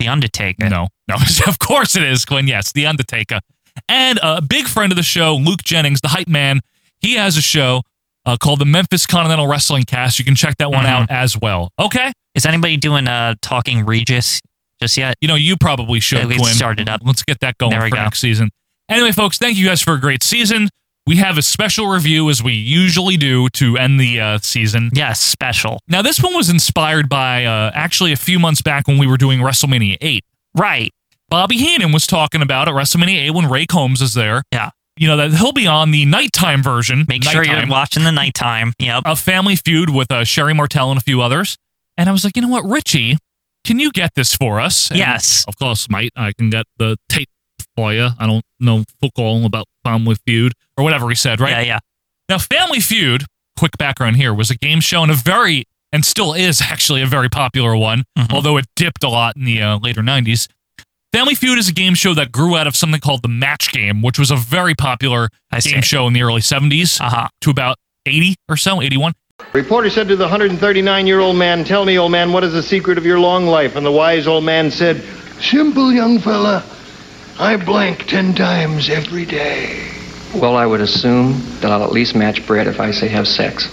Speaker 2: The Undertaker.
Speaker 1: No, no, of course it is, Quinn. Yes, The Undertaker. And a big friend of the show, Luke Jennings, the hype man, he has a show uh, called the Memphis Continental Wrestling Cast. You can check that one
Speaker 2: Mm-hmm.
Speaker 1: out as well. Okay.
Speaker 2: Is anybody doing uh talking Regis just yet?
Speaker 1: You know, you probably should.
Speaker 2: At least
Speaker 1: Quinn.
Speaker 2: started up.
Speaker 1: Let's get that going
Speaker 2: There we
Speaker 1: for
Speaker 2: go.
Speaker 1: next season. Anyway, folks, thank you guys for a great season. We have a special review as we usually do to end the uh, season.
Speaker 2: Yes, special.
Speaker 1: Now, this one was inspired by uh, actually a few months back when we were doing WrestleMania 8.
Speaker 2: Right.
Speaker 1: Bobby Heenan was talking about at WrestleMania 8 when Ray Combs is there.
Speaker 2: Yeah.
Speaker 1: You know, that he'll be on the nighttime version.
Speaker 2: Make sure you're
Speaker 1: nighttime, Oh,
Speaker 2: watching the nighttime. Yep.
Speaker 1: A family feud with uh, Sherry Martell and a few others. And I was like, you know what, Richie, can you get this for us? And
Speaker 2: Yes.
Speaker 1: Of course, mate. I can get the tape for you. I don't know football about Family Feud or whatever he said, right?
Speaker 2: Yeah, yeah.
Speaker 1: Now, Family Feud, quick background here, was a game show and a very, and still is actually a very popular one, although it dipped a lot in the uh, later 90s. Family Feud is a game show that grew out of something called the Match Game, which was a very popular game show in the early 70s to about 80 or so, 81.
Speaker 20: Reporter said to the 139 year old man, Tell me, old man, what is the secret of your long life? And the wise old man said, Simple, young fella. I blank ten times every day.
Speaker 21: Well, I would assume that I'll at least match Brett if I say have sex.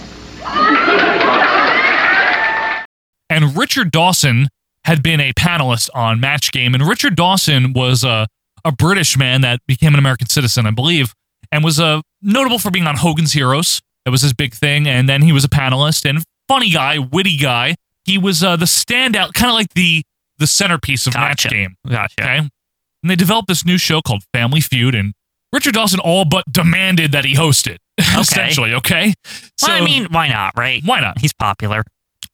Speaker 1: And Richard Dawson had been a panelist on Match Game, and Richard Dawson was a a British man that became an American citizen, I believe, and was uh, notable for being on Hogan's Heroes. That was his big thing, and then he was a panelist and funny guy, witty guy. He was uh, the standout, kind of like the the centerpiece of Match Game. Gotcha. Okay, and they developed this new show called Family Feud, and Richard Dawson all but demanded that he host it. essentially, okay.
Speaker 2: Well, I mean, why not, right?
Speaker 1: Why not?
Speaker 2: He's popular.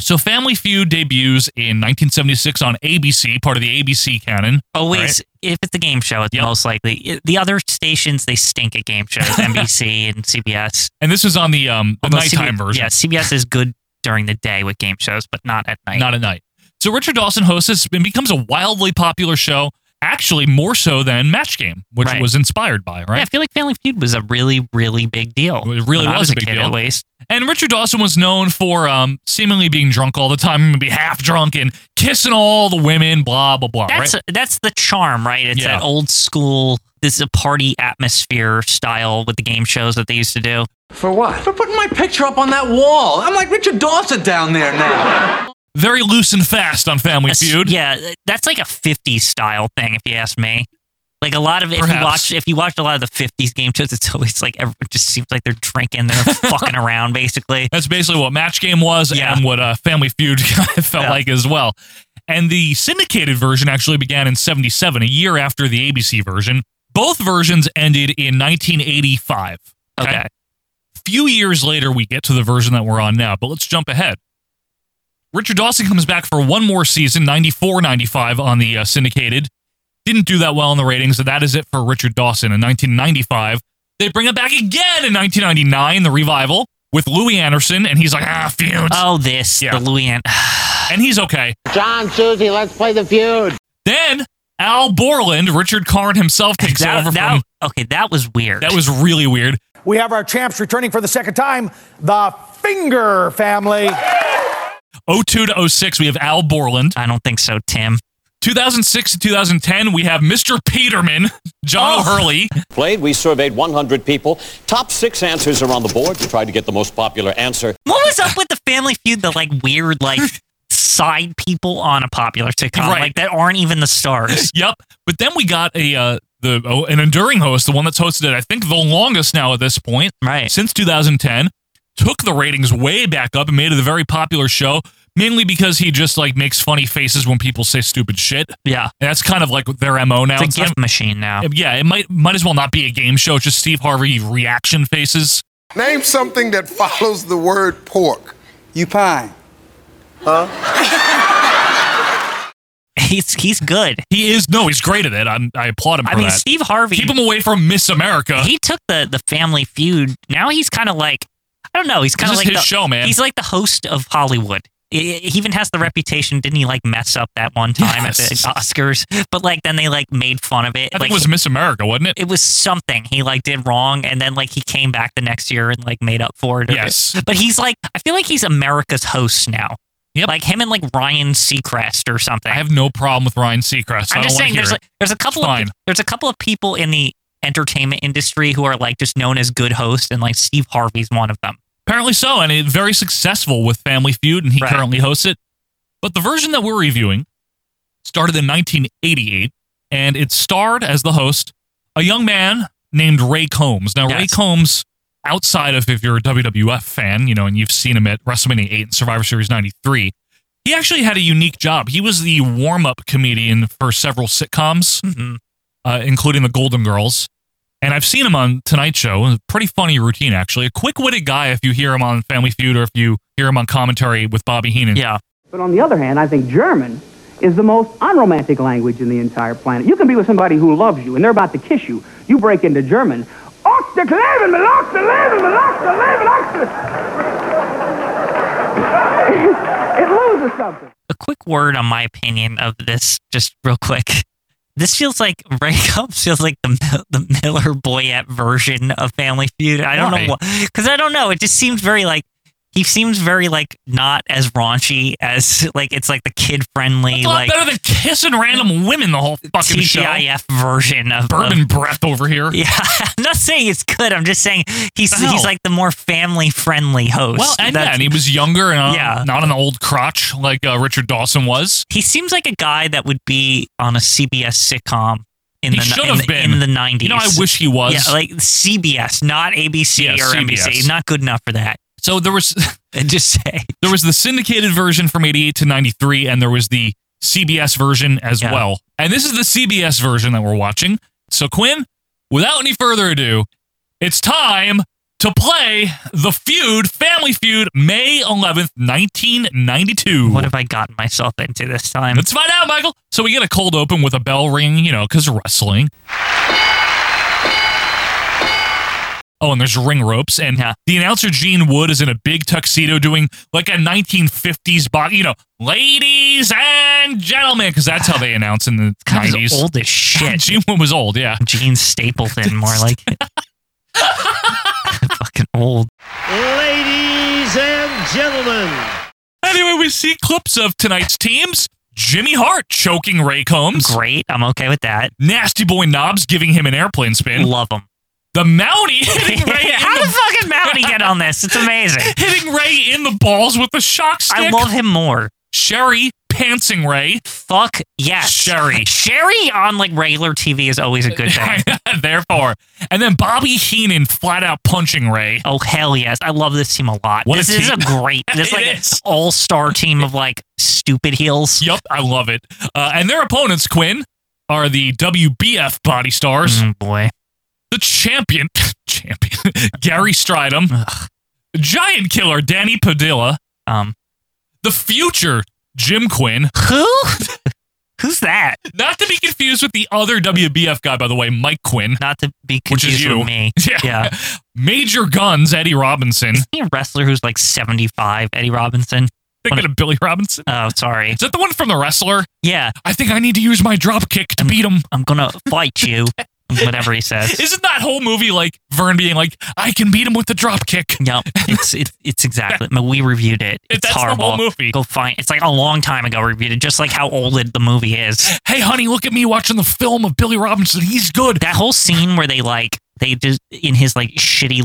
Speaker 1: So Family Feud debuts in 1976 on ABC, part of the ABC canon.
Speaker 2: Always, if it's a game show, it's most likely. I- The other stations they stink at game shows, NBC and CBS.
Speaker 1: And this was on the um the
Speaker 2: Although
Speaker 1: nighttime
Speaker 2: CB
Speaker 1: version.
Speaker 2: Yeah, CBS is good during the day with game shows, but not at night.
Speaker 1: Not at night. So Richard Dawson hosts this and becomes a wildly popular show, actually more so than Match Game, which
Speaker 2: Right.
Speaker 1: was inspired by, right?
Speaker 2: Yeah, I feel like Family Feud was a really, really big deal.
Speaker 1: It really
Speaker 2: when I
Speaker 1: was,
Speaker 2: was
Speaker 1: a big
Speaker 2: kid,
Speaker 1: deal.
Speaker 2: At least.
Speaker 1: And Richard Dawson was known for um, seemingly being drunk all the time, and be half drunk and kissing all the women, blah blah blah.
Speaker 2: That's
Speaker 1: right?
Speaker 2: that's the charm, right? It's
Speaker 1: Yeah.
Speaker 2: that old school. This is a party atmosphere style with the game shows that they used to do.
Speaker 22: For what? For putting my picture up on that wall. I'm like Richard Dawson down there now.
Speaker 1: Very loose and fast on Family
Speaker 2: That's-
Speaker 1: Feud.
Speaker 2: Yeah, that's like a '50s style thing, if you ask me. Like a lot of if
Speaker 1: Perhaps.
Speaker 2: you watch if you watch a lot of the '50s game shows, it's always like everyone just seems like they're drinking, they're fucking around, basically.
Speaker 1: That's basically what Match Game was and what uh, Family Feud kind of felt like as well. And the syndicated version actually began in 77, a year after the ABC version. Both versions ended in 1985.
Speaker 2: Okay.
Speaker 1: Few years later, we get to the version that we're on now, but let's jump ahead. Richard Dawson comes back for one more season, 94 95 on the uh, syndicated. Didn't do that well in the ratings, so that is it for Richard Dawson in 1995. They bring it back again in 1999, the revival, with Louis Anderson, and he's like, ah, feud.
Speaker 2: Oh, this, the Louis An-
Speaker 1: And he's okay.
Speaker 3: John, Susie, let's play the feud.
Speaker 1: Then Al Borland, Richard Karn himself, takes over from.
Speaker 2: Okay, that was weird.
Speaker 1: That was really weird.
Speaker 23: We have our champs returning for the second time, the Finger family.
Speaker 1: 02 to 06, we have Al Borland.
Speaker 2: I don't think so, Tim.
Speaker 1: 2006 to 2010, we have Mr. Peterman,
Speaker 2: Oh.
Speaker 1: John O'Hurley.
Speaker 24: Played, we surveyed 100 people. Top six answers are on the board. We tried to get the most popular answer.
Speaker 2: What was up with the Family Feud? The like weird like side people on a popular sitcom,
Speaker 1: Right.
Speaker 2: like that aren't even the stars.
Speaker 1: yep. But then we got a uh, the oh, an enduring host, the one that's hosted it, I think, the longest now at this point,
Speaker 2: right?
Speaker 1: Since 2010, took the ratings way back up and made it a very popular show, mainly because he just like makes funny faces when people say stupid shit.
Speaker 2: Yeah,
Speaker 1: and that's kind of like their mo now.
Speaker 2: It's a
Speaker 1: not-
Speaker 2: gift machine now.
Speaker 1: Yeah, it might might as well not be a game show. It's just Steve Harvey reaction faces.
Speaker 25: Name something that follows the word pork. You pie. Huh?
Speaker 2: He's he's good.
Speaker 1: He is no, he's great at it. I'm, I applaud him.
Speaker 2: I
Speaker 1: for
Speaker 2: mean,
Speaker 1: that.
Speaker 2: Steve Harvey.
Speaker 1: Keep him away from Miss America.
Speaker 2: He took the the Family Feud. Now he's kind of like I don't know. He's kind of
Speaker 1: This is
Speaker 2: like
Speaker 1: his
Speaker 2: the,
Speaker 1: show, man.
Speaker 2: He's like the host of Hollywood. I- I- He even has the reputation. Didn't he like mess up that one time at the
Speaker 1: Yes.
Speaker 2: Oscars? But like then they like made fun of it.
Speaker 1: I think
Speaker 2: like,
Speaker 1: it was Miss America, wasn't it?
Speaker 2: it was something he like did wrong, and then like he came back the next year and like made up for it.
Speaker 1: Yes.
Speaker 2: but he's like I feel like he's America's host now.
Speaker 1: Yep.
Speaker 2: like him and like Ryan Seacrest or something.
Speaker 1: I have no problem with Ryan Seacrest. I don't
Speaker 2: I'm just
Speaker 1: wanna
Speaker 2: saying
Speaker 1: hear
Speaker 2: there's
Speaker 1: it.
Speaker 2: like, there's a couple
Speaker 1: It's
Speaker 2: of
Speaker 1: fine.
Speaker 2: there's a couple of people in the entertainment industry who are like just known as good hosts and like Steve Harvey's one of them.
Speaker 1: Apparently so, and it, very successful with Family Feud, and he currently hosts it. But the version that we're reviewing started in 1988, and it starred as the host a young man named Ray Combs. Now, Ray Combs, outside of if you're a WWF fan, you know, and you've seen him at WrestleMania 8 and Survivor Series 93, he actually had a unique job. He was the warm up comedian for several sitcoms, uh, including The Golden Girls. And I've seen him on Tonight Show. A pretty funny routine, actually. A quick witted guy if you hear him on Family Feud or if you hear him on commentary with Bobby Heenan.
Speaker 2: Yeah.
Speaker 26: But on the other hand, I think German is the most unromantic language in the entire planet. You can be with somebody who loves you and they're about to kiss you. You break into German. "Och, der Leben, mein Loch, der Leben, mein Loch, der Leben, och, der-" It loses something.
Speaker 2: A quick word on my opinion of this, just real quick. This feels like Ray Combs feels like the Mil- the Miller Boyette version of Family Feud. I don't
Speaker 1: Why?
Speaker 2: know because I don't know. It just seems very like He seems very like not as raunchy as like it's like the kid friendly
Speaker 1: a lot
Speaker 2: like
Speaker 1: better than kissing random women the whole fucking
Speaker 2: TGIF version of
Speaker 1: show. Bourbon
Speaker 2: of-
Speaker 1: breath over here.
Speaker 2: Yeah, I'm not saying it's good. I'm just saying he's
Speaker 1: The hell?
Speaker 2: he's like the more family friendly host.
Speaker 1: Well, and yeah,
Speaker 2: That's-
Speaker 1: and he was younger and uh,
Speaker 2: Yeah.
Speaker 1: not an old crotch like uh, Richard Dawson was.
Speaker 2: he seems like a guy that would be on a CBS sitcom in
Speaker 1: He
Speaker 2: the
Speaker 1: should
Speaker 2: in,
Speaker 1: have
Speaker 2: the-
Speaker 1: been.
Speaker 2: in the 90s.
Speaker 1: You know, I wish he was.
Speaker 2: Yeah, like CBS, not ABC
Speaker 1: Yeah,
Speaker 2: or
Speaker 1: CBS.
Speaker 2: NBC. Not good enough for that.
Speaker 1: So there was
Speaker 2: And just say
Speaker 1: there was the syndicated version from 88 to 93 and there was the CBS version as
Speaker 2: Yeah.
Speaker 1: well. And this is the CBS version that we're watching. So Quinn, without any further ado, it's time to play the feud, Family Feud, May 11th, 1992.
Speaker 2: what have I gotten myself into this time?
Speaker 1: Let's find out, Michael. So we get a cold open with a bell ringing, you know, because wrestling. Oh, and there's ring ropes, and the announcer Gene Wood is in a big tuxedo doing like a 1950s box, you know, ladies and gentlemen, because that's how they announce in the
Speaker 2: God, he's
Speaker 1: 90s.
Speaker 2: old as shit.
Speaker 1: Gene Wood was old, yeah.
Speaker 2: Gene Stapleton, more like it. fucking old.
Speaker 4: Ladies and gentlemen,
Speaker 1: Anyway, we see clips of tonight's teams. Jimmy Hart choking Ray Combs.
Speaker 2: Great, I'm okay with that.
Speaker 1: Nasty Boy Knobs giving him an airplane spin.
Speaker 2: Love him.
Speaker 1: The Mountie hitting Ray in
Speaker 2: How
Speaker 1: the
Speaker 2: the fucking Mountie get on this? It's amazing.
Speaker 1: hitting Ray in the balls with the shock stick.
Speaker 2: I love him more.
Speaker 1: Sherry pantsing Ray.
Speaker 2: Fuck yes.
Speaker 1: Sherry.
Speaker 2: Sherry on like regular TV is always a good thing.
Speaker 1: Therefore, and then Bobby Heenan flat out punching Ray.
Speaker 2: Oh hell yes! I love this team a lot.
Speaker 1: What a
Speaker 2: this is a
Speaker 1: team.
Speaker 2: great, this
Speaker 1: It
Speaker 2: like
Speaker 1: is.
Speaker 2: all star team of like stupid heels.
Speaker 1: Yup, I love it. Uh, and their opponents, Quinn, are the WBF Body Stars,
Speaker 2: Mm, boy,
Speaker 1: the champion, champion Gary Stridham, Giant Killer Danny Padilla,
Speaker 2: um,
Speaker 1: the future Jim Quinn,
Speaker 2: who? Who's that?
Speaker 1: not to be confused with the other WBF guy, by the way, Mike Quinn,
Speaker 2: Not to be
Speaker 1: which is
Speaker 2: confused
Speaker 1: you.
Speaker 2: with me.
Speaker 1: Yeah. Major Guns Eddie Robinson.
Speaker 2: Isn't he a wrestler who's like seventy five? Eddie Robinson.
Speaker 1: Thinking of Billy Robinson.
Speaker 2: Oh, sorry.
Speaker 1: Is that the one from The Wrestler?
Speaker 2: Yeah,
Speaker 1: I think I need to use my drop kick to beat him.
Speaker 2: I'm gonna fight you. Whatever he says.
Speaker 1: Isn't that whole movie like Vern being like, I can beat him with the drop kick?
Speaker 2: Yep, it's it's, it's exactly. I mean, we reviewed it. It's
Speaker 1: That's the whole
Speaker 2: horrible.
Speaker 1: movie.
Speaker 2: Go find. It's like a long time ago. we Reviewed it, just like how old it, the movie is.
Speaker 1: Hey, honey, look at me watching the film of Billy Robinson. He's good.
Speaker 2: That whole scene where they like they just in his like shitty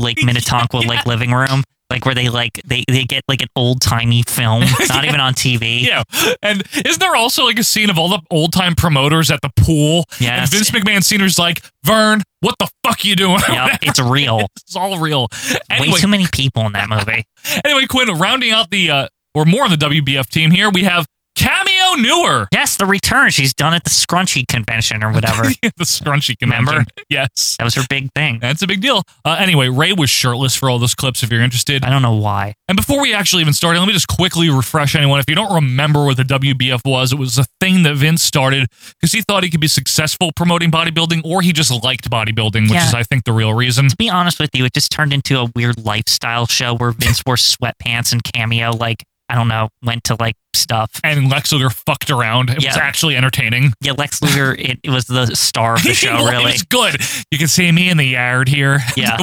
Speaker 2: Lake Minnetonka like living room, like where they like they they get like an old timey film, not even on TV.
Speaker 1: Yeah. And isn't there also like a scene of all the old time promoters at the pool?
Speaker 2: Yes.
Speaker 1: And Vince McMahon Senior's like, Vern, what the fuck you doing?
Speaker 2: Yep, it's real.
Speaker 1: it's all real.
Speaker 2: Way
Speaker 1: Anyway,
Speaker 2: too many people in that movie.
Speaker 1: anyway, Quinn, rounding out the, uh, or more on the WBF team here, we have Cameo Newer.
Speaker 2: Yes, the return. She's done at the Scrunchy convention or whatever.
Speaker 1: the scrunchy convention.
Speaker 2: Remember?
Speaker 1: Yes.
Speaker 2: That was her big thing.
Speaker 1: That's a big deal. Uh, anyway, Ray was shirtless for all those clips if you're interested.
Speaker 2: I don't know why.
Speaker 1: And before we actually even started, let me just quickly refresh anyone. If you don't remember what the WBF was, it was a thing that Vince started because he thought he could be successful promoting bodybuilding or he just liked bodybuilding, which
Speaker 2: Yeah.
Speaker 1: is, I think, the real reason.
Speaker 2: To be honest with you, it just turned into a weird lifestyle show where Vince wore sweatpants and cameo. Like I don't know, went to like stuff.
Speaker 1: And Lex Luger fucked around. It was
Speaker 2: Yeah.
Speaker 1: actually entertaining.
Speaker 2: Yeah, Lex Luger. it, it was the star of the show.
Speaker 1: It
Speaker 2: really,
Speaker 1: was good. You can see me in the yard here.
Speaker 2: Yeah.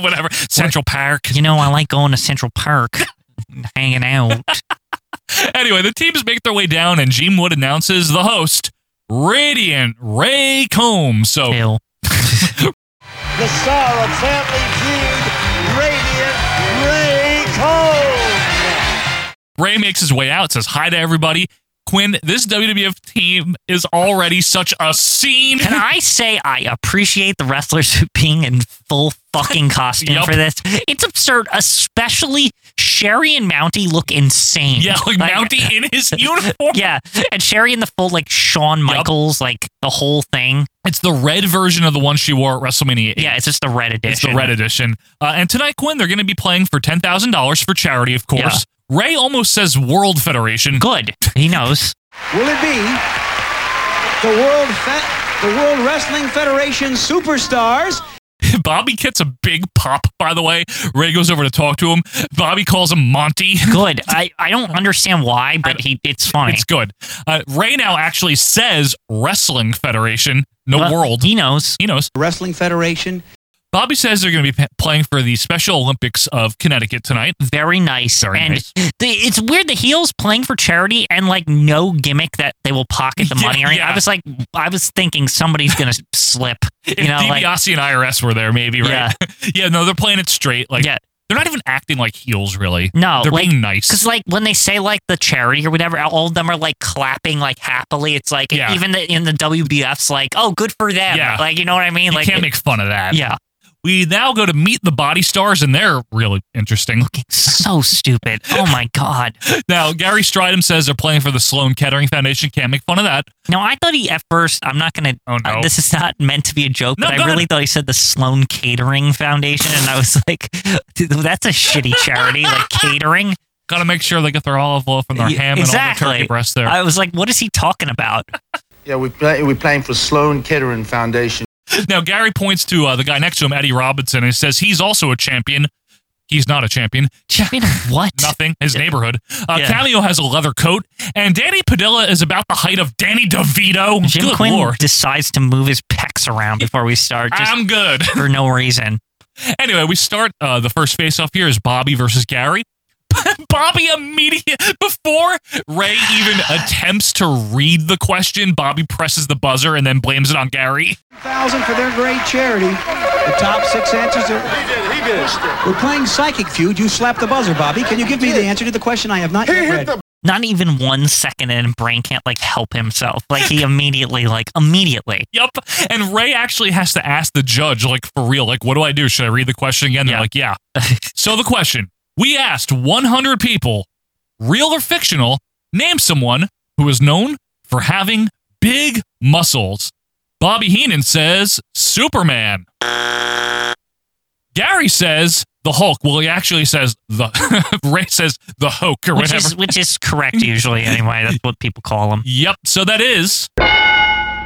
Speaker 1: Whatever. Central Park.
Speaker 2: you know, I like going to Central Park, and hanging out.
Speaker 1: Anyway, the teams make their way down, and Gene Wood announces the host, Radiant Ray Combs. So
Speaker 2: Ew.
Speaker 4: the star of Family Feud, Radiant Ray Cole.
Speaker 1: Ray makes his way out, says hi to everybody. Quinn, this WWF team is already such a scene.
Speaker 2: Can I say I appreciate the wrestlers being in full fucking costume
Speaker 1: Yup.
Speaker 2: for this? It's absurd, especially Sherry and Mounty look insane.
Speaker 1: yeah, like, Mounty in his uniform.
Speaker 2: Yeah, and Sherry in the full like Shawn Michaels, like the whole thing.
Speaker 1: It's the red version of the one she wore at WrestleMania. 8.
Speaker 2: Yeah, it's just the red edition.
Speaker 1: it's the red edition. Uh, and tonight, Quinn, they're going to be playing for ten thousand dollars for charity, of course. Ray almost says World Federation.
Speaker 2: Good. He knows.
Speaker 5: Will it be the World Fe- the World Wrestling Federation superstars?
Speaker 1: Bobby gets a big pop, by the way. Ray goes over to talk to him. Bobby calls him Monty.
Speaker 2: Good. I, I don't understand why, but he it's funny.
Speaker 1: It's good. Uh, Ray now actually says Wrestling Federation, no
Speaker 2: Well,
Speaker 1: world.
Speaker 2: He knows.
Speaker 1: He knows.
Speaker 5: Wrestling Federation
Speaker 1: Bobby says they're going to be pa- playing for the Special Olympics of Connecticut tonight.
Speaker 2: Very nice.
Speaker 1: Very
Speaker 2: and
Speaker 1: nice.
Speaker 2: the, it's weird the heels playing for charity and like no gimmick that they will pocket the
Speaker 1: Yeah,
Speaker 2: money. or anything.
Speaker 1: yeah.
Speaker 2: I was like, I was thinking somebody's gonna slip. You
Speaker 1: If
Speaker 2: know, like
Speaker 1: DiBiase and IRS were there, maybe, right? Yeah. no, they're playing it straight. Like,
Speaker 2: Yeah.
Speaker 1: they're not even acting like heels, really.
Speaker 2: No,
Speaker 1: they're
Speaker 2: like,
Speaker 1: being nice.
Speaker 2: Because like when they say like the charity or whatever, all of them are like clapping like happily. It's like
Speaker 1: Yeah.
Speaker 2: even the, in the WBF's like, oh, good for them.
Speaker 1: Yeah.
Speaker 2: Like you know what I mean?
Speaker 1: you
Speaker 2: like
Speaker 1: can't
Speaker 2: it-
Speaker 1: make fun of that.
Speaker 2: yeah,
Speaker 1: We now go to meet the body stars, and they're really interesting.
Speaker 2: so stupid. Oh my god.
Speaker 1: Now, Gary Stridham says they're playing for the Sloan Kettering Foundation. Can't make fun of that.
Speaker 2: No, I thought he at first. I'm not gonna.
Speaker 1: Oh, no.
Speaker 2: uh, this is not meant to be a joke,
Speaker 1: No,
Speaker 2: but
Speaker 1: go
Speaker 2: I really
Speaker 1: ahead.
Speaker 2: thought he said the Sloan Catering Foundation, and I was like, "Dude, that's a shitty charity, like catering.
Speaker 1: Got to make sure they get their olive oil from their
Speaker 2: Yeah,
Speaker 1: ham
Speaker 2: exactly.
Speaker 1: and all the turkey breasts there.
Speaker 2: I was like, what is he talking about?
Speaker 6: Yeah, we play, we're playing for Sloan Kettering Foundation.
Speaker 1: now, Gary points to uh, the guy next to him, Eddie Robinson, and says he's also a champion. He's not a champion.
Speaker 2: Champion of what?
Speaker 1: Nothing. His neighborhood. Uh,
Speaker 2: Yeah.
Speaker 1: Cameo has a leather coat, and Danny Padilla is about the height of Danny DeVito.
Speaker 2: Jim
Speaker 1: Good
Speaker 2: Quinn
Speaker 1: lord.
Speaker 2: decides to move his pecs around before we start, just
Speaker 1: I'm good.
Speaker 2: for no reason.
Speaker 1: Anyway, we start uh, the first face off here is Bobby versus Gary. Bobby immediately before Ray even attempts to read the question, Bobby presses the buzzer and then blames it on Gary.
Speaker 5: thousand for their great charity. The top six answers. Are, he did. He did. We're playing Psychic Feud. You slapped the buzzer, Bobby. Can you give me the answer to the question I have not yet read?
Speaker 2: Not even one second, and Brain can't like help himself. Like he immediately, like immediately.
Speaker 1: Yep. And Ray actually has to ask the judge, like for real, like what do I do? Should I read the question again? They're like, yeah. so the question: We asked 100 people, real or fictional, name someone who is known for having big muscles. Bobby Heenan says Superman. Gary says the Hulk. Well, he actually says the Ray says the Hulk or
Speaker 2: Which
Speaker 1: whatever.
Speaker 2: is, which is correct usually anyway. That's what people call him.
Speaker 1: Yep. So that is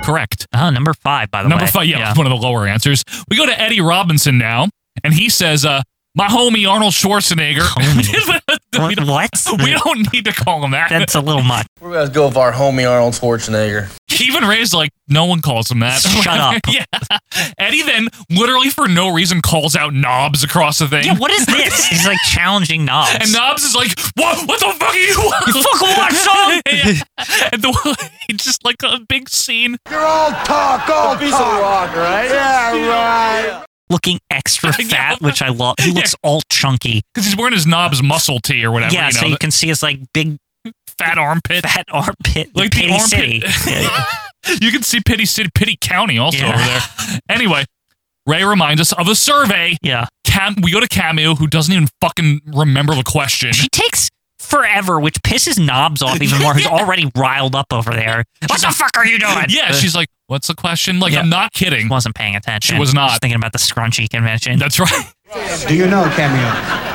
Speaker 1: correct.
Speaker 2: Oh, number five, by the
Speaker 1: Number
Speaker 2: way.
Speaker 1: five. Yeah, one of the lower answers. We go to Eddie Robinson now, and he says, uh, "My homie Arnold Schwarzenegger." we, don't,
Speaker 2: What?
Speaker 1: we don't need to call him that.
Speaker 2: That's a little much.
Speaker 6: We're about to go with our homie Arnold Schwarzenegger.
Speaker 1: Even Ray's like, no one calls him that.
Speaker 2: Shut up.
Speaker 1: yeah. Eddie then literally for no reason calls out Knobs across the thing.
Speaker 2: Yeah, what is this? He's like challenging Knobs.
Speaker 1: And Knobs is like, what? What the fuck are you?
Speaker 2: You fucking watch some?
Speaker 1: yeah. And the, it's just like a big scene.
Speaker 6: You're all talk, all piece of rock, right? Yeah, right.
Speaker 2: Looking extra fat, which I love. He looks all chunky.
Speaker 1: Because he's wearing his Knobs muscle tee or whatever.
Speaker 2: yeah,
Speaker 1: you know,
Speaker 2: so you can see his like big
Speaker 1: fat armpit.
Speaker 2: fat armpit.
Speaker 1: like
Speaker 2: Pity
Speaker 1: the armpit.
Speaker 2: City. Yeah.
Speaker 1: you can see Pity City, Pity County also
Speaker 2: Yeah.
Speaker 1: over there. Anyway, Ray reminds us of a survey.
Speaker 2: yeah.
Speaker 1: Cam, we go to Camu, who doesn't even fucking remember the question.
Speaker 2: She takes forever, which pisses Knobs off even more, who's already riled up over there. What the fuck are you doing?
Speaker 1: yeah,
Speaker 2: Uh,
Speaker 1: she's like, "What's the question?" Like,
Speaker 2: Yeah.
Speaker 1: I'm not kidding.
Speaker 2: wasn't paying attention.
Speaker 1: She was not.
Speaker 2: She's thinking about the scrunchy convention.
Speaker 1: That's right.
Speaker 5: Do you know Cameo?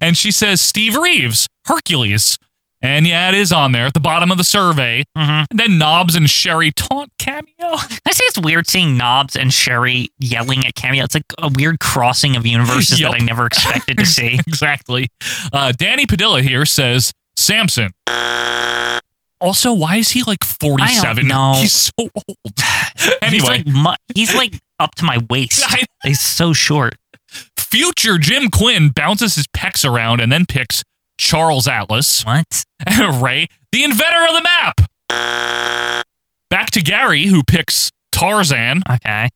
Speaker 1: And she says, "Steve Reeves, Hercules." And yeah, it is on there at the bottom of the survey.
Speaker 2: Mhm.
Speaker 1: And then Knobs and Sherry taunt cameo.
Speaker 2: I say it's weird seeing Knobs and Sherry yelling at Cameo. It's like a weird crossing of universes
Speaker 1: Yup.
Speaker 2: that I never expected to see.
Speaker 1: exactly. Uh, Danny Padilla here says Samson. Also, why is he like 47?
Speaker 2: know.
Speaker 1: He's so old.
Speaker 2: He's
Speaker 1: anyway,
Speaker 2: like, mu- he's like up to my waist.
Speaker 1: I-
Speaker 2: He's so short.
Speaker 1: future Jim Quinn bounces his pecs around and then picks Charles Atlas.
Speaker 2: What?
Speaker 1: Ray, the inventor of the map. Back to Gary, who picks Tarzan.
Speaker 2: Okay.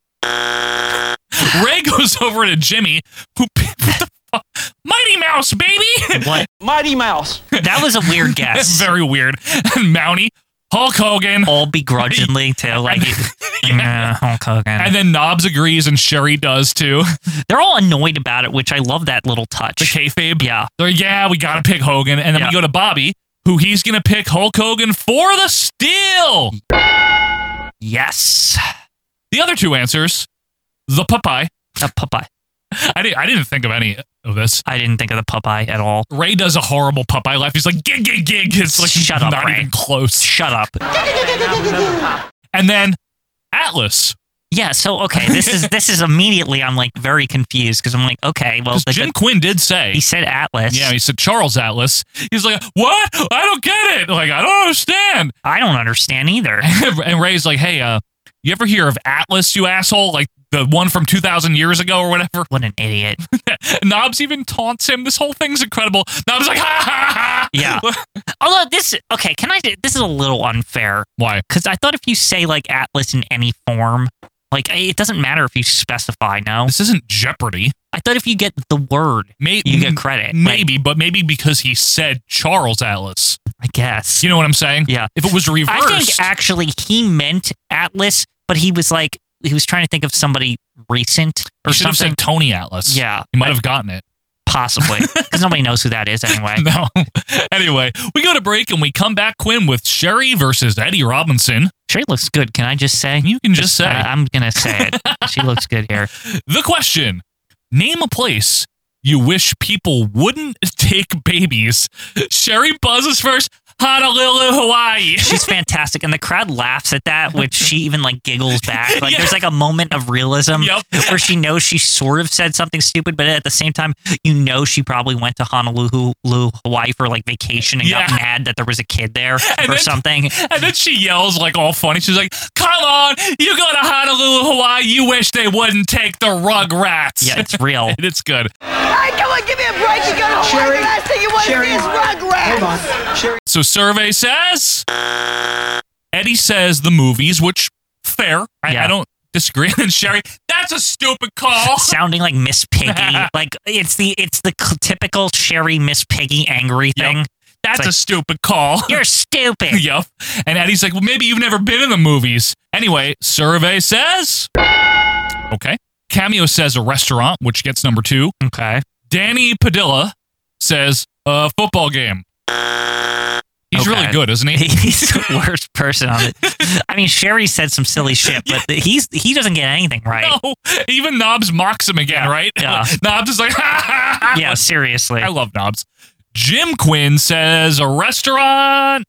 Speaker 1: Ray goes over to Jimmy, who picks the fu- Mighty Mouse, baby.
Speaker 2: What?
Speaker 21: Mighty Mouse.
Speaker 2: That was a weird guess.
Speaker 1: Very weird. And Mounty, Hulk Hogan.
Speaker 2: All begrudgingly too. Like, yeah, Hulk Hogan.
Speaker 1: And then Knobs agrees, and Sherry does too.
Speaker 2: They're all annoyed about it, which I love that little touch.
Speaker 1: The kayfabe.
Speaker 2: Yeah.
Speaker 1: They're like, yeah, we gotta pick Hogan, and then
Speaker 2: Yeah.
Speaker 1: we go to Bobby, who he's gonna pick Hulk Hogan for the steal.
Speaker 2: Yes.
Speaker 1: The other two answers, the Popeye.
Speaker 2: The Popeye.
Speaker 1: I didn't. I didn't think of any of this.
Speaker 2: I didn't think of the Popeye at all.
Speaker 1: Ray does a horrible Popeye laugh. He's like gig gig gig. It's like
Speaker 2: Shut up,
Speaker 1: not
Speaker 2: Ray.
Speaker 1: even close.
Speaker 2: Shut up.
Speaker 1: And then Atlas.
Speaker 2: Yeah, so okay, this is this is immediately I'm like very confused because I'm like, okay, well
Speaker 1: 'Cause
Speaker 2: the,
Speaker 1: Jim Quinn did say.
Speaker 2: he said Atlas.
Speaker 1: yeah, he said Charles Atlas. He's like, what? I don't get it. Like, I don't understand.
Speaker 2: I don't understand either.
Speaker 1: and Ray's like, "Hey, uh, you ever hear of Atlas, you asshole? Like the one from 2000 years ago or whatever.
Speaker 2: What an idiot.
Speaker 1: Knobs even taunts him. This whole thing's incredible. Knobs like, ha ha ha.
Speaker 2: Yeah. Although this, okay, can I? This is a little unfair.
Speaker 1: Why?
Speaker 2: Because I thought if you say like Atlas in any form, like it doesn't matter if you specify. No,
Speaker 1: This isn't Jeopardy.
Speaker 2: I thought if you get the word,
Speaker 1: May-
Speaker 2: you get credit. Like,
Speaker 1: Maybe, but maybe because he said Charles Atlas.
Speaker 2: I guess.
Speaker 1: You know what I'm saying?
Speaker 2: Yeah.
Speaker 1: If it was reversed,
Speaker 2: I think actually he meant Atlas, but he was like he was trying to think of somebody recent or
Speaker 1: you should have
Speaker 2: something.
Speaker 1: said Tony Atlas.
Speaker 2: Yeah.
Speaker 1: You might
Speaker 2: I-
Speaker 1: have gotten it.
Speaker 2: possibly because nobody knows who that is anyway.
Speaker 1: No. anyway, we go to break and we come back, Quinn, with Sherry versus Eddie Robinson.
Speaker 2: Sherry looks good. Can I just say?
Speaker 1: You can just say.
Speaker 2: I- I'm gonna say it. she looks good here.
Speaker 1: The question Name a place you wish people wouldn't take babies. Sherry buzzes first. Honolulu, Hawaii.
Speaker 2: She's fantastic, and the crowd laughs at that, which she even like giggles back. Like there's like a moment of realism
Speaker 1: Yep.
Speaker 2: where she knows she sort of said something stupid, but at the same time, you know she probably went to Honolulu, Hawaii for like vacation and
Speaker 1: Yeah.
Speaker 2: got mad that there was a kid there
Speaker 1: And
Speaker 2: or
Speaker 1: then-
Speaker 2: something.
Speaker 1: And then she yells like all funny. She's like, "Come on, you go to Honolulu, Hawaii. You wish they wouldn't take the Rugrats."
Speaker 2: Yeah, it's real.
Speaker 1: and it's good.
Speaker 7: All right, come on, give me a break. You go to Hawaii.
Speaker 5: Sherry,
Speaker 7: The last thing you want to
Speaker 5: Sherry,
Speaker 7: be is Rugrats.
Speaker 5: Hold on. Sherry,
Speaker 1: So survey says Eddie says the movies, which fair. I,
Speaker 2: Yeah.
Speaker 1: I don't disagree. And Sherry, that's a stupid call.
Speaker 2: Sounding like Miss Piggy, like it's the it's the cl- typical Sherry Miss Piggy angry thing.
Speaker 1: That's
Speaker 2: like-
Speaker 1: a stupid call.
Speaker 2: You're stupid.
Speaker 1: Yup. And Eddie's like, well, maybe you've never been in the movies. Anyway, survey says. Okay. Cameo says a restaurant, which gets number two.
Speaker 2: Okay.
Speaker 1: Danny Padilla says a football game. He's
Speaker 2: Okay.
Speaker 1: really good, isn't he?
Speaker 2: He's the worst person on it. I mean, Sherry said some silly shit, but he's he doesn't get anything right.
Speaker 1: No, even Knobs mocks him again, right?
Speaker 2: Yeah.
Speaker 1: Knobs is like, ha ha ha.
Speaker 2: Yeah, seriously.
Speaker 1: I love Knobs. Jim Quinn says a restaurant.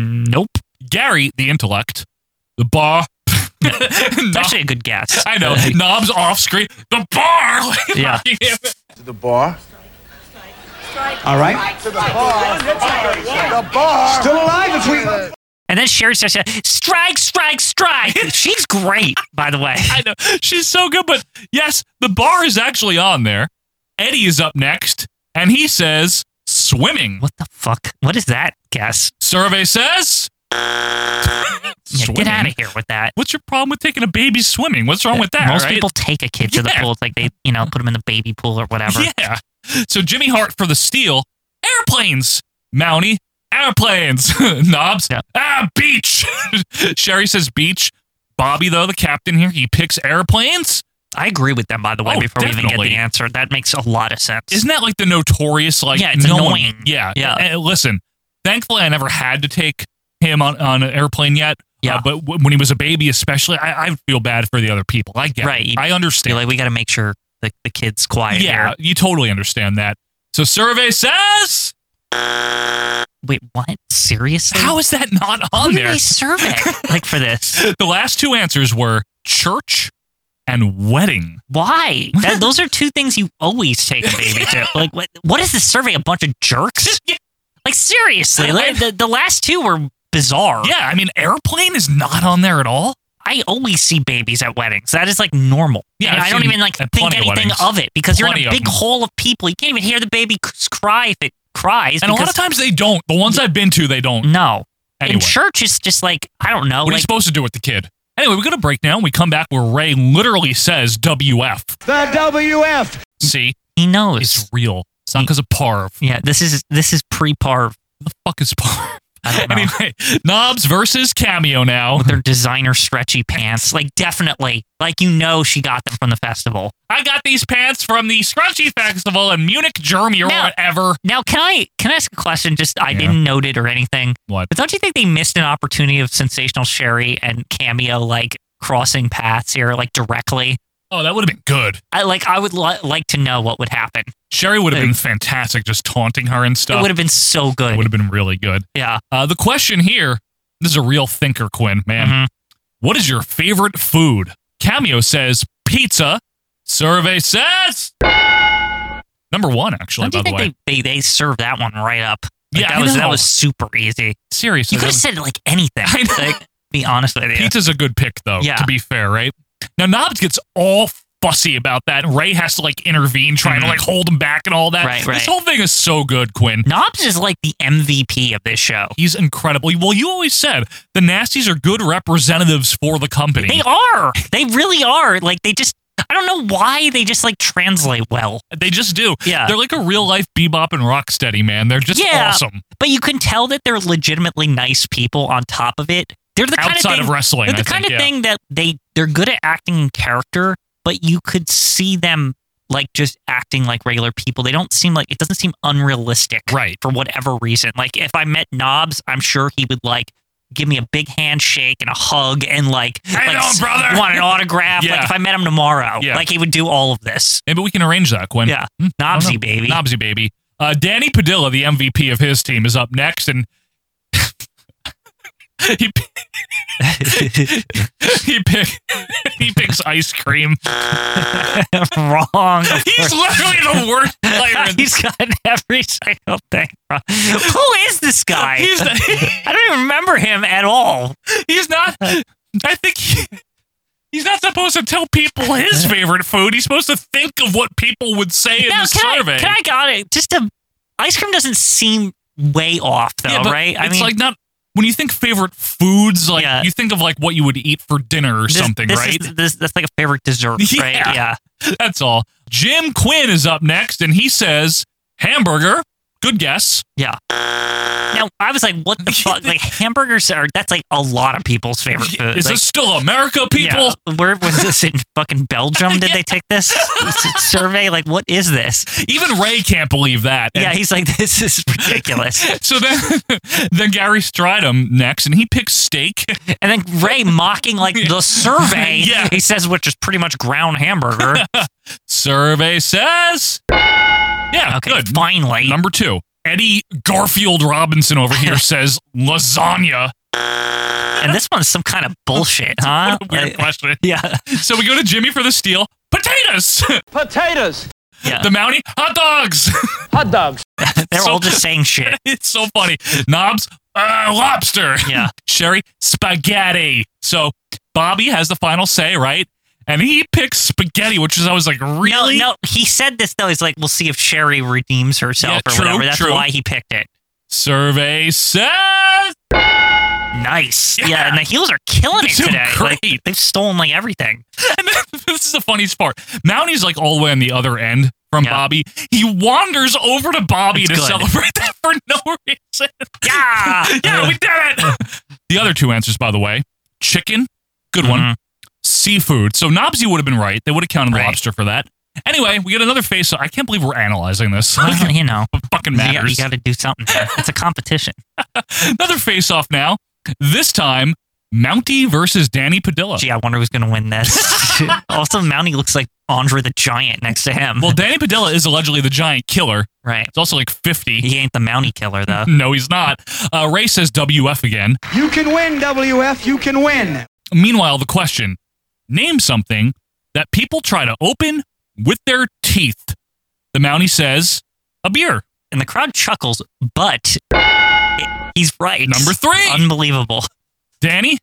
Speaker 2: Nope.
Speaker 1: Gary, the intellect, the bar.
Speaker 2: It's
Speaker 1: Knob-
Speaker 2: actually a good guess.
Speaker 1: I know. Knobs off screen. The bar.
Speaker 2: Yeah.
Speaker 25: To the bar.
Speaker 5: all right.
Speaker 25: To the bar. The bar.
Speaker 5: Still alive if we.
Speaker 2: And then Sherry starts shouting, strike, strike, strike. She's great, by the way.
Speaker 1: I know. She's so good, but yes, the bar is actually on there. Eddie is up next, and he says swimming.
Speaker 2: What the fuck? What is that guess?
Speaker 1: Survey says.
Speaker 2: Yeah,
Speaker 1: Swimming.
Speaker 2: get out of here with that.
Speaker 1: What's your problem with taking a baby swimming? What's wrong with that?
Speaker 2: Most
Speaker 1: right?
Speaker 2: people take a kid to the
Speaker 1: Yeah.
Speaker 2: pool. It's like they, you know, put them in the baby pool or whatever.
Speaker 1: Yeah. So Jimmy Hart for the steal. Airplanes. Mounty. Airplanes. Knobs.
Speaker 2: Yeah.
Speaker 1: Ah, beach. Sherry says beach. Bobby, though, the captain here, he picks airplanes.
Speaker 2: I agree with them, by the way,
Speaker 1: Oh,
Speaker 2: before we even get
Speaker 1: definitely.
Speaker 2: the answer. That makes a lot of sense.
Speaker 1: Isn't that like the notorious, like,
Speaker 2: Yeah, it's
Speaker 1: no one-
Speaker 2: annoying.
Speaker 1: yeah.
Speaker 2: Yeah.
Speaker 1: And listen, thankfully, I never had to take him on, on an airplane yet.
Speaker 2: Yeah.
Speaker 1: Uh, but w- when he was a baby, especially, I, I feel bad for the other people. I get it.
Speaker 2: Right.
Speaker 1: I
Speaker 2: You're
Speaker 1: understand.
Speaker 2: like, we got to make sure the, the kid's quiet
Speaker 1: yeah.
Speaker 2: here.
Speaker 1: You totally understand that. So, survey says,
Speaker 2: Wait, what? Seriously?
Speaker 1: how is that not on
Speaker 2: Who do
Speaker 1: there?
Speaker 2: they survey like for this?
Speaker 1: the last two answers were church and wedding.
Speaker 2: Why? That, those are two things you always take a baby to. Like, what? What is this survey? A bunch of jerks? Like, seriously? Like, the, the last two were bizarre.
Speaker 1: Yeah, I mean, airplane is not on there at all.
Speaker 2: I always see babies at weddings. That is like normal.
Speaker 1: Yeah,
Speaker 2: And
Speaker 1: I've
Speaker 2: I don't
Speaker 1: seen
Speaker 2: even like
Speaker 1: at
Speaker 2: think
Speaker 1: plenty of
Speaker 2: anything
Speaker 1: weddings.
Speaker 2: of it because
Speaker 1: Plenty
Speaker 2: you're
Speaker 1: of
Speaker 2: in a big
Speaker 1: them.
Speaker 2: hall of people. You can't even hear the baby c- cry if it cries.
Speaker 1: And a lot
Speaker 2: because-
Speaker 1: of times they don't. The ones I've been to, they don't.
Speaker 2: no.
Speaker 1: Anyway,
Speaker 2: And church is just like I don't know.
Speaker 1: what are you
Speaker 2: like,
Speaker 1: supposed to do with the kid? Anyway, we go to break now and we come back where Ray literally says WF.
Speaker 5: The WF.
Speaker 1: See,
Speaker 2: he knows.
Speaker 1: it's real. It's not because of Parv.
Speaker 2: yeah, this is this is pre-parv.
Speaker 1: The fuck is Parv?
Speaker 2: I don't know.
Speaker 1: Anyway, Knobs versus Cameo now.
Speaker 2: with their designer stretchy pants. Like definitely, like you know, she got them from the festival.
Speaker 1: I got these pants from the Scrunchy Festival in Munich, Germany, or
Speaker 2: No.
Speaker 1: whatever.
Speaker 2: Now, can I can I ask a question? Just I
Speaker 1: Yeah.
Speaker 2: didn't note it or anything,
Speaker 1: What?
Speaker 2: but don't you think they missed an opportunity of sensational Sherry and cameo like crossing paths here, like directly?
Speaker 1: Oh, that would have been good.
Speaker 2: I like I would li- like to know what would happen.
Speaker 1: Sherry would have been
Speaker 2: Like-
Speaker 1: fantastic just taunting her and
Speaker 2: It
Speaker 1: stuff.
Speaker 2: would have been so good.
Speaker 1: would have been really good.
Speaker 2: yeah.
Speaker 1: Uh, the question here this is a real thinker, Quinn, man.
Speaker 2: Mhm.
Speaker 1: What is your favorite food? Cameo says pizza. Survey says number one, actually,
Speaker 2: Don't
Speaker 1: by
Speaker 2: you
Speaker 1: the
Speaker 2: think
Speaker 1: way.
Speaker 2: they, they they served that one right up? Like,
Speaker 1: Yeah,
Speaker 2: that
Speaker 1: I
Speaker 2: was
Speaker 1: know.
Speaker 2: that was super easy.
Speaker 1: Seriously.
Speaker 2: You could have
Speaker 1: that-
Speaker 2: said like anything.
Speaker 1: I know.
Speaker 2: Like, be honest with you.
Speaker 1: pizza's a good pick, though,
Speaker 2: Yeah.
Speaker 1: to be fair, right? Now Knobs gets all fussy about that. and Ray has to like intervene, trying to like hold him back and all that.
Speaker 2: Mm-hmm. Right, right.
Speaker 1: This whole thing is so good, Quinn.
Speaker 2: Knobs is like the MVP of this show.
Speaker 1: He's incredible. Well, you always said the Nasties are good representatives for the company.
Speaker 2: They are. They really are. Like they just I don't know why they just like translate well.
Speaker 1: They just do.
Speaker 2: Yeah.
Speaker 1: They're like a real life bebop and rocksteady, man. They're just
Speaker 2: yeah,
Speaker 1: awesome.
Speaker 2: But you can tell that they're legitimately nice people on top of it. They're the kind
Speaker 1: Outside
Speaker 2: of, thing,
Speaker 1: of wrestling,
Speaker 2: They're the
Speaker 1: I
Speaker 2: kind
Speaker 1: think,
Speaker 2: of
Speaker 1: yeah.
Speaker 2: thing that they they're good at acting in character, but you could see them like just acting like regular people. They don't seem like it doesn't seem unrealistic,
Speaker 1: right?
Speaker 2: For whatever reason, like if I met Knobs, I'm sure he would like give me a big handshake and a hug and like,
Speaker 1: How you
Speaker 2: like,
Speaker 1: doing,
Speaker 2: s-
Speaker 1: brother?
Speaker 2: want an autograph.
Speaker 1: Yeah.
Speaker 2: Like if I met him tomorrow,
Speaker 1: Yeah.
Speaker 2: like he would do all of this.
Speaker 1: Maybe we can arrange that, Quinn.
Speaker 2: Yeah.
Speaker 1: Hmm, I don't
Speaker 2: Knobsy,
Speaker 1: know.
Speaker 2: baby.
Speaker 1: Knobsy baby. Uh, Danny Padilla, the MVP of his team, is up next, and he he pick, he picks ice cream.
Speaker 2: Wrong. of
Speaker 1: He's
Speaker 2: course.
Speaker 1: literally the worst player. In
Speaker 2: He's gotten every single thing wrong. Who is this guy?
Speaker 1: He's the-
Speaker 2: I don't even remember him at all.
Speaker 1: He's not. I think he, he's not supposed to tell people his favorite food. He's supposed to think of what people would say in
Speaker 2: Now,
Speaker 1: the
Speaker 2: can
Speaker 1: survey.
Speaker 2: I, can I got it? Just a ice cream doesn't seem way off though,
Speaker 1: Yeah, but
Speaker 2: right? I
Speaker 1: it's like not when you think favorite foods, like
Speaker 2: Yeah.
Speaker 1: you think of like what you would eat for dinner or
Speaker 2: this-
Speaker 1: something,
Speaker 2: this
Speaker 1: right?
Speaker 2: Is, this, that's like a favorite dessert, right?
Speaker 1: Yeah.
Speaker 2: Yeah.
Speaker 1: That's all. Jim Quinn is up next, and he says hamburger. Good guess.
Speaker 2: Yeah. Now I was like, what the fuck? Like hamburgers are that's like a lot of people's favorite food.
Speaker 1: Is
Speaker 2: like,
Speaker 1: this still America, people?
Speaker 2: Yeah. Where was this in fucking Belgium? Did they take this s- survey? Like, what is this?
Speaker 1: Even Ray can't believe that. And
Speaker 2: Yeah, he's like, this is ridiculous.
Speaker 1: so then, then Gary Stridham next, and he picks steak.
Speaker 2: And then Ray mocking like the survey.
Speaker 1: Yeah.
Speaker 2: He says, which is pretty much ground hamburger.
Speaker 1: Survey says, yeah,
Speaker 2: Okay,
Speaker 1: good.
Speaker 2: finally.
Speaker 1: Number two, Eddie Garfield Robinson over here says lasagna.
Speaker 2: And this one's some kind of bullshit, huh?
Speaker 1: What a weird
Speaker 2: Like,
Speaker 1: question.
Speaker 2: yeah.
Speaker 1: So we go to Jimmy for the steal. Potatoes.
Speaker 2: Uh.
Speaker 4: Potatoes,
Speaker 2: Yeah.
Speaker 1: the Mountie hot dogs.
Speaker 4: hot dogs,
Speaker 2: They're
Speaker 1: so-
Speaker 2: all just saying shit.
Speaker 1: it's so funny. Knobs, uh, lobster.
Speaker 2: Yeah.
Speaker 1: Sherry, spaghetti. So Bobby has the final say, right? And he picks spaghetti, which is I was like, really?
Speaker 2: No, no, he said this though. He's like, we'll see if Sherry redeems herself
Speaker 1: Yeah,
Speaker 2: or
Speaker 1: true,
Speaker 2: whatever. That's
Speaker 1: true.
Speaker 2: why he picked it.
Speaker 1: Survey says
Speaker 2: Nice.
Speaker 1: Yeah.
Speaker 2: Yeah, and the heels are killing it
Speaker 1: They're doing
Speaker 2: today. Like,
Speaker 1: great.
Speaker 2: they've stolen like everything.
Speaker 1: And then, this is the funniest part. Mountie's like all the way on the other end from
Speaker 2: Yeah.
Speaker 1: Bobby. He wanders over to Bobby
Speaker 2: It's
Speaker 1: to
Speaker 2: good.
Speaker 1: celebrate that for no reason.
Speaker 2: Yeah.
Speaker 1: yeah, we did it. the other two answers, by the way chicken, good one.
Speaker 2: Mhm.
Speaker 1: Seafood. So Knobsy would have been right. They would have counted
Speaker 2: Right.
Speaker 1: lobster for that. Anyway, we get another face. I can't believe we're analyzing this.
Speaker 2: Well, you know,
Speaker 1: It fucking
Speaker 2: you, got-
Speaker 1: matters.
Speaker 2: you got to do something. here. It's a competition.
Speaker 1: Another face off now. This time, Mountie versus Danny Padilla.
Speaker 2: Gee, I wonder who's going to win this. also, Mountie looks like Andre the Giant next to him.
Speaker 1: Well, Danny Padilla is allegedly the giant killer.
Speaker 2: right.
Speaker 1: It's also like 50.
Speaker 2: He ain't the Mountie killer, though.
Speaker 1: No, he's not. Uh, Ray says WF again.
Speaker 5: You can win, WF. You can win.
Speaker 1: Meanwhile, the question name something that people try to open with their teeth. The Mountie says, a beer.
Speaker 2: And the crowd chuckles, but he's right.
Speaker 1: Number three.
Speaker 2: Unbelievable.
Speaker 1: Danny,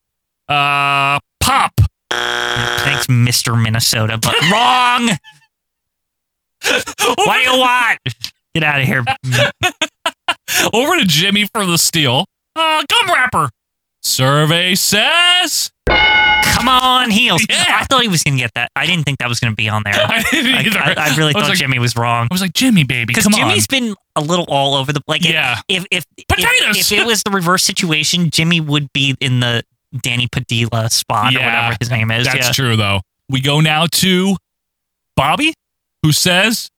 Speaker 1: uh, pop.
Speaker 2: Thanks, Mr. Minnesota, but wrong. what do you want? Get out of here.
Speaker 1: Over to Jimmy for the steal. Uh, gum wrapper. Survey says,
Speaker 2: Come on, heels.
Speaker 1: Yeah.
Speaker 2: I thought he was going to get that. I didn't think that was going to be on there.
Speaker 1: I didn't
Speaker 2: I-
Speaker 1: either.
Speaker 2: I, I really
Speaker 1: I was
Speaker 2: thought
Speaker 1: like-
Speaker 2: Jimmy was wrong.
Speaker 1: I was like, Jimmy, baby,
Speaker 2: Because
Speaker 1: come on.
Speaker 2: Jimmy's been a little all over the like. if-
Speaker 1: Yeah.
Speaker 2: If if if-
Speaker 1: Potatoes!
Speaker 2: If, it was the reverse situation, Jimmy would be in the Danny Padilla spot or
Speaker 1: Yeah.
Speaker 2: whatever his name is.
Speaker 1: That's
Speaker 2: yeah.
Speaker 1: true, though. We go now to Bobby, who says,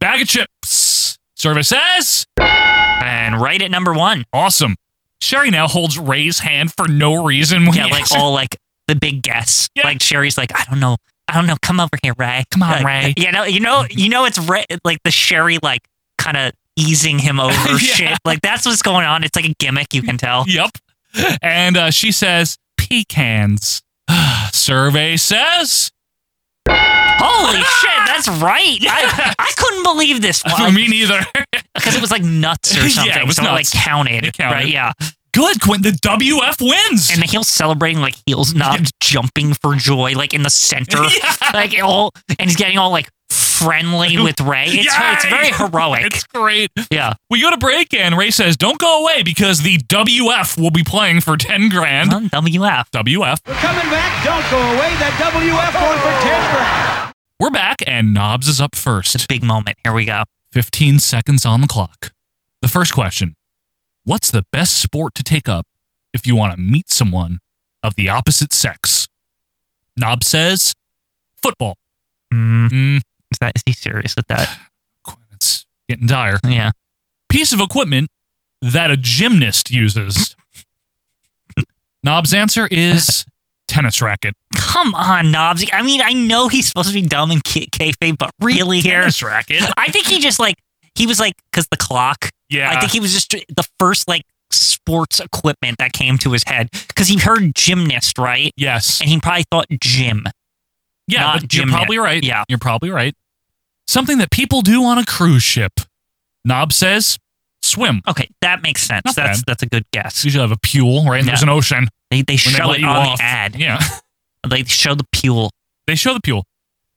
Speaker 1: bag of chips. Survey says,
Speaker 2: And right at number one.
Speaker 1: awesome. Sherry now holds Ray's hand for no reason. When
Speaker 2: Yeah,
Speaker 1: he
Speaker 2: like
Speaker 1: asks-
Speaker 2: all like the big guess.
Speaker 1: Oh, Yeah.
Speaker 2: Like Sherry's like, I don't know, I don't know. Come over here, Ray. Come
Speaker 1: on, Ray.
Speaker 2: You know, you know, you know. It's Ray, like the Sherry like kind of easing him over
Speaker 1: Yeah.
Speaker 2: shit. Like that's what's going on. It's like a gimmick. You can tell.
Speaker 1: Yep. And uh, she says, pecans. Survey says,
Speaker 2: Holy shit, that's right. I, I couldn't believe this
Speaker 1: for
Speaker 2: one
Speaker 1: me neither.
Speaker 2: because it was like nuts or
Speaker 1: Yeah,
Speaker 2: something.
Speaker 1: it was
Speaker 2: so it, like
Speaker 1: nuts.
Speaker 2: counted,
Speaker 1: It counted.
Speaker 2: Right? Yeah.
Speaker 1: good, Quinn. The WF wins.
Speaker 2: And the heel's celebrating like heels not jumping for joy, like in the center. Like all and he's getting all like friendly with Ray. It's, it's
Speaker 1: Yay!
Speaker 2: very heroic.
Speaker 1: It's great.
Speaker 2: Yeah.
Speaker 1: We go to break, and Ray says, "Don't go away because the WF will be playing for ten grand."
Speaker 2: WF.
Speaker 1: WF.
Speaker 5: We're coming back. Don't go away. That WF one for 10 grand.
Speaker 1: We're back, and Knobs is up first. It's a
Speaker 2: big moment. Here we go.
Speaker 1: 15 seconds on the clock. The first question What's the best sport to take up if you want to meet someone of the opposite sex? Knob says football.
Speaker 2: Mm. Is that is he serious with that?
Speaker 1: It's getting dire.
Speaker 2: Yeah.
Speaker 1: Piece of equipment that a gymnast uses. Knob's answer is tennis racket.
Speaker 2: Come on, Knobs. I mean, I know he's supposed to be dumb and ki- kayfabe, but really here,
Speaker 1: Tennis racket.
Speaker 2: I think he just like he was like because the clock.
Speaker 1: Yeah.
Speaker 2: I think he was just the first like sports equipment that came to his head because he heard gymnast, right?
Speaker 1: Yes.
Speaker 2: And he probably thought gym.
Speaker 1: Yeah,
Speaker 2: Not
Speaker 1: but you're
Speaker 2: gymnast.
Speaker 1: probably right.
Speaker 2: Yeah.
Speaker 1: You're probably right. Something that people do on a cruise ship. Knob says swim.
Speaker 2: Okay, that makes sense.
Speaker 1: Not
Speaker 2: that's
Speaker 1: bad.
Speaker 2: that's a good guess.
Speaker 1: You should have a pool, right? And
Speaker 2: Yeah.
Speaker 1: There's an ocean.
Speaker 2: They they
Speaker 1: When they
Speaker 2: show
Speaker 1: let
Speaker 2: it
Speaker 1: you
Speaker 2: on
Speaker 1: off.
Speaker 2: the ad.
Speaker 1: Yeah.
Speaker 2: They show the pule.
Speaker 1: They show the pule.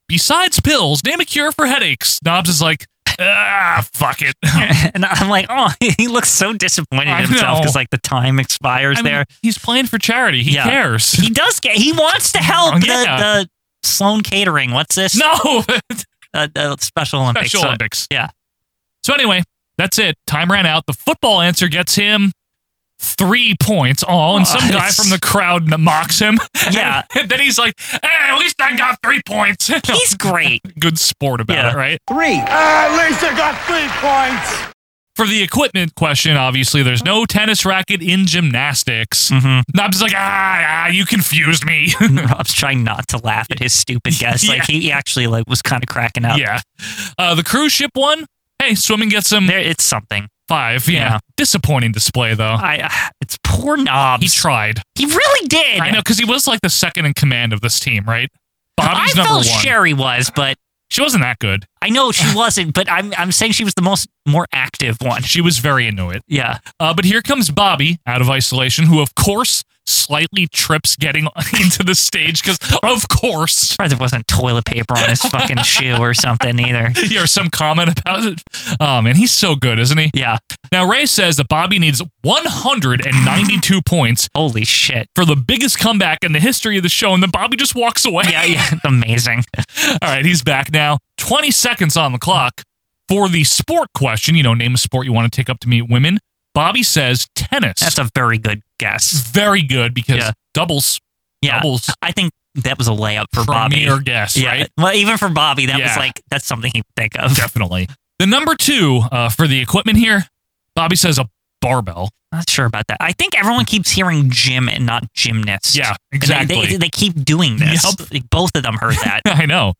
Speaker 1: Besides pills, name a cure for headaches. Knobs is like, ah, fuck it.
Speaker 2: and I'm like, oh, he looks so disappointed
Speaker 1: I
Speaker 2: in himself
Speaker 1: know.
Speaker 2: because like the time expires
Speaker 1: I mean,
Speaker 2: there.
Speaker 1: he's playing for charity. He
Speaker 2: Yeah.
Speaker 1: cares.
Speaker 2: He does get. He wants to help
Speaker 1: Oh, yeah.
Speaker 2: the the Sloan Catering. What's this?
Speaker 1: no.
Speaker 2: uh, the Special Olympics.
Speaker 1: Special
Speaker 2: So-
Speaker 1: Olympics.
Speaker 2: Yeah.
Speaker 1: So anyway, that's it. Time ran out. The football answer gets him three points. Oh, and some guy
Speaker 2: Nice.
Speaker 1: from the crowd mocks him.
Speaker 2: Yeah.
Speaker 1: And then he's like, hey, at least I got three points.
Speaker 2: He's great.
Speaker 1: Good sport about
Speaker 2: Yeah.
Speaker 1: it, right?
Speaker 5: Three.
Speaker 6: At least I got three points.
Speaker 1: For the equipment question, obviously, there's no tennis racket in gymnastics.
Speaker 2: Mhm.
Speaker 1: Knobs is like, ah, ah, you confused me.
Speaker 2: Rob's trying not to laugh at his stupid guess. Like
Speaker 1: Yeah.
Speaker 2: he actually like was kind of cracking up.
Speaker 1: yeah. Uh, the cruise ship one, hey, swimming gets him
Speaker 2: There, it's something.
Speaker 1: five. Yeah.
Speaker 2: Yeah.
Speaker 1: Disappointing display, though.
Speaker 2: I. Uh, it's poor Knobs.
Speaker 1: he tried.
Speaker 2: He really did.
Speaker 1: I know, because he was like the second in command of this team, right? Bobby's
Speaker 2: I
Speaker 1: number
Speaker 2: felt
Speaker 1: one.
Speaker 2: Sherry was, but
Speaker 1: She wasn't that good.
Speaker 2: I know she wasn't. But I'm I'm saying she was the most more active one.
Speaker 1: She was very into it.
Speaker 2: Yeah.
Speaker 1: Uh, but here comes Bobby out of isolation, who, of course, slightly trips getting into the stage because, of course,
Speaker 2: Surprised there wasn't toilet paper on his fucking shoe or something either.
Speaker 1: hear some comment about it. Oh, man, he's so good, isn't he?
Speaker 2: Yeah.
Speaker 1: Now, Ray says that Bobby needs 192 points
Speaker 2: Holy shit.
Speaker 1: for the biggest comeback in the history of the show, and then Bobby just walks away.
Speaker 2: Yeah, yeah. Amazing.
Speaker 1: All right, he's back now. 20 seconds on the clock for the sport question. You know, name a sport you want to take up to meet women. Bobby says tennis.
Speaker 2: That's a very good guess.
Speaker 1: very good because
Speaker 2: Yeah.
Speaker 1: doubles,
Speaker 2: Yeah.
Speaker 1: doubles,
Speaker 2: I think that was a layup for Bobby.
Speaker 1: premier guess,
Speaker 2: yeah.
Speaker 1: right?
Speaker 2: Well, even for Bobby, that was
Speaker 1: Yeah.
Speaker 2: like that's something he'd think of.
Speaker 1: Definitely. The number two uh, for the equipment here, Bobby says a barbell.
Speaker 2: Not sure about that. I think everyone keeps hearing gym and not gymnast.
Speaker 1: Yeah,
Speaker 2: And they- They,
Speaker 1: exactly.
Speaker 2: they, keep doing this. Both of them heard that,
Speaker 1: I know.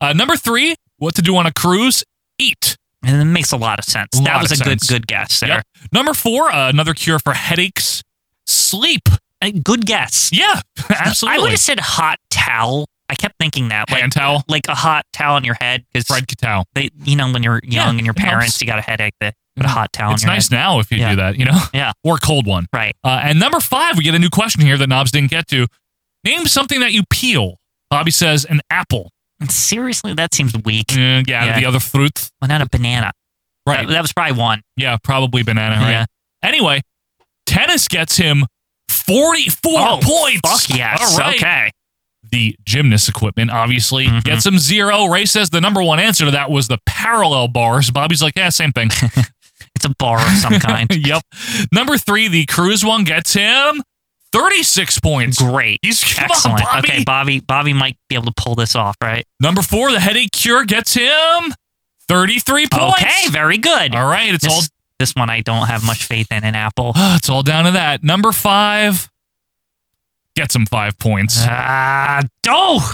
Speaker 1: Uh, number three, what to do on a cruise? Eat.
Speaker 2: and it makes a lot of sense.
Speaker 1: Lot
Speaker 2: that was a
Speaker 1: of
Speaker 2: good
Speaker 1: sense.
Speaker 2: good guess there.
Speaker 1: Yep. Number four, uh, another cure for headaches. Sleep.
Speaker 2: A good guess.
Speaker 1: Yeah, absolutely.
Speaker 2: I would have said hot towel. I kept thinking that like
Speaker 1: Hand towel.
Speaker 2: like a hot towel on your head because
Speaker 1: Fred Katow.
Speaker 2: they you know when you're
Speaker 1: Yeah,
Speaker 2: young and your
Speaker 1: it helps. Mm.
Speaker 2: parents you got a headache that put a hot towel
Speaker 1: It's
Speaker 2: on your
Speaker 1: nice
Speaker 2: head.
Speaker 1: now if you
Speaker 2: Yeah.
Speaker 1: do that, you know?
Speaker 2: Yeah.
Speaker 1: Or a cold one.
Speaker 2: Right.
Speaker 1: Uh, and number five, we get a new question here that Knobs didn't get to. Name something that you peel. Bobby says an apple.
Speaker 2: And seriously, that seems weak.
Speaker 1: Eh, yeah, out of
Speaker 2: Yeah.
Speaker 1: the other fruits.
Speaker 2: Well, not a banana.
Speaker 1: Right.
Speaker 2: That, that was probably one.
Speaker 1: Yeah, probably banana, right?
Speaker 2: Yeah.
Speaker 1: Anyway, tennis gets him 44
Speaker 2: Oh,
Speaker 1: points.
Speaker 2: Fuck yes.
Speaker 1: All right.
Speaker 2: Okay.
Speaker 1: The gymnast equipment, obviously,
Speaker 2: Mhm.
Speaker 1: gets him zero. Ray says the number one answer to that was the parallel bars. Bobby's like, yeah, same thing.
Speaker 2: It's a bar of some kind.
Speaker 1: yep. Number three, the cruise one gets him 36 points.
Speaker 2: Great.
Speaker 1: He's come on,
Speaker 2: Excellent.
Speaker 1: Bobby.
Speaker 2: Okay, Bobby. Bobby might be able to pull this off, right?
Speaker 1: Number four, the headache cure gets him 33 points.
Speaker 2: Okay. Very good.
Speaker 1: All right. It's
Speaker 2: this,
Speaker 1: all ah,
Speaker 2: this one I don't have much faith in. An apple.
Speaker 1: it's all down to that. Number five gets him five points.
Speaker 2: Ah, oh.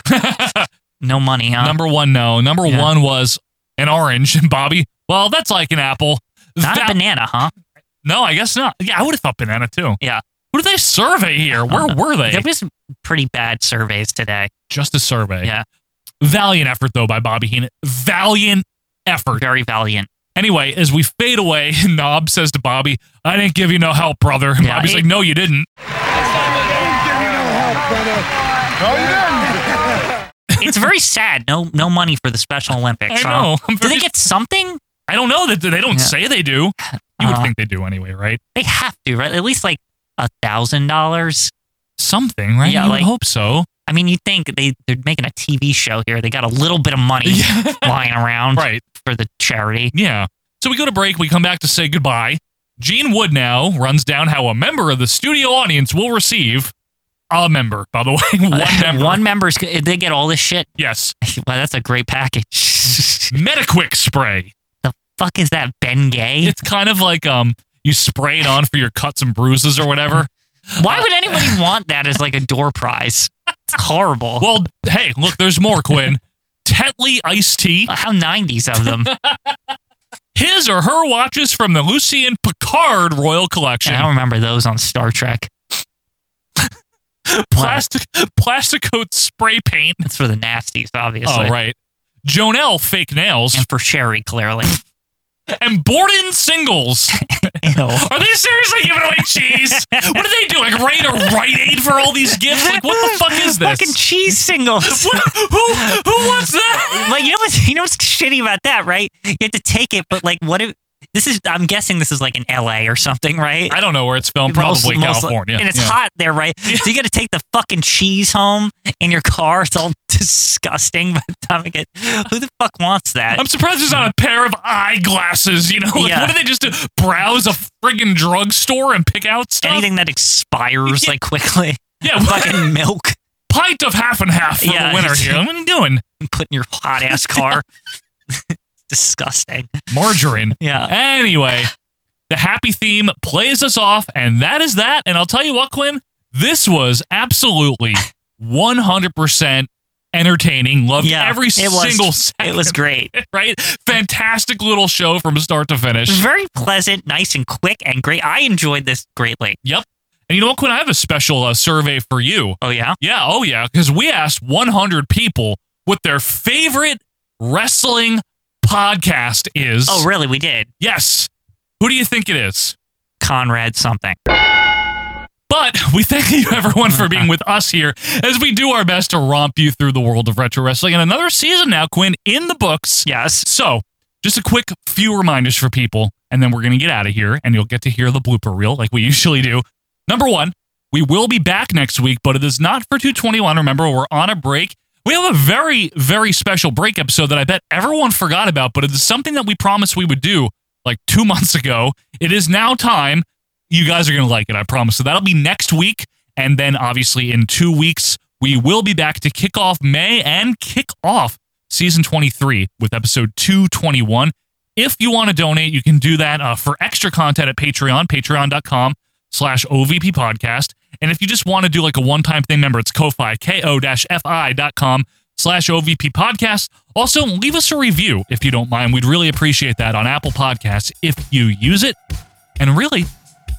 Speaker 2: no money, huh?
Speaker 1: Number one, no. Number
Speaker 2: Yeah.
Speaker 1: one was an orange, and Bobby, well, that's like an apple.
Speaker 2: not
Speaker 1: That-
Speaker 2: a banana, huh?
Speaker 1: No, I guess not. Yeah, I would have thought banana too.
Speaker 2: Yeah.
Speaker 1: Who do they survey here?
Speaker 2: don't
Speaker 1: Where
Speaker 2: know.
Speaker 1: were they?
Speaker 2: There was pretty bad surveys today.
Speaker 1: Just a survey.
Speaker 2: Yeah.
Speaker 1: Valiant effort, though, by Bobby Heenan. Valiant effort.
Speaker 2: Very valiant.
Speaker 1: Anyway, as we fade away, Knob says to Bobby, I didn't give you no help, brother. And Bobby's like, No, you didn't.
Speaker 2: it's very sad. No, no money for the Special Olympics.
Speaker 1: I
Speaker 2: huh?
Speaker 1: know. I'm
Speaker 2: Do they
Speaker 1: very-
Speaker 2: get something? Uh,
Speaker 1: I don't know that they don't say they do. You would
Speaker 2: Uh-huh.
Speaker 1: think they do anyway, right?
Speaker 2: They have to, right? At least like a thousand dollars,
Speaker 1: something, right?
Speaker 2: Yeah,
Speaker 1: You would
Speaker 2: like,
Speaker 1: hope so.
Speaker 2: I mean, you think they they're making a TV show here? They got a little bit of money lying around,
Speaker 1: right,
Speaker 2: for the charity.
Speaker 1: Yeah. So we go to break. We come back to say goodbye. Gene Wood now runs down how a member of the studio audience will receive a member, by the way. One member.
Speaker 2: One member's they get all this shit.
Speaker 1: Yes.
Speaker 2: wow, that's a great package.
Speaker 1: Metaquick spray.
Speaker 2: The fuck is that, Ben Gay?
Speaker 1: It's kind of like um you spray it on for your cuts and bruises or whatever.
Speaker 2: Why would anybody want that as like a door prize? It's horrible.
Speaker 1: Well, hey, look, there's more, Quinn. Tetley Iced Tea.
Speaker 2: How 90s of them.
Speaker 1: His or her watches from the Lucien Picard Royal Collection.
Speaker 2: I don't remember those on Star Trek.
Speaker 1: Plastic Plasticoat spray paint.
Speaker 2: It's for the nasties, obviously.
Speaker 1: Oh, right. Jonelle fake nails.
Speaker 2: And for Sherry, clearly.
Speaker 1: and Borden singles. Are they seriously giving away cheese? what are they doing? Like Rite or Rite Aid for all these gifts? Like what the fuck is this?
Speaker 2: Fucking cheese singles.
Speaker 1: who who wants that?
Speaker 2: Like you know what's you know what's shitty about that, right? You have to take it, but like what if this is I'm guessing this is like in LA or something, right?
Speaker 1: I don't know where it's filmed.
Speaker 2: Most-
Speaker 1: Probably
Speaker 2: most-
Speaker 1: California.
Speaker 2: And it's
Speaker 1: Yeah.
Speaker 2: hot there, right? So you got to take the fucking cheese home in your car. It's all disgusting by the time it gets. Who the fuck wants that?
Speaker 1: I'm surprised there's not a pair of eyeglasses. You know, like,
Speaker 2: Yeah.
Speaker 1: what do they just do? Browse a friggin' drugstore and pick out stuff?
Speaker 2: Anything that expires like quickly.
Speaker 1: Yeah,
Speaker 2: fucking milk.
Speaker 1: Pint of half and half for
Speaker 2: Yeah.
Speaker 1: the winner here. What are you doing?
Speaker 2: Put in your hot ass car. disgusting.
Speaker 1: Margarine.
Speaker 2: Yeah.
Speaker 1: Anyway, the happy theme plays us off, and that is that. And I'll tell you what, Quinn, this was absolutely 100% entertaining. Loved
Speaker 2: Yeah,
Speaker 1: every
Speaker 2: it was-
Speaker 1: single second.
Speaker 2: It was great.
Speaker 1: Right? Fantastic little show from start to finish.
Speaker 2: Very pleasant, nice and quick and great. I enjoyed this greatly.
Speaker 1: Yep. And you know what, Quinn? I have a special uh, survey for you.
Speaker 2: Oh yeah.
Speaker 1: Yeah, oh yeah, because we asked 100 people what their favorite wrestling podcast is.
Speaker 2: Oh really? We did.
Speaker 1: Yes. Who do you think it is?
Speaker 2: Conrad something.
Speaker 1: But we thank you, everyone, for being with us here as we do our best to romp you through the world of retro wrestling. And another season now, Quinn, in the books.
Speaker 2: Yes.
Speaker 1: So, just a quick few reminders for people, and then we're going to get out of here, and you'll get to hear the blooper reel like we usually do. Number one, we will be back next week, but it is not for 221. Remember, we're on a break. We have a very, very special break episode that I bet everyone forgot about, but it is something that we promised we would do like two months ago. It is now time. You guys are going to like it, I promise. So that'll be next week. And then, obviously, in two weeks, we will be back to kick off May and kick off season 23 with episode 221. If you want to donate, you can do that uh, for extra content at Patreon, patreon.com slash OVP podcast. And if you just want to do like a one time thing, remember it's Ko-Fi, ko-fi.com slash OVP podcast. Also, leave us a review if you don't mind. We'd really appreciate that on Apple Podcasts if you use it. And really,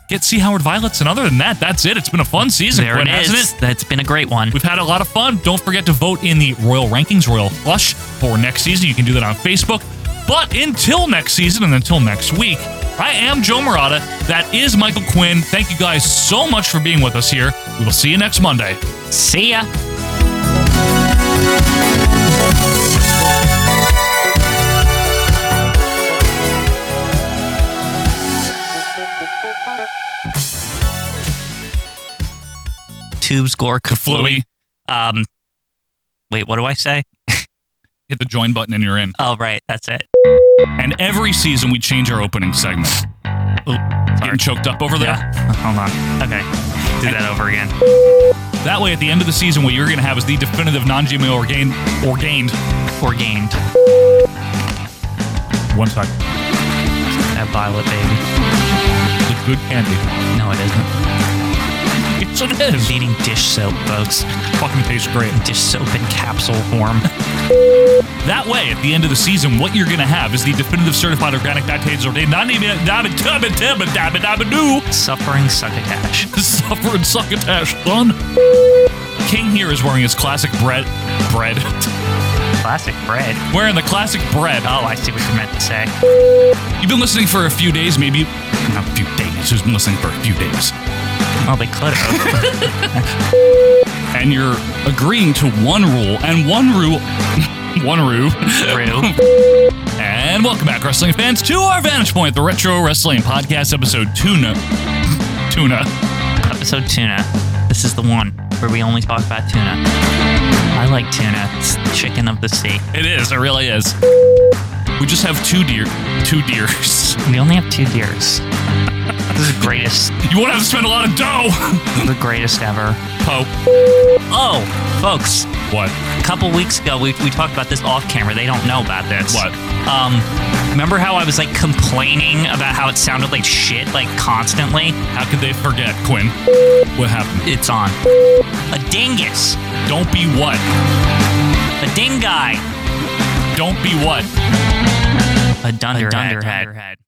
Speaker 1: get see Howard Violets. And other than that, that's it. It's been a fun season,
Speaker 2: There
Speaker 1: Quinn,
Speaker 2: it
Speaker 1: hasn't
Speaker 2: is.
Speaker 1: it?
Speaker 2: That's been a great one.
Speaker 1: We've had a lot of fun. Don't forget to vote in the Royal Rankings, Royal Flush for next season. You can do that on Facebook. But until next season and until next week, I am Joe Murata. That is Michael Quinn. Thank you guys so much for being with us here. We will see you next Monday.
Speaker 2: See ya. Tubes, Gore, Kaflooey. Um, wait, what do I say?
Speaker 1: Hit the join button and you're in.
Speaker 2: Oh, right, that's it.
Speaker 1: And every season we change our opening segment. Oh, getting choked up over there.
Speaker 2: Hold on. Okay, do that over again.
Speaker 1: That way, at the end of the season, what you're going to have is the definitive non-GMO orgain, orgained,
Speaker 2: orgained.
Speaker 1: One sec.
Speaker 2: That violet baby.
Speaker 1: The good candy.
Speaker 2: No, it isn't.
Speaker 1: Yes, it is.
Speaker 2: I'm eating dish soap, folks.
Speaker 1: Fucking tastes great.
Speaker 2: Dish soap in capsule form.
Speaker 1: That way, at the end of the season, what you're going to have is the definitive certified organic dietitians ordained non-GMO
Speaker 2: Suffering succotash.
Speaker 1: suffer and succotash, son. King here is wearing his classic bread, bread,
Speaker 2: Classic bread.
Speaker 1: Wearing the classic bread.
Speaker 2: Oh, I see what you meant to say.
Speaker 1: You've been listening for a few days, maybe. Not a few days. Who's been listening for a few days?
Speaker 2: Well, they could have.
Speaker 1: And you're agreeing to one rule, and one rule. One rule.
Speaker 2: Rue.
Speaker 1: and welcome back, wrestling fans, to our Vantage Point, the Retro Wrestling Podcast, episode tuna. tuna.
Speaker 2: Episode tuna. This is the one where we only talk about tuna. I like tuna. It's the chicken of the sea.
Speaker 1: It is. It really is. We just have two deer. Two deers.
Speaker 2: We only have two deers. This is the greatest.
Speaker 1: You won't have to spend a lot of dough.
Speaker 2: the greatest ever.
Speaker 1: Pope.
Speaker 2: Oh, folks.
Speaker 1: What?
Speaker 2: A couple weeks ago, we, we talked about this off camera. They don't know about this.
Speaker 1: What?
Speaker 2: Um, remember how I was like complaining about how it sounded like shit, like constantly?
Speaker 1: How could they forget, Quinn? What happened?
Speaker 2: It's on. A dingus.
Speaker 1: Don't be what?
Speaker 2: A dingai.
Speaker 1: Don't be what?
Speaker 2: A dunder.
Speaker 1: dunderhead.
Speaker 2: dunderhead.